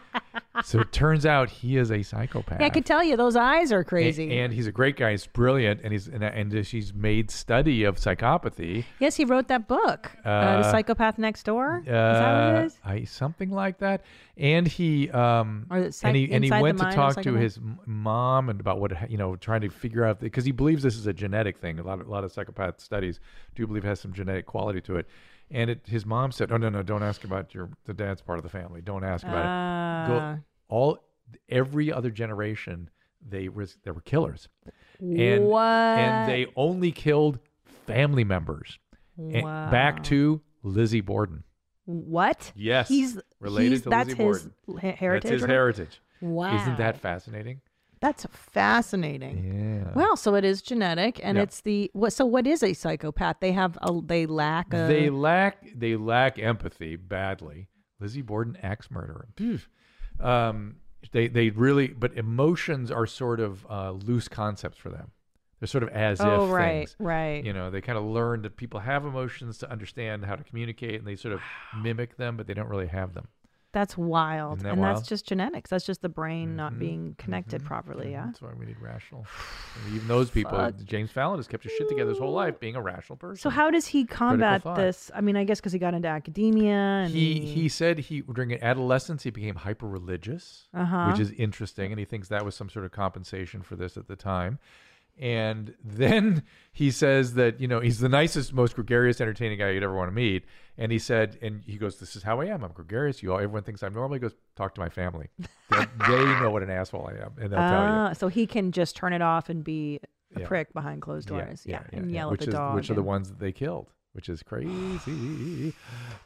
[SPEAKER 2] so it turns out he is a psychopath
[SPEAKER 3] Yeah, I could tell you those eyes are
[SPEAKER 2] A-
[SPEAKER 3] crazy.
[SPEAKER 2] And, he's a great guy. He's brilliant, and he's and, and she's made study of psychopathy.
[SPEAKER 3] yes, he wrote that book, uh,
[SPEAKER 2] Uh,
[SPEAKER 3] The Psychopath Next Door.
[SPEAKER 2] Uh,
[SPEAKER 3] is that what it is?
[SPEAKER 2] I, something like that. And he um
[SPEAKER 3] Or the psych-
[SPEAKER 2] and he and he
[SPEAKER 3] inside the
[SPEAKER 2] went to
[SPEAKER 3] mind of
[SPEAKER 2] talk to
[SPEAKER 3] psychopath?
[SPEAKER 2] his m- mom and about what ha- you know trying to figure out because he believes this is a genetic thing. A lot of, a lot of psychopath studies do believe it has some genetic quality to it. And it, his mom said, "Oh no, no, don't ask about your the dad's part of the family. Don't ask about it.
[SPEAKER 3] Ah.
[SPEAKER 2] Go all every other generation they was there were killers, and and they only killed family members. And
[SPEAKER 3] Wow.
[SPEAKER 2] Back to Lizzie Borden.
[SPEAKER 3] What?
[SPEAKER 2] Yes,
[SPEAKER 3] He's
[SPEAKER 2] related
[SPEAKER 3] he's-
[SPEAKER 2] to
[SPEAKER 3] that's
[SPEAKER 2] Lizzie
[SPEAKER 3] his
[SPEAKER 2] Borden.
[SPEAKER 3] he- heritage.
[SPEAKER 2] That's his
[SPEAKER 3] or whatever?
[SPEAKER 2] heritage.
[SPEAKER 3] Wow.
[SPEAKER 2] Isn't that fascinating?
[SPEAKER 3] That's fascinating.
[SPEAKER 2] Yeah.
[SPEAKER 3] Well, so it is genetic, and
[SPEAKER 2] Yeah.
[SPEAKER 3] it's the what? So what is a psychopath? They have a they lack a
[SPEAKER 2] they lack they lack empathy badly. Lizzie Borden, axe murderer. Phew. Um, they they really, but emotions are sort of uh, loose concepts for them. They're sort of as
[SPEAKER 3] Oh,
[SPEAKER 2] if
[SPEAKER 3] right,
[SPEAKER 2] things.
[SPEAKER 3] right.
[SPEAKER 2] You know, they kind of learn that people have emotions to understand how to communicate, and they sort of mimic them, but they don't really have them.
[SPEAKER 3] That's wild.
[SPEAKER 2] Isn't that
[SPEAKER 3] and
[SPEAKER 2] wild? Mm-hmm.
[SPEAKER 3] that's just genetics. That's just the brain not being connected properly. Yeah.
[SPEAKER 2] That's why we need rational. And even those people,
[SPEAKER 3] Fuck.
[SPEAKER 2] James Fallon has kept his shit together his whole life being a rational person.
[SPEAKER 3] So how does he combat
[SPEAKER 2] thought.
[SPEAKER 3] this? I mean, I guess because he got into academia and
[SPEAKER 2] he he said he during adolescence he became hyper religious,
[SPEAKER 3] Uh-huh.
[SPEAKER 2] which is interesting, and he thinks that was some sort of compensation for this at the time. And then he says that you know he's the nicest, most gregarious, entertaining guy you'd ever want to meet. And he said, and he goes, "This is how I am. I'm gregarious. You all, everyone thinks I'm normal." He goes, "Talk to my family. they, they know what an asshole I am, and they'll tell you."
[SPEAKER 3] Ah, so he can just turn it off and be a
[SPEAKER 2] Yeah.
[SPEAKER 3] prick behind closed doors. Yeah. and yell
[SPEAKER 2] which
[SPEAKER 3] at the
[SPEAKER 2] is,
[SPEAKER 3] dog.
[SPEAKER 2] Which are the
[SPEAKER 3] and-
[SPEAKER 2] ones that they killed, which is crazy.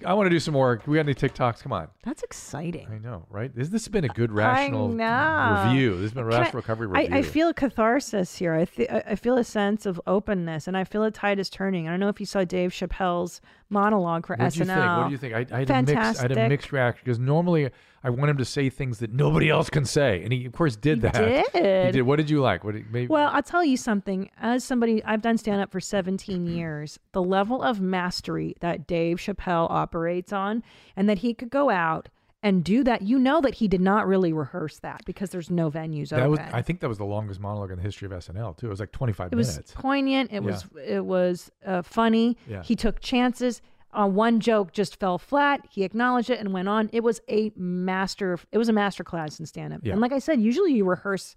[SPEAKER 2] I want to do some more. We got any TikToks? Come on.
[SPEAKER 3] That's exciting.
[SPEAKER 2] I know, right? This, this has been a good rational
[SPEAKER 3] know.
[SPEAKER 2] review. This has been a
[SPEAKER 3] Can
[SPEAKER 2] rational recovery
[SPEAKER 3] I,
[SPEAKER 2] review.
[SPEAKER 3] I feel catharsis here. I, th- I I feel a sense of openness, and I feel a tide is turning. I don't know if you saw Dave Chappelle's monologue for
[SPEAKER 2] What'd you
[SPEAKER 3] SNL.
[SPEAKER 2] think? What do you think? I, I, had a mixed, I
[SPEAKER 3] Fantastic.
[SPEAKER 2] had a mixed reaction because normally I want him to say things that nobody else can say, and he of course did that. He
[SPEAKER 3] did.
[SPEAKER 2] did. What did you like? What did, maybe,
[SPEAKER 3] Well, I'll tell you something. As somebody, I've done stand up for 17 years. The level of mastery that Dave Chappelle operates on, and that he could go out and do that, you know that he did not really rehearse that because there's no venues
[SPEAKER 2] that
[SPEAKER 3] open.
[SPEAKER 2] was. I think that was the longest monologue in the history of SNL too. It was like 25
[SPEAKER 3] it was
[SPEAKER 2] minutes.
[SPEAKER 3] poignant. It
[SPEAKER 2] Yeah.
[SPEAKER 3] was it was uh, funny.
[SPEAKER 2] Yeah.
[SPEAKER 3] He took chances. On one joke just fell flat. He acknowledged it and went on. It was a master. It was a master class in stand up.
[SPEAKER 2] Yeah.
[SPEAKER 3] And like I said, usually you rehearse,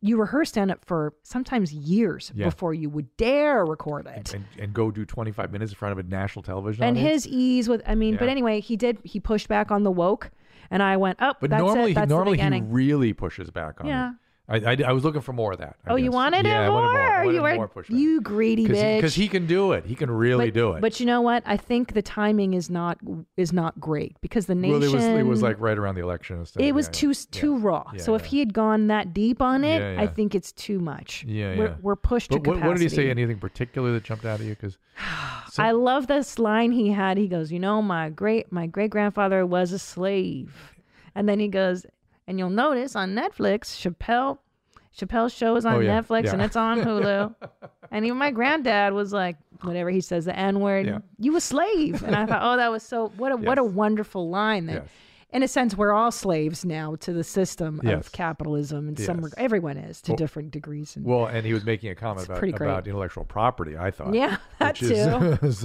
[SPEAKER 3] you rehearse stand up for sometimes years
[SPEAKER 2] Yeah.
[SPEAKER 3] before you would dare record it.
[SPEAKER 2] and, and go do 25 minutes in front of a national television.
[SPEAKER 3] And
[SPEAKER 2] audience.
[SPEAKER 3] his e, ease with, I mean, but
[SPEAKER 2] Yeah.
[SPEAKER 3] anyway, he did. He pushed back on the woke, and I went up.
[SPEAKER 2] But
[SPEAKER 3] that's
[SPEAKER 2] normally,
[SPEAKER 3] it. That's
[SPEAKER 2] he, normally
[SPEAKER 3] the
[SPEAKER 2] he
[SPEAKER 3] beginning.
[SPEAKER 2] really pushes back on.
[SPEAKER 3] Yeah.
[SPEAKER 2] It. I, I, I was looking for more of that. I
[SPEAKER 3] oh, you
[SPEAKER 2] guess.
[SPEAKER 3] wanted
[SPEAKER 2] yeah,
[SPEAKER 3] it
[SPEAKER 2] I
[SPEAKER 3] more?
[SPEAKER 2] wanted more. I wanted
[SPEAKER 3] you were
[SPEAKER 2] more pushback.
[SPEAKER 3] you greedy bitch.
[SPEAKER 2] Because he, can do it. He can really
[SPEAKER 3] but,
[SPEAKER 2] do it.
[SPEAKER 3] But you know what? I think the timing is not is not great because the nation
[SPEAKER 2] well, it was it was like right around the election and stuff.
[SPEAKER 3] it was
[SPEAKER 2] yeah,
[SPEAKER 3] too
[SPEAKER 2] yeah.
[SPEAKER 3] too raw.
[SPEAKER 2] Yeah,
[SPEAKER 3] so if
[SPEAKER 2] yeah.
[SPEAKER 3] he had gone that deep on it,
[SPEAKER 2] Yeah,
[SPEAKER 3] I
[SPEAKER 2] yeah.
[SPEAKER 3] think it's too much.
[SPEAKER 2] yeah,
[SPEAKER 3] we're,
[SPEAKER 2] yeah.
[SPEAKER 3] we're pushed
[SPEAKER 2] But
[SPEAKER 3] to
[SPEAKER 2] what,
[SPEAKER 3] capacity.
[SPEAKER 2] what did he say? Anything particular that jumped out at you? Because
[SPEAKER 3] I love this line he had. He goes, "You know, my great my great grandfather was a slave," and then he goes, "And you'll notice on Netflix, Chappelle." Chappelle's show is on
[SPEAKER 2] Oh, yeah,
[SPEAKER 3] Netflix
[SPEAKER 2] yeah.
[SPEAKER 3] and it's on Hulu. and even my granddad was like, whatever he says, the N word,
[SPEAKER 2] Yeah.
[SPEAKER 3] you a slave. And I thought, oh, that was so what a what a
[SPEAKER 2] Yes.
[SPEAKER 3] wonderful line that
[SPEAKER 2] Yes.
[SPEAKER 3] in a sense we're all slaves now to the system
[SPEAKER 2] Yes.
[SPEAKER 3] of capitalism and some
[SPEAKER 2] Yes.
[SPEAKER 3] reg- everyone is to
[SPEAKER 2] Well-
[SPEAKER 3] different degrees and
[SPEAKER 2] well, and he was making a comment about,
[SPEAKER 3] pretty great.
[SPEAKER 2] about intellectual property. I thought.
[SPEAKER 3] Yeah, that
[SPEAKER 2] which is-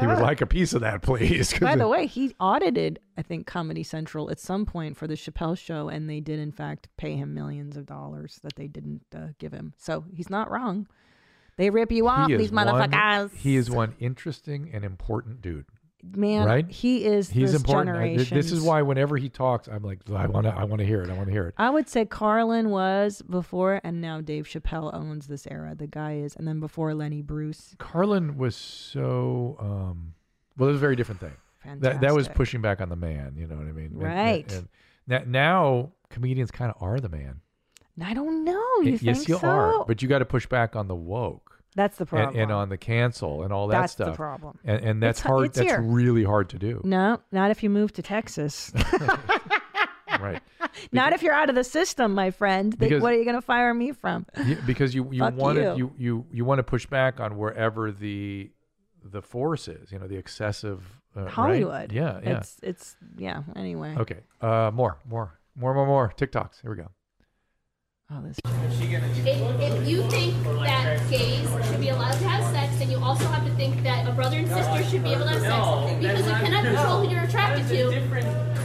[SPEAKER 2] he would like a piece of that, please. 'cause
[SPEAKER 3] By
[SPEAKER 2] it-
[SPEAKER 3] the way, he audited, I think, Comedy Central at some point for the Chappelle show, and they did, in fact, pay him millions of dollars that they didn't uh, give him. So he's not wrong. They rip you off,
[SPEAKER 2] he is
[SPEAKER 3] these
[SPEAKER 2] one-
[SPEAKER 3] motherfuckers.
[SPEAKER 2] He is one interesting and important dude.
[SPEAKER 3] man.
[SPEAKER 2] right?
[SPEAKER 3] He is.
[SPEAKER 2] He's
[SPEAKER 3] this
[SPEAKER 2] important. I- th- this is
[SPEAKER 3] generation's-
[SPEAKER 2] why whenever he talks, I'm like, I want to, I want to hear it. I want to hear it.
[SPEAKER 3] I would say Carlin was before, and now Dave Chappelle owns this era. The guy is, and then before Lenny Bruce.
[SPEAKER 2] Carlin was so um well it was a very different thing. That that was
[SPEAKER 3] Fantastic.
[SPEAKER 2] pushing back on the man, you know what I mean? And- and-
[SPEAKER 3] Right.
[SPEAKER 2] And, na- now comedians kind of are the man.
[SPEAKER 3] And I don't know. You
[SPEAKER 2] Y- yes,
[SPEAKER 3] think
[SPEAKER 2] you
[SPEAKER 3] so?
[SPEAKER 2] are, but you got to push back on the woke
[SPEAKER 3] That's the
[SPEAKER 2] and,
[SPEAKER 3] problem.
[SPEAKER 2] and on the cancel and all that
[SPEAKER 3] That's the
[SPEAKER 2] stuff.
[SPEAKER 3] problem.
[SPEAKER 2] And, and that's
[SPEAKER 3] It's-
[SPEAKER 2] hard.
[SPEAKER 3] it's
[SPEAKER 2] that's
[SPEAKER 3] here.
[SPEAKER 2] really hard to do.
[SPEAKER 3] no, not if you move to Texas.
[SPEAKER 2] right.
[SPEAKER 3] Not if you're out of the system, my friend. They-
[SPEAKER 2] Because-
[SPEAKER 3] what are you going to fire me from?
[SPEAKER 2] Yeah, because you you
[SPEAKER 3] Fuck
[SPEAKER 2] want to
[SPEAKER 3] you.
[SPEAKER 2] you you, you want to push back on wherever the the force is, you know, the excessive uh, right?
[SPEAKER 3] Hollywood.
[SPEAKER 2] Yeah, yeah.
[SPEAKER 3] It's it's yeah. Anyway.
[SPEAKER 2] Okay. Uh, more, more, more, more, more. TikToks. Here we go.
[SPEAKER 3] Oh, this.
[SPEAKER 4] If, if you think that gays should be allowed to have sex, then you also have to think that a brother and sister should be able to have sex because you cannot control who you're attracted to.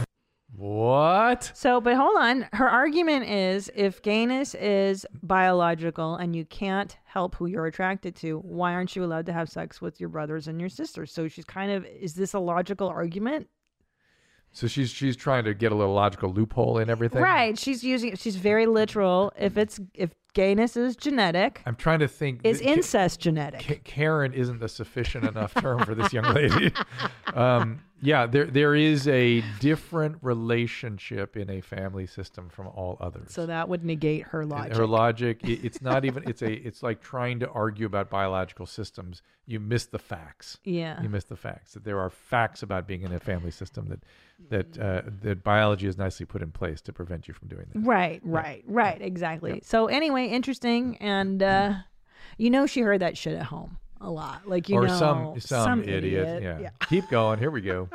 [SPEAKER 2] What?
[SPEAKER 3] So, but hold on. Her argument is if gayness is biological and you can't help who you're attracted to, why aren't you allowed to have sex with your brothers and your sisters? So she's kind of is this a logical argument?
[SPEAKER 2] So she's she's trying to get a little logical loophole in everything.
[SPEAKER 3] Right. She's using she's very literal. If it's if gayness is genetic,
[SPEAKER 2] I'm trying to think.
[SPEAKER 3] is
[SPEAKER 2] that Ka-
[SPEAKER 3] incest genetic?
[SPEAKER 2] Ka- Karen isn't a sufficient enough term for this young lady. um, yeah, there there is a different relationship in a family system from all others.
[SPEAKER 3] So that would negate her
[SPEAKER 2] And
[SPEAKER 3] logic.
[SPEAKER 2] Her logic, it, it's not even. It's a. It's like trying to argue about biological systems. You miss the facts.
[SPEAKER 3] Yeah.
[SPEAKER 2] You miss the facts that there are facts about being in a family system that that uh, that biology is nicely put in place to prevent you from doing that.
[SPEAKER 3] Right, right, right, exactly. So anyway, interesting, and uh, you know she heard that shit at home a lot, like you
[SPEAKER 2] or
[SPEAKER 3] know
[SPEAKER 2] some some, idiot. Yeah. Keep going. Here we go.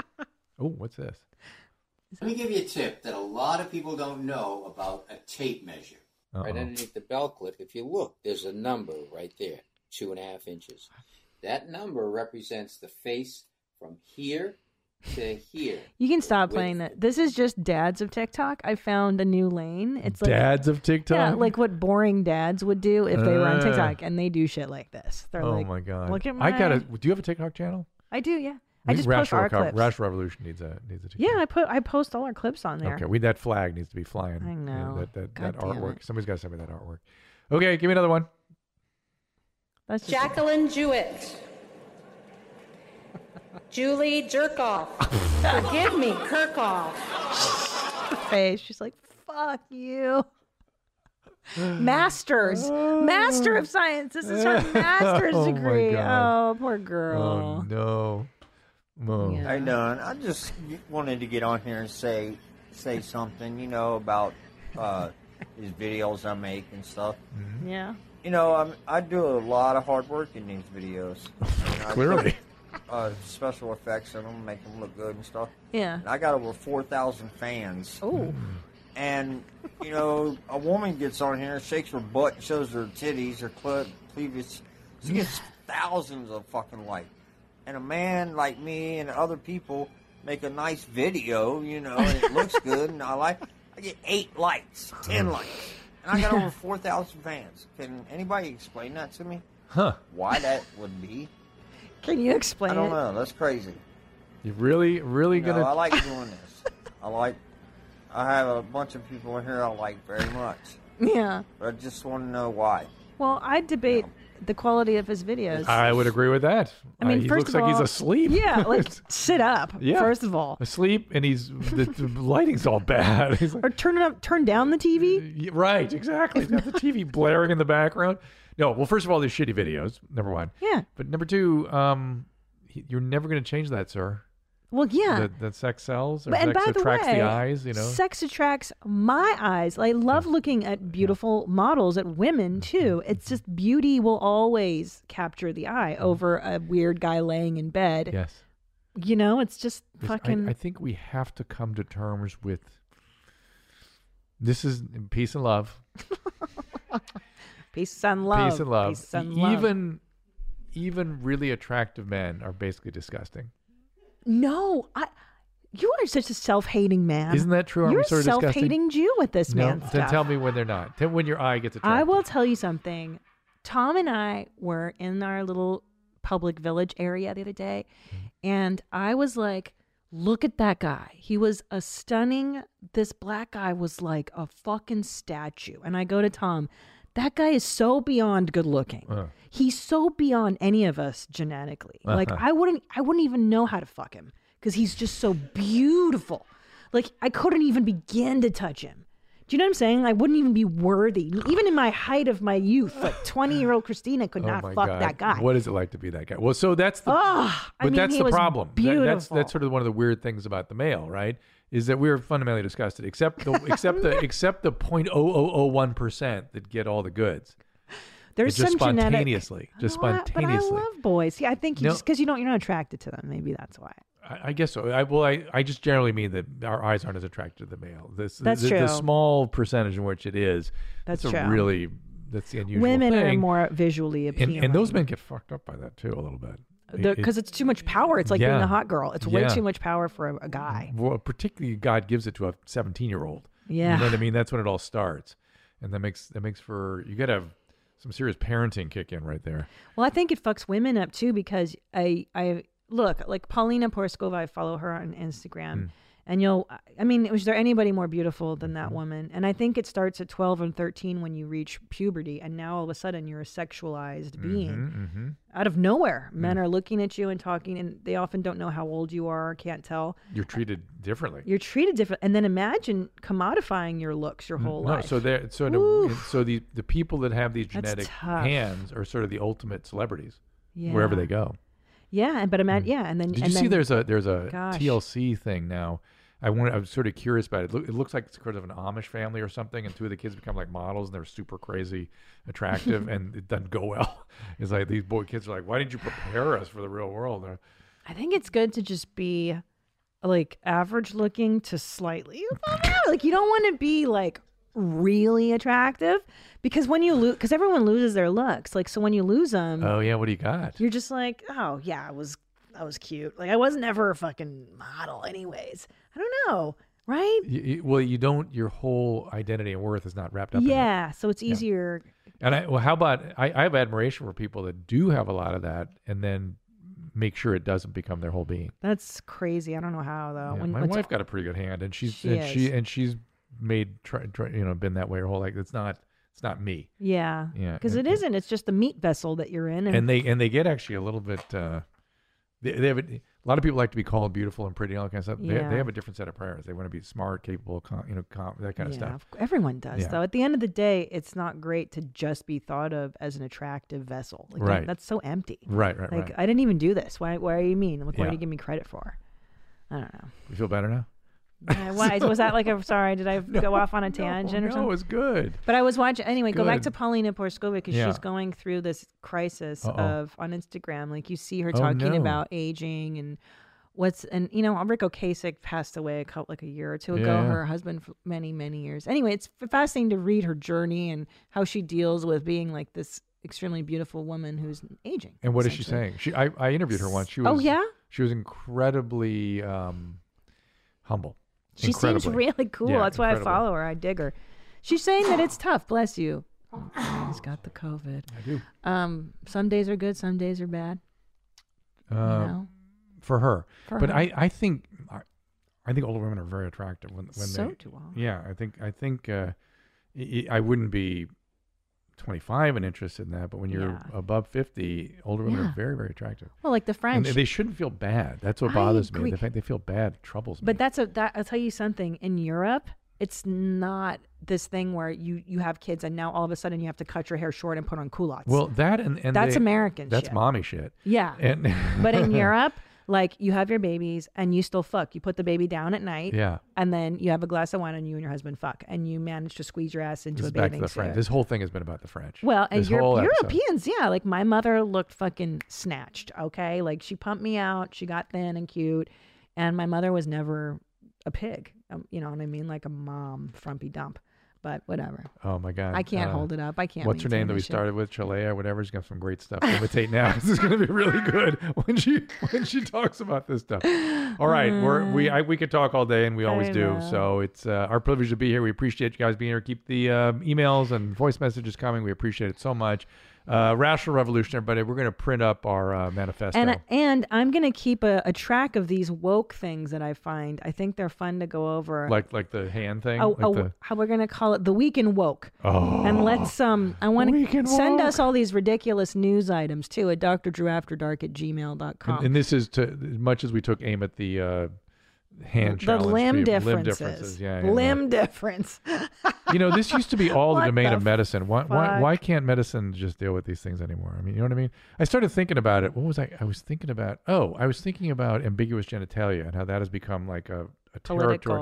[SPEAKER 2] oh, what's this?
[SPEAKER 14] Let me give you a tip that a lot of people don't know about a tape measure. Right
[SPEAKER 2] Uh-oh.
[SPEAKER 14] underneath the belt clip, if you look, there's a number right there, two and a half inches. That number represents the face from here to here.
[SPEAKER 3] You can stop playing that. This is just dads of TikTok. I found a new lane. It's like
[SPEAKER 2] Dads of
[SPEAKER 3] Yeah,
[SPEAKER 2] TikTok?
[SPEAKER 3] like what boring dads would do if they were on
[SPEAKER 2] Uh.
[SPEAKER 3] TikTok, and they do shit like this. They're
[SPEAKER 2] oh
[SPEAKER 3] like,
[SPEAKER 2] my god!
[SPEAKER 3] Look at my.
[SPEAKER 2] I gotta. Do you have a TikTok channel?
[SPEAKER 3] I do. Yeah. I
[SPEAKER 2] We-
[SPEAKER 3] just
[SPEAKER 2] Rash
[SPEAKER 3] post our
[SPEAKER 2] Reco-
[SPEAKER 3] clips.
[SPEAKER 2] Rash Revolution needs a needs a TikTok.
[SPEAKER 3] yeah, I put I post all our clips on there.
[SPEAKER 2] Okay, we that flag needs to be flying.
[SPEAKER 3] I
[SPEAKER 2] Yeah,
[SPEAKER 3] know.
[SPEAKER 2] that that,
[SPEAKER 3] God
[SPEAKER 2] that
[SPEAKER 3] damn
[SPEAKER 2] artwork. Somebody's got to send me that artwork. Okay, give me another one.
[SPEAKER 3] That's just
[SPEAKER 15] Jacqueline Jewett. Julie Jerkoff. Forgive me, Kirkoff.
[SPEAKER 3] face. She's like, fuck you. Masters, master of science. This is her master's
[SPEAKER 2] Oh my
[SPEAKER 3] degree.
[SPEAKER 2] God.
[SPEAKER 3] Oh, poor girl.
[SPEAKER 2] Oh no. No.
[SPEAKER 16] Hey Don, I just wanted to get on here and say say something, you know, about uh, these videos I make and stuff.
[SPEAKER 2] Um,
[SPEAKER 3] Yeah.
[SPEAKER 16] You know, I'm, I do a lot of hard work in these videos. You know, I put,
[SPEAKER 2] Clearly.
[SPEAKER 16] uh, special effects in them, make them look good and stuff.
[SPEAKER 3] Yeah.
[SPEAKER 16] And I got over four thousand fans.
[SPEAKER 3] Oh.
[SPEAKER 16] And you know, a woman gets on here, shakes her butt, and shows her titties, her cle- cleavage. She gets thousands of fucking likes. And a man like me and other people make a nice video, you know, and it looks good, and I like. I get eight likes, ten likes, and I got over four thousand fans. Can anybody explain that to me?
[SPEAKER 2] Huh?
[SPEAKER 16] Why that would be?
[SPEAKER 3] Can you explain
[SPEAKER 16] I don't
[SPEAKER 3] it?
[SPEAKER 16] know. That's crazy.
[SPEAKER 2] You really, really
[SPEAKER 16] You know,
[SPEAKER 2] gonna?
[SPEAKER 16] I like doing this. I like. I have a bunch of people in here I like very much,
[SPEAKER 3] Yeah.
[SPEAKER 16] but I just want to know why.
[SPEAKER 3] Well, I debate the quality of his videos.
[SPEAKER 2] I would agree with that.
[SPEAKER 3] I
[SPEAKER 2] Uh,
[SPEAKER 3] mean,
[SPEAKER 2] he
[SPEAKER 3] first
[SPEAKER 2] looks
[SPEAKER 3] of
[SPEAKER 2] like he's
[SPEAKER 3] all-
[SPEAKER 2] asleep.
[SPEAKER 3] Yeah, like sit up.
[SPEAKER 2] yeah.
[SPEAKER 3] First of all,
[SPEAKER 2] asleep, and he's the, the lighting's all bad. He's like,
[SPEAKER 3] or turn it up, turn down the TV.
[SPEAKER 2] Yeah, Right, exactly. Got the TV blaring in the background. No, well, first of all, they're shitty videos. Number one.
[SPEAKER 3] Yeah.
[SPEAKER 2] But number two, um, he- you're never going to change that, sir.
[SPEAKER 3] Well, yeah.
[SPEAKER 2] That, that sex sells, or
[SPEAKER 3] But, and
[SPEAKER 2] sex
[SPEAKER 3] by the
[SPEAKER 2] attracts
[SPEAKER 3] way,
[SPEAKER 2] the eyes. You know.
[SPEAKER 3] sex attracts my eyes. I love looking at beautiful models, at women
[SPEAKER 2] Mm-hmm.
[SPEAKER 3] too. It's just beauty will always capture the eye over a weird guy laying in bed.
[SPEAKER 2] Mm-hmm. Yes.
[SPEAKER 3] You know, it's just
[SPEAKER 2] Yes, I-
[SPEAKER 3] fucking.
[SPEAKER 2] I, think we have to come to terms with. This is peace and love.
[SPEAKER 3] peace and love.
[SPEAKER 2] Peace and love.
[SPEAKER 3] Peace and
[SPEAKER 2] E-
[SPEAKER 3] love.
[SPEAKER 2] Even, even really attractive men are basically disgusting.
[SPEAKER 3] no, I. You are such a self-hating man.
[SPEAKER 2] Isn't that true? Aren't we
[SPEAKER 3] You're
[SPEAKER 2] sort
[SPEAKER 3] a
[SPEAKER 2] of disgusting?
[SPEAKER 3] self-hating Jew with this
[SPEAKER 2] no,
[SPEAKER 3] man
[SPEAKER 2] then
[SPEAKER 3] stuff.
[SPEAKER 2] tell me when they're not. Tell when your eye gets attracted.
[SPEAKER 3] I will tell you something. Tom and I were in our little public village area the other day, and I was like, look at that guy. He was a stunning, this black guy was like a fucking statue. And I go to Tom, that guy is so beyond good looking. He's so beyond any of us genetically. Like
[SPEAKER 17] Uh-huh.
[SPEAKER 3] I wouldn't I wouldn't even know how to fuck him cuz he's just so beautiful. Like I couldn't even begin to touch him. Do you know what I'm saying? I wouldn't even be worthy. Even in my height of my youth, like 20-year-old Christina could
[SPEAKER 2] Oh
[SPEAKER 3] not
[SPEAKER 2] my
[SPEAKER 3] fuck
[SPEAKER 2] God.
[SPEAKER 3] that guy.
[SPEAKER 2] What is it like to be that guy? Well, so that's the
[SPEAKER 3] Ah, I
[SPEAKER 2] but
[SPEAKER 3] mean,
[SPEAKER 2] that's
[SPEAKER 3] he
[SPEAKER 2] the
[SPEAKER 3] was
[SPEAKER 2] problem. That- that's
[SPEAKER 3] beautiful.
[SPEAKER 2] that's sort of one of the weird things about the male, right? Is that we're fundamentally disgusted, except the except the except the point oh oh oh one percent that get all the goods.
[SPEAKER 3] There's
[SPEAKER 2] just
[SPEAKER 3] some genetic-
[SPEAKER 2] spontaneously, just
[SPEAKER 3] But I
[SPEAKER 2] spontaneously.
[SPEAKER 3] love boys. Yeah, I think you
[SPEAKER 2] No.
[SPEAKER 3] just cuz you don't you're not attracted to them, maybe that's why.
[SPEAKER 2] I, I guess so. I well, I, I just generally mean that our eyes aren't as attracted to the male. This
[SPEAKER 3] That's
[SPEAKER 2] the, the
[SPEAKER 3] true.
[SPEAKER 2] small percentage in which it is.
[SPEAKER 3] That's
[SPEAKER 2] a
[SPEAKER 3] true.
[SPEAKER 2] really that's the unusual
[SPEAKER 3] Women are
[SPEAKER 2] thing.
[SPEAKER 3] more visually
[SPEAKER 2] and,
[SPEAKER 3] appealing.
[SPEAKER 2] and those men get fucked up by that too a little bit It- it-
[SPEAKER 3] because it's too much power. It's like being
[SPEAKER 2] Yeah.
[SPEAKER 3] a hot girl. It's way
[SPEAKER 2] Yeah.
[SPEAKER 3] too much power for a, a guy.
[SPEAKER 2] well, particularly God gives it to a 17 year old.
[SPEAKER 3] Yeah.
[SPEAKER 2] You know what I mean? That's when it all starts. And that makes, that makes for, you got to have some serious parenting kick in right there.
[SPEAKER 3] Well, I think it fucks women up too because I I look like Paulina Porskova. I follow her on Instagram,
[SPEAKER 2] Mm.
[SPEAKER 3] and you'll. I mean, is there anybody more beautiful than that woman? And I think it starts at twelve and thirteen when you reach puberty, and now all of a sudden you're a sexualized being.
[SPEAKER 2] Mhm, mhm.
[SPEAKER 3] Out of nowhere, men are looking at you and talking, and they often don't know how old you are, can't tell.
[SPEAKER 2] You're treated differently.
[SPEAKER 3] You're treated different, and then imagine commodifying your looks your whole
[SPEAKER 2] Mm. Mm-hmm. no,
[SPEAKER 3] life.
[SPEAKER 2] so there, so in a,
[SPEAKER 3] Oof.
[SPEAKER 2] so the the people that have these genetic
[SPEAKER 3] tough.
[SPEAKER 2] hands are sort of the ultimate celebrities, wherever
[SPEAKER 3] Yeah.
[SPEAKER 2] they go.
[SPEAKER 3] yeah, and- but imagine yeah, and then
[SPEAKER 2] Mm. Did you
[SPEAKER 3] and
[SPEAKER 2] see
[SPEAKER 3] then-
[SPEAKER 2] there's a there's a
[SPEAKER 3] Gosh.
[SPEAKER 2] TLC thing now? I wanted, I'm sort of curious about it. It, look, it looks like it's sort of an Amish family or something, and two of the kids become like models, and they're super crazy, attractive, and it doesn't go well. It's like these boy kids are like, "Why didn't you prepare us for the real world?" They're-
[SPEAKER 3] I think it's good to just be like average looking to slightly above average. Like you don't want to be like really attractive because when you lose, because everyone loses their looks. Like so when you lose them,
[SPEAKER 2] Oh yeah, what do you got?
[SPEAKER 3] you're just like, oh yeah, I was I was cute. Like I was never a fucking model, anyways. I don't know, right?
[SPEAKER 2] You, you- well, you don't. Your whole identity and worth is not wrapped up. in it.
[SPEAKER 3] Yeah, so it's easier.
[SPEAKER 2] And I, well, how about I, I have admiration for people that do have a lot of that, and then make sure it doesn't become their whole being.
[SPEAKER 3] That's crazy. I don't know how though.
[SPEAKER 2] Yeah,
[SPEAKER 3] When-
[SPEAKER 2] my
[SPEAKER 3] what's-
[SPEAKER 2] wife got a pretty good hand, and she's
[SPEAKER 3] She
[SPEAKER 2] and she
[SPEAKER 3] is.
[SPEAKER 2] and she's made try, try, you know been that way her whole life. It's not it's not me.
[SPEAKER 3] yeah,
[SPEAKER 2] yeah.
[SPEAKER 3] because
[SPEAKER 2] and,
[SPEAKER 3] it isn't. It's just the meat vessel that you're in, and,
[SPEAKER 2] and they and they get actually a little bit. Uh, they, they have a, a lot of people like to be called beautiful and pretty and all that kind of stuff. They,
[SPEAKER 3] Yeah.
[SPEAKER 2] they have a different set of priorities. They want to be smart, capable, com, you know, com, that kind of
[SPEAKER 3] Yeah,
[SPEAKER 2] stuff.
[SPEAKER 3] of cou- everyone does
[SPEAKER 2] Yeah.
[SPEAKER 3] though. At the end of the day, it's not great to just be thought of as an attractive vessel. Like, that-
[SPEAKER 2] Right.
[SPEAKER 3] That's so empty.
[SPEAKER 2] Right, right,
[SPEAKER 3] Like
[SPEAKER 2] right.
[SPEAKER 3] I didn't even do this. Why? Why are you mean? Like, why
[SPEAKER 2] Yeah.
[SPEAKER 3] do you give me credit for? I don't know.
[SPEAKER 2] You feel better now?
[SPEAKER 3] Uh, Why was that like a sorry? Did I go off on a tangent or
[SPEAKER 2] no,
[SPEAKER 3] something?
[SPEAKER 2] it's good.
[SPEAKER 3] But I was watching anyway. Go back to
[SPEAKER 2] Good.
[SPEAKER 3] Paulina Porskova because
[SPEAKER 2] Yeah.
[SPEAKER 3] she's going through this crisis
[SPEAKER 2] Uh-oh.
[SPEAKER 3] of on Instagram. Like you see her
[SPEAKER 2] Oh,
[SPEAKER 3] talking
[SPEAKER 2] no.
[SPEAKER 3] about aging and what's and you know Rick Ocasek passed away a couple like a year or two ago.
[SPEAKER 5] Yeah.
[SPEAKER 3] Her husband for many many years. Anyway, it's f- fascinating to read her journey and how she deals with being like this extremely beautiful woman who's aging.
[SPEAKER 2] And what is she
[SPEAKER 3] essentially.
[SPEAKER 2] saying? She I, I interviewed her once. She was
[SPEAKER 3] Oh, yeah?
[SPEAKER 2] She was incredibly um, humble.
[SPEAKER 3] She seems
[SPEAKER 2] Incredibly.
[SPEAKER 3] really cool.
[SPEAKER 2] Yeah,
[SPEAKER 3] That's why
[SPEAKER 2] incredibly.
[SPEAKER 3] I follow her. I dig her. She's saying that it's tough. Bless you. He's got the COVID.
[SPEAKER 2] I do.
[SPEAKER 3] Um, some days are good, some days are bad.
[SPEAKER 2] Uh,
[SPEAKER 3] know?
[SPEAKER 2] For her.
[SPEAKER 3] For
[SPEAKER 2] but
[SPEAKER 3] her.
[SPEAKER 2] I I think I, I think older women are very attractive when when
[SPEAKER 3] So
[SPEAKER 2] they
[SPEAKER 3] do I.
[SPEAKER 2] Yeah, I think I think uh, I, I wouldn't be 25 and interested in that, but when you're
[SPEAKER 3] Yeah.
[SPEAKER 2] above 50, older women
[SPEAKER 3] Yeah.
[SPEAKER 2] are very very attractive.
[SPEAKER 3] Well, like the
[SPEAKER 2] And
[SPEAKER 3] French.
[SPEAKER 2] they, they shouldn't feel bad. That's what
[SPEAKER 3] I
[SPEAKER 2] bothers
[SPEAKER 3] agree.
[SPEAKER 2] me. The fact they feel bad troubles me.
[SPEAKER 3] But that's a that I'll tell you something. In Europe, it's not this thing where you you have kids and now all of a sudden you have to cut your hair short and put on culottes.
[SPEAKER 2] Well, that and, and
[SPEAKER 3] that's
[SPEAKER 2] they-
[SPEAKER 3] American.
[SPEAKER 2] That's
[SPEAKER 3] shit.
[SPEAKER 2] mommy shit.
[SPEAKER 3] Yeah.
[SPEAKER 2] And
[SPEAKER 3] but in Europe, like you have your babies and you still fuck. You put the baby down at night.
[SPEAKER 2] Yeah.
[SPEAKER 3] And then you have a glass of wine and you and your husband fuck and you manage to squeeze your ass into
[SPEAKER 2] This
[SPEAKER 3] a
[SPEAKER 2] is back to
[SPEAKER 3] bathing
[SPEAKER 2] the
[SPEAKER 3] suit.
[SPEAKER 2] French. This whole thing has been about the French.
[SPEAKER 3] Well, and
[SPEAKER 2] This
[SPEAKER 3] Europe-
[SPEAKER 2] whole episode.
[SPEAKER 3] Europeans, yeah. Like my mother looked fucking snatched. Okay, like she pumped me out. She got thin and cute, and my mother was never a pig. Um, you know what I mean? Like a mom frumpy dump. But whatever.
[SPEAKER 2] Oh my God!
[SPEAKER 3] I can't
[SPEAKER 2] uh,
[SPEAKER 3] hold it up. I can't.
[SPEAKER 2] What's her
[SPEAKER 3] maintain
[SPEAKER 2] name that we
[SPEAKER 3] this shit.
[SPEAKER 2] started with? Chalea, whatever. She's got some great stuff to imitate now. this is going to be really good when she when she talks about this stuff. All right, we're, we I, we could talk all day, and we always
[SPEAKER 3] I
[SPEAKER 2] do.
[SPEAKER 3] know.
[SPEAKER 2] So it's uh, our privilege to be here. We appreciate you guys being here. Keep the um, emails and voice messages coming. We appreciate it so much. Uh, Rational Revolution, everybody. We're going to print up our uh, manifesto.
[SPEAKER 3] And and I'm gonna keep a, a track of these woke things that I find. I think they're fun to go over.
[SPEAKER 2] like like the hand thing.
[SPEAKER 3] Oh,
[SPEAKER 2] like
[SPEAKER 3] oh,
[SPEAKER 2] the,
[SPEAKER 3] how we're gonna call it the week in woke.
[SPEAKER 2] Oh.
[SPEAKER 3] and let's um, I want to send us all these ridiculous news items too at drdrewafterdark at gmail.com.
[SPEAKER 2] and, and this is to as much as we took aim at the uh, hand
[SPEAKER 3] the
[SPEAKER 2] challenge.
[SPEAKER 3] limb
[SPEAKER 2] people,
[SPEAKER 3] differences.
[SPEAKER 2] Limb differences. Yeah. yeah, yeah.
[SPEAKER 3] limb difference.
[SPEAKER 2] you know, this used to be all the
[SPEAKER 3] What
[SPEAKER 2] domain
[SPEAKER 3] the
[SPEAKER 2] of medicine. Why, why,
[SPEAKER 3] fuck?
[SPEAKER 2] why can't medicine just deal with these things anymore? I mean, you know what I mean? I started thinking about it. What was I? I was thinking about, oh, I was thinking about ambiguous genitalia and how that has become like a, a territory.
[SPEAKER 3] Political.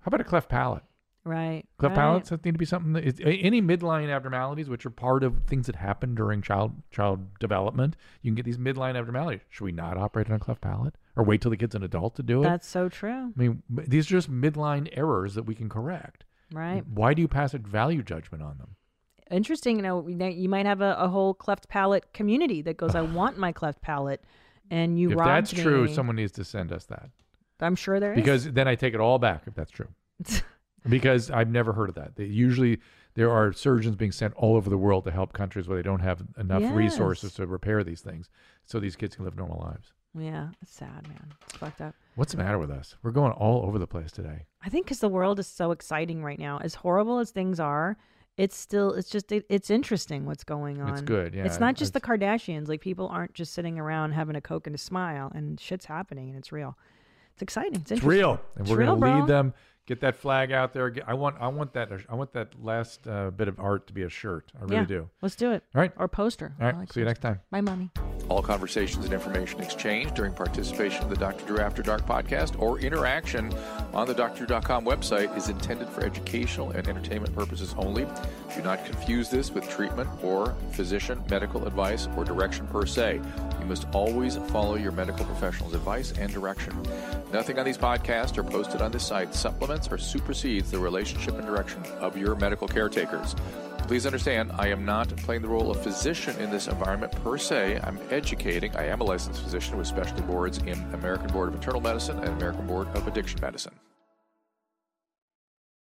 [SPEAKER 2] How about a cleft palate?
[SPEAKER 3] Right.
[SPEAKER 2] Cleft
[SPEAKER 3] right.
[SPEAKER 2] palates that need to be something. That is, eh, a- any midline abnormalities, which are part of things that happen during child child development, you can get these midline abnormalities. Should we not operate on a cleft palate, or wait till the kid's an adult to do it?
[SPEAKER 3] That's so true.
[SPEAKER 2] I mean, m- these are just midline errors that we can correct.
[SPEAKER 3] Right.
[SPEAKER 2] Why do you pass a value judgment on them?
[SPEAKER 3] Interesting. You know, we- now you might have a, a whole cleft palate community that goes, I want my cleft palate. And you
[SPEAKER 2] if
[SPEAKER 3] robbed
[SPEAKER 2] that's true,
[SPEAKER 3] me."
[SPEAKER 2] someone needs to send us that
[SPEAKER 3] I'm sure there is.
[SPEAKER 2] because then I take it all back if that's true. because I've never heard of that. They usually there are surgeons being sent all over the world to help countries where they don't have enough resources
[SPEAKER 3] Yes.
[SPEAKER 2] to repair these things, so these kids can live normal lives.
[SPEAKER 3] Yeah. It's sad, man. It's fucked up.
[SPEAKER 2] What's the matter with us? We're going all over the place today.
[SPEAKER 3] I think because the world is so exciting right now, as horrible as things are, it's still it's just it, it's interesting what's going on.
[SPEAKER 2] It's good, yeah,
[SPEAKER 3] It's not
[SPEAKER 2] it-
[SPEAKER 3] just the Kardashians. Like people aren't just sitting around having a coke and a smile, and shit's happening, and it's real. It's exciting. It's,
[SPEAKER 2] It's
[SPEAKER 3] interesting.
[SPEAKER 2] real, and
[SPEAKER 3] It's
[SPEAKER 2] we're
[SPEAKER 3] real,
[SPEAKER 2] going to
[SPEAKER 3] bro.
[SPEAKER 2] lead them. Get that flag out there. Get, I want, I want that, I want that last uh, bit of art to be a shirt. I really
[SPEAKER 3] yeah.
[SPEAKER 2] do.
[SPEAKER 3] Let's do it.
[SPEAKER 2] All right.
[SPEAKER 3] Or poster.
[SPEAKER 2] All
[SPEAKER 3] I
[SPEAKER 2] right.
[SPEAKER 3] like
[SPEAKER 2] See you next time.
[SPEAKER 3] Bye, mommy.
[SPEAKER 1] All conversations and information exchanged during participation of the Dr. Drew After Dark podcast or interaction on the drdrew.com website is intended for educational and entertainment purposes only. Do not confuse this with treatment or physician medical advice or direction per se. You must always follow your medical professional's advice and direction.
[SPEAKER 2] Nothing on these podcasts or posted on this site supplements or supersedes the relationship and direction of your medical caretakers. Please understand, I am not playing the role of physician in this environment per se. I'm educating. I am a licensed physician with specialty boards in American Board of Internal Medicine and American Board of Addiction Medicine.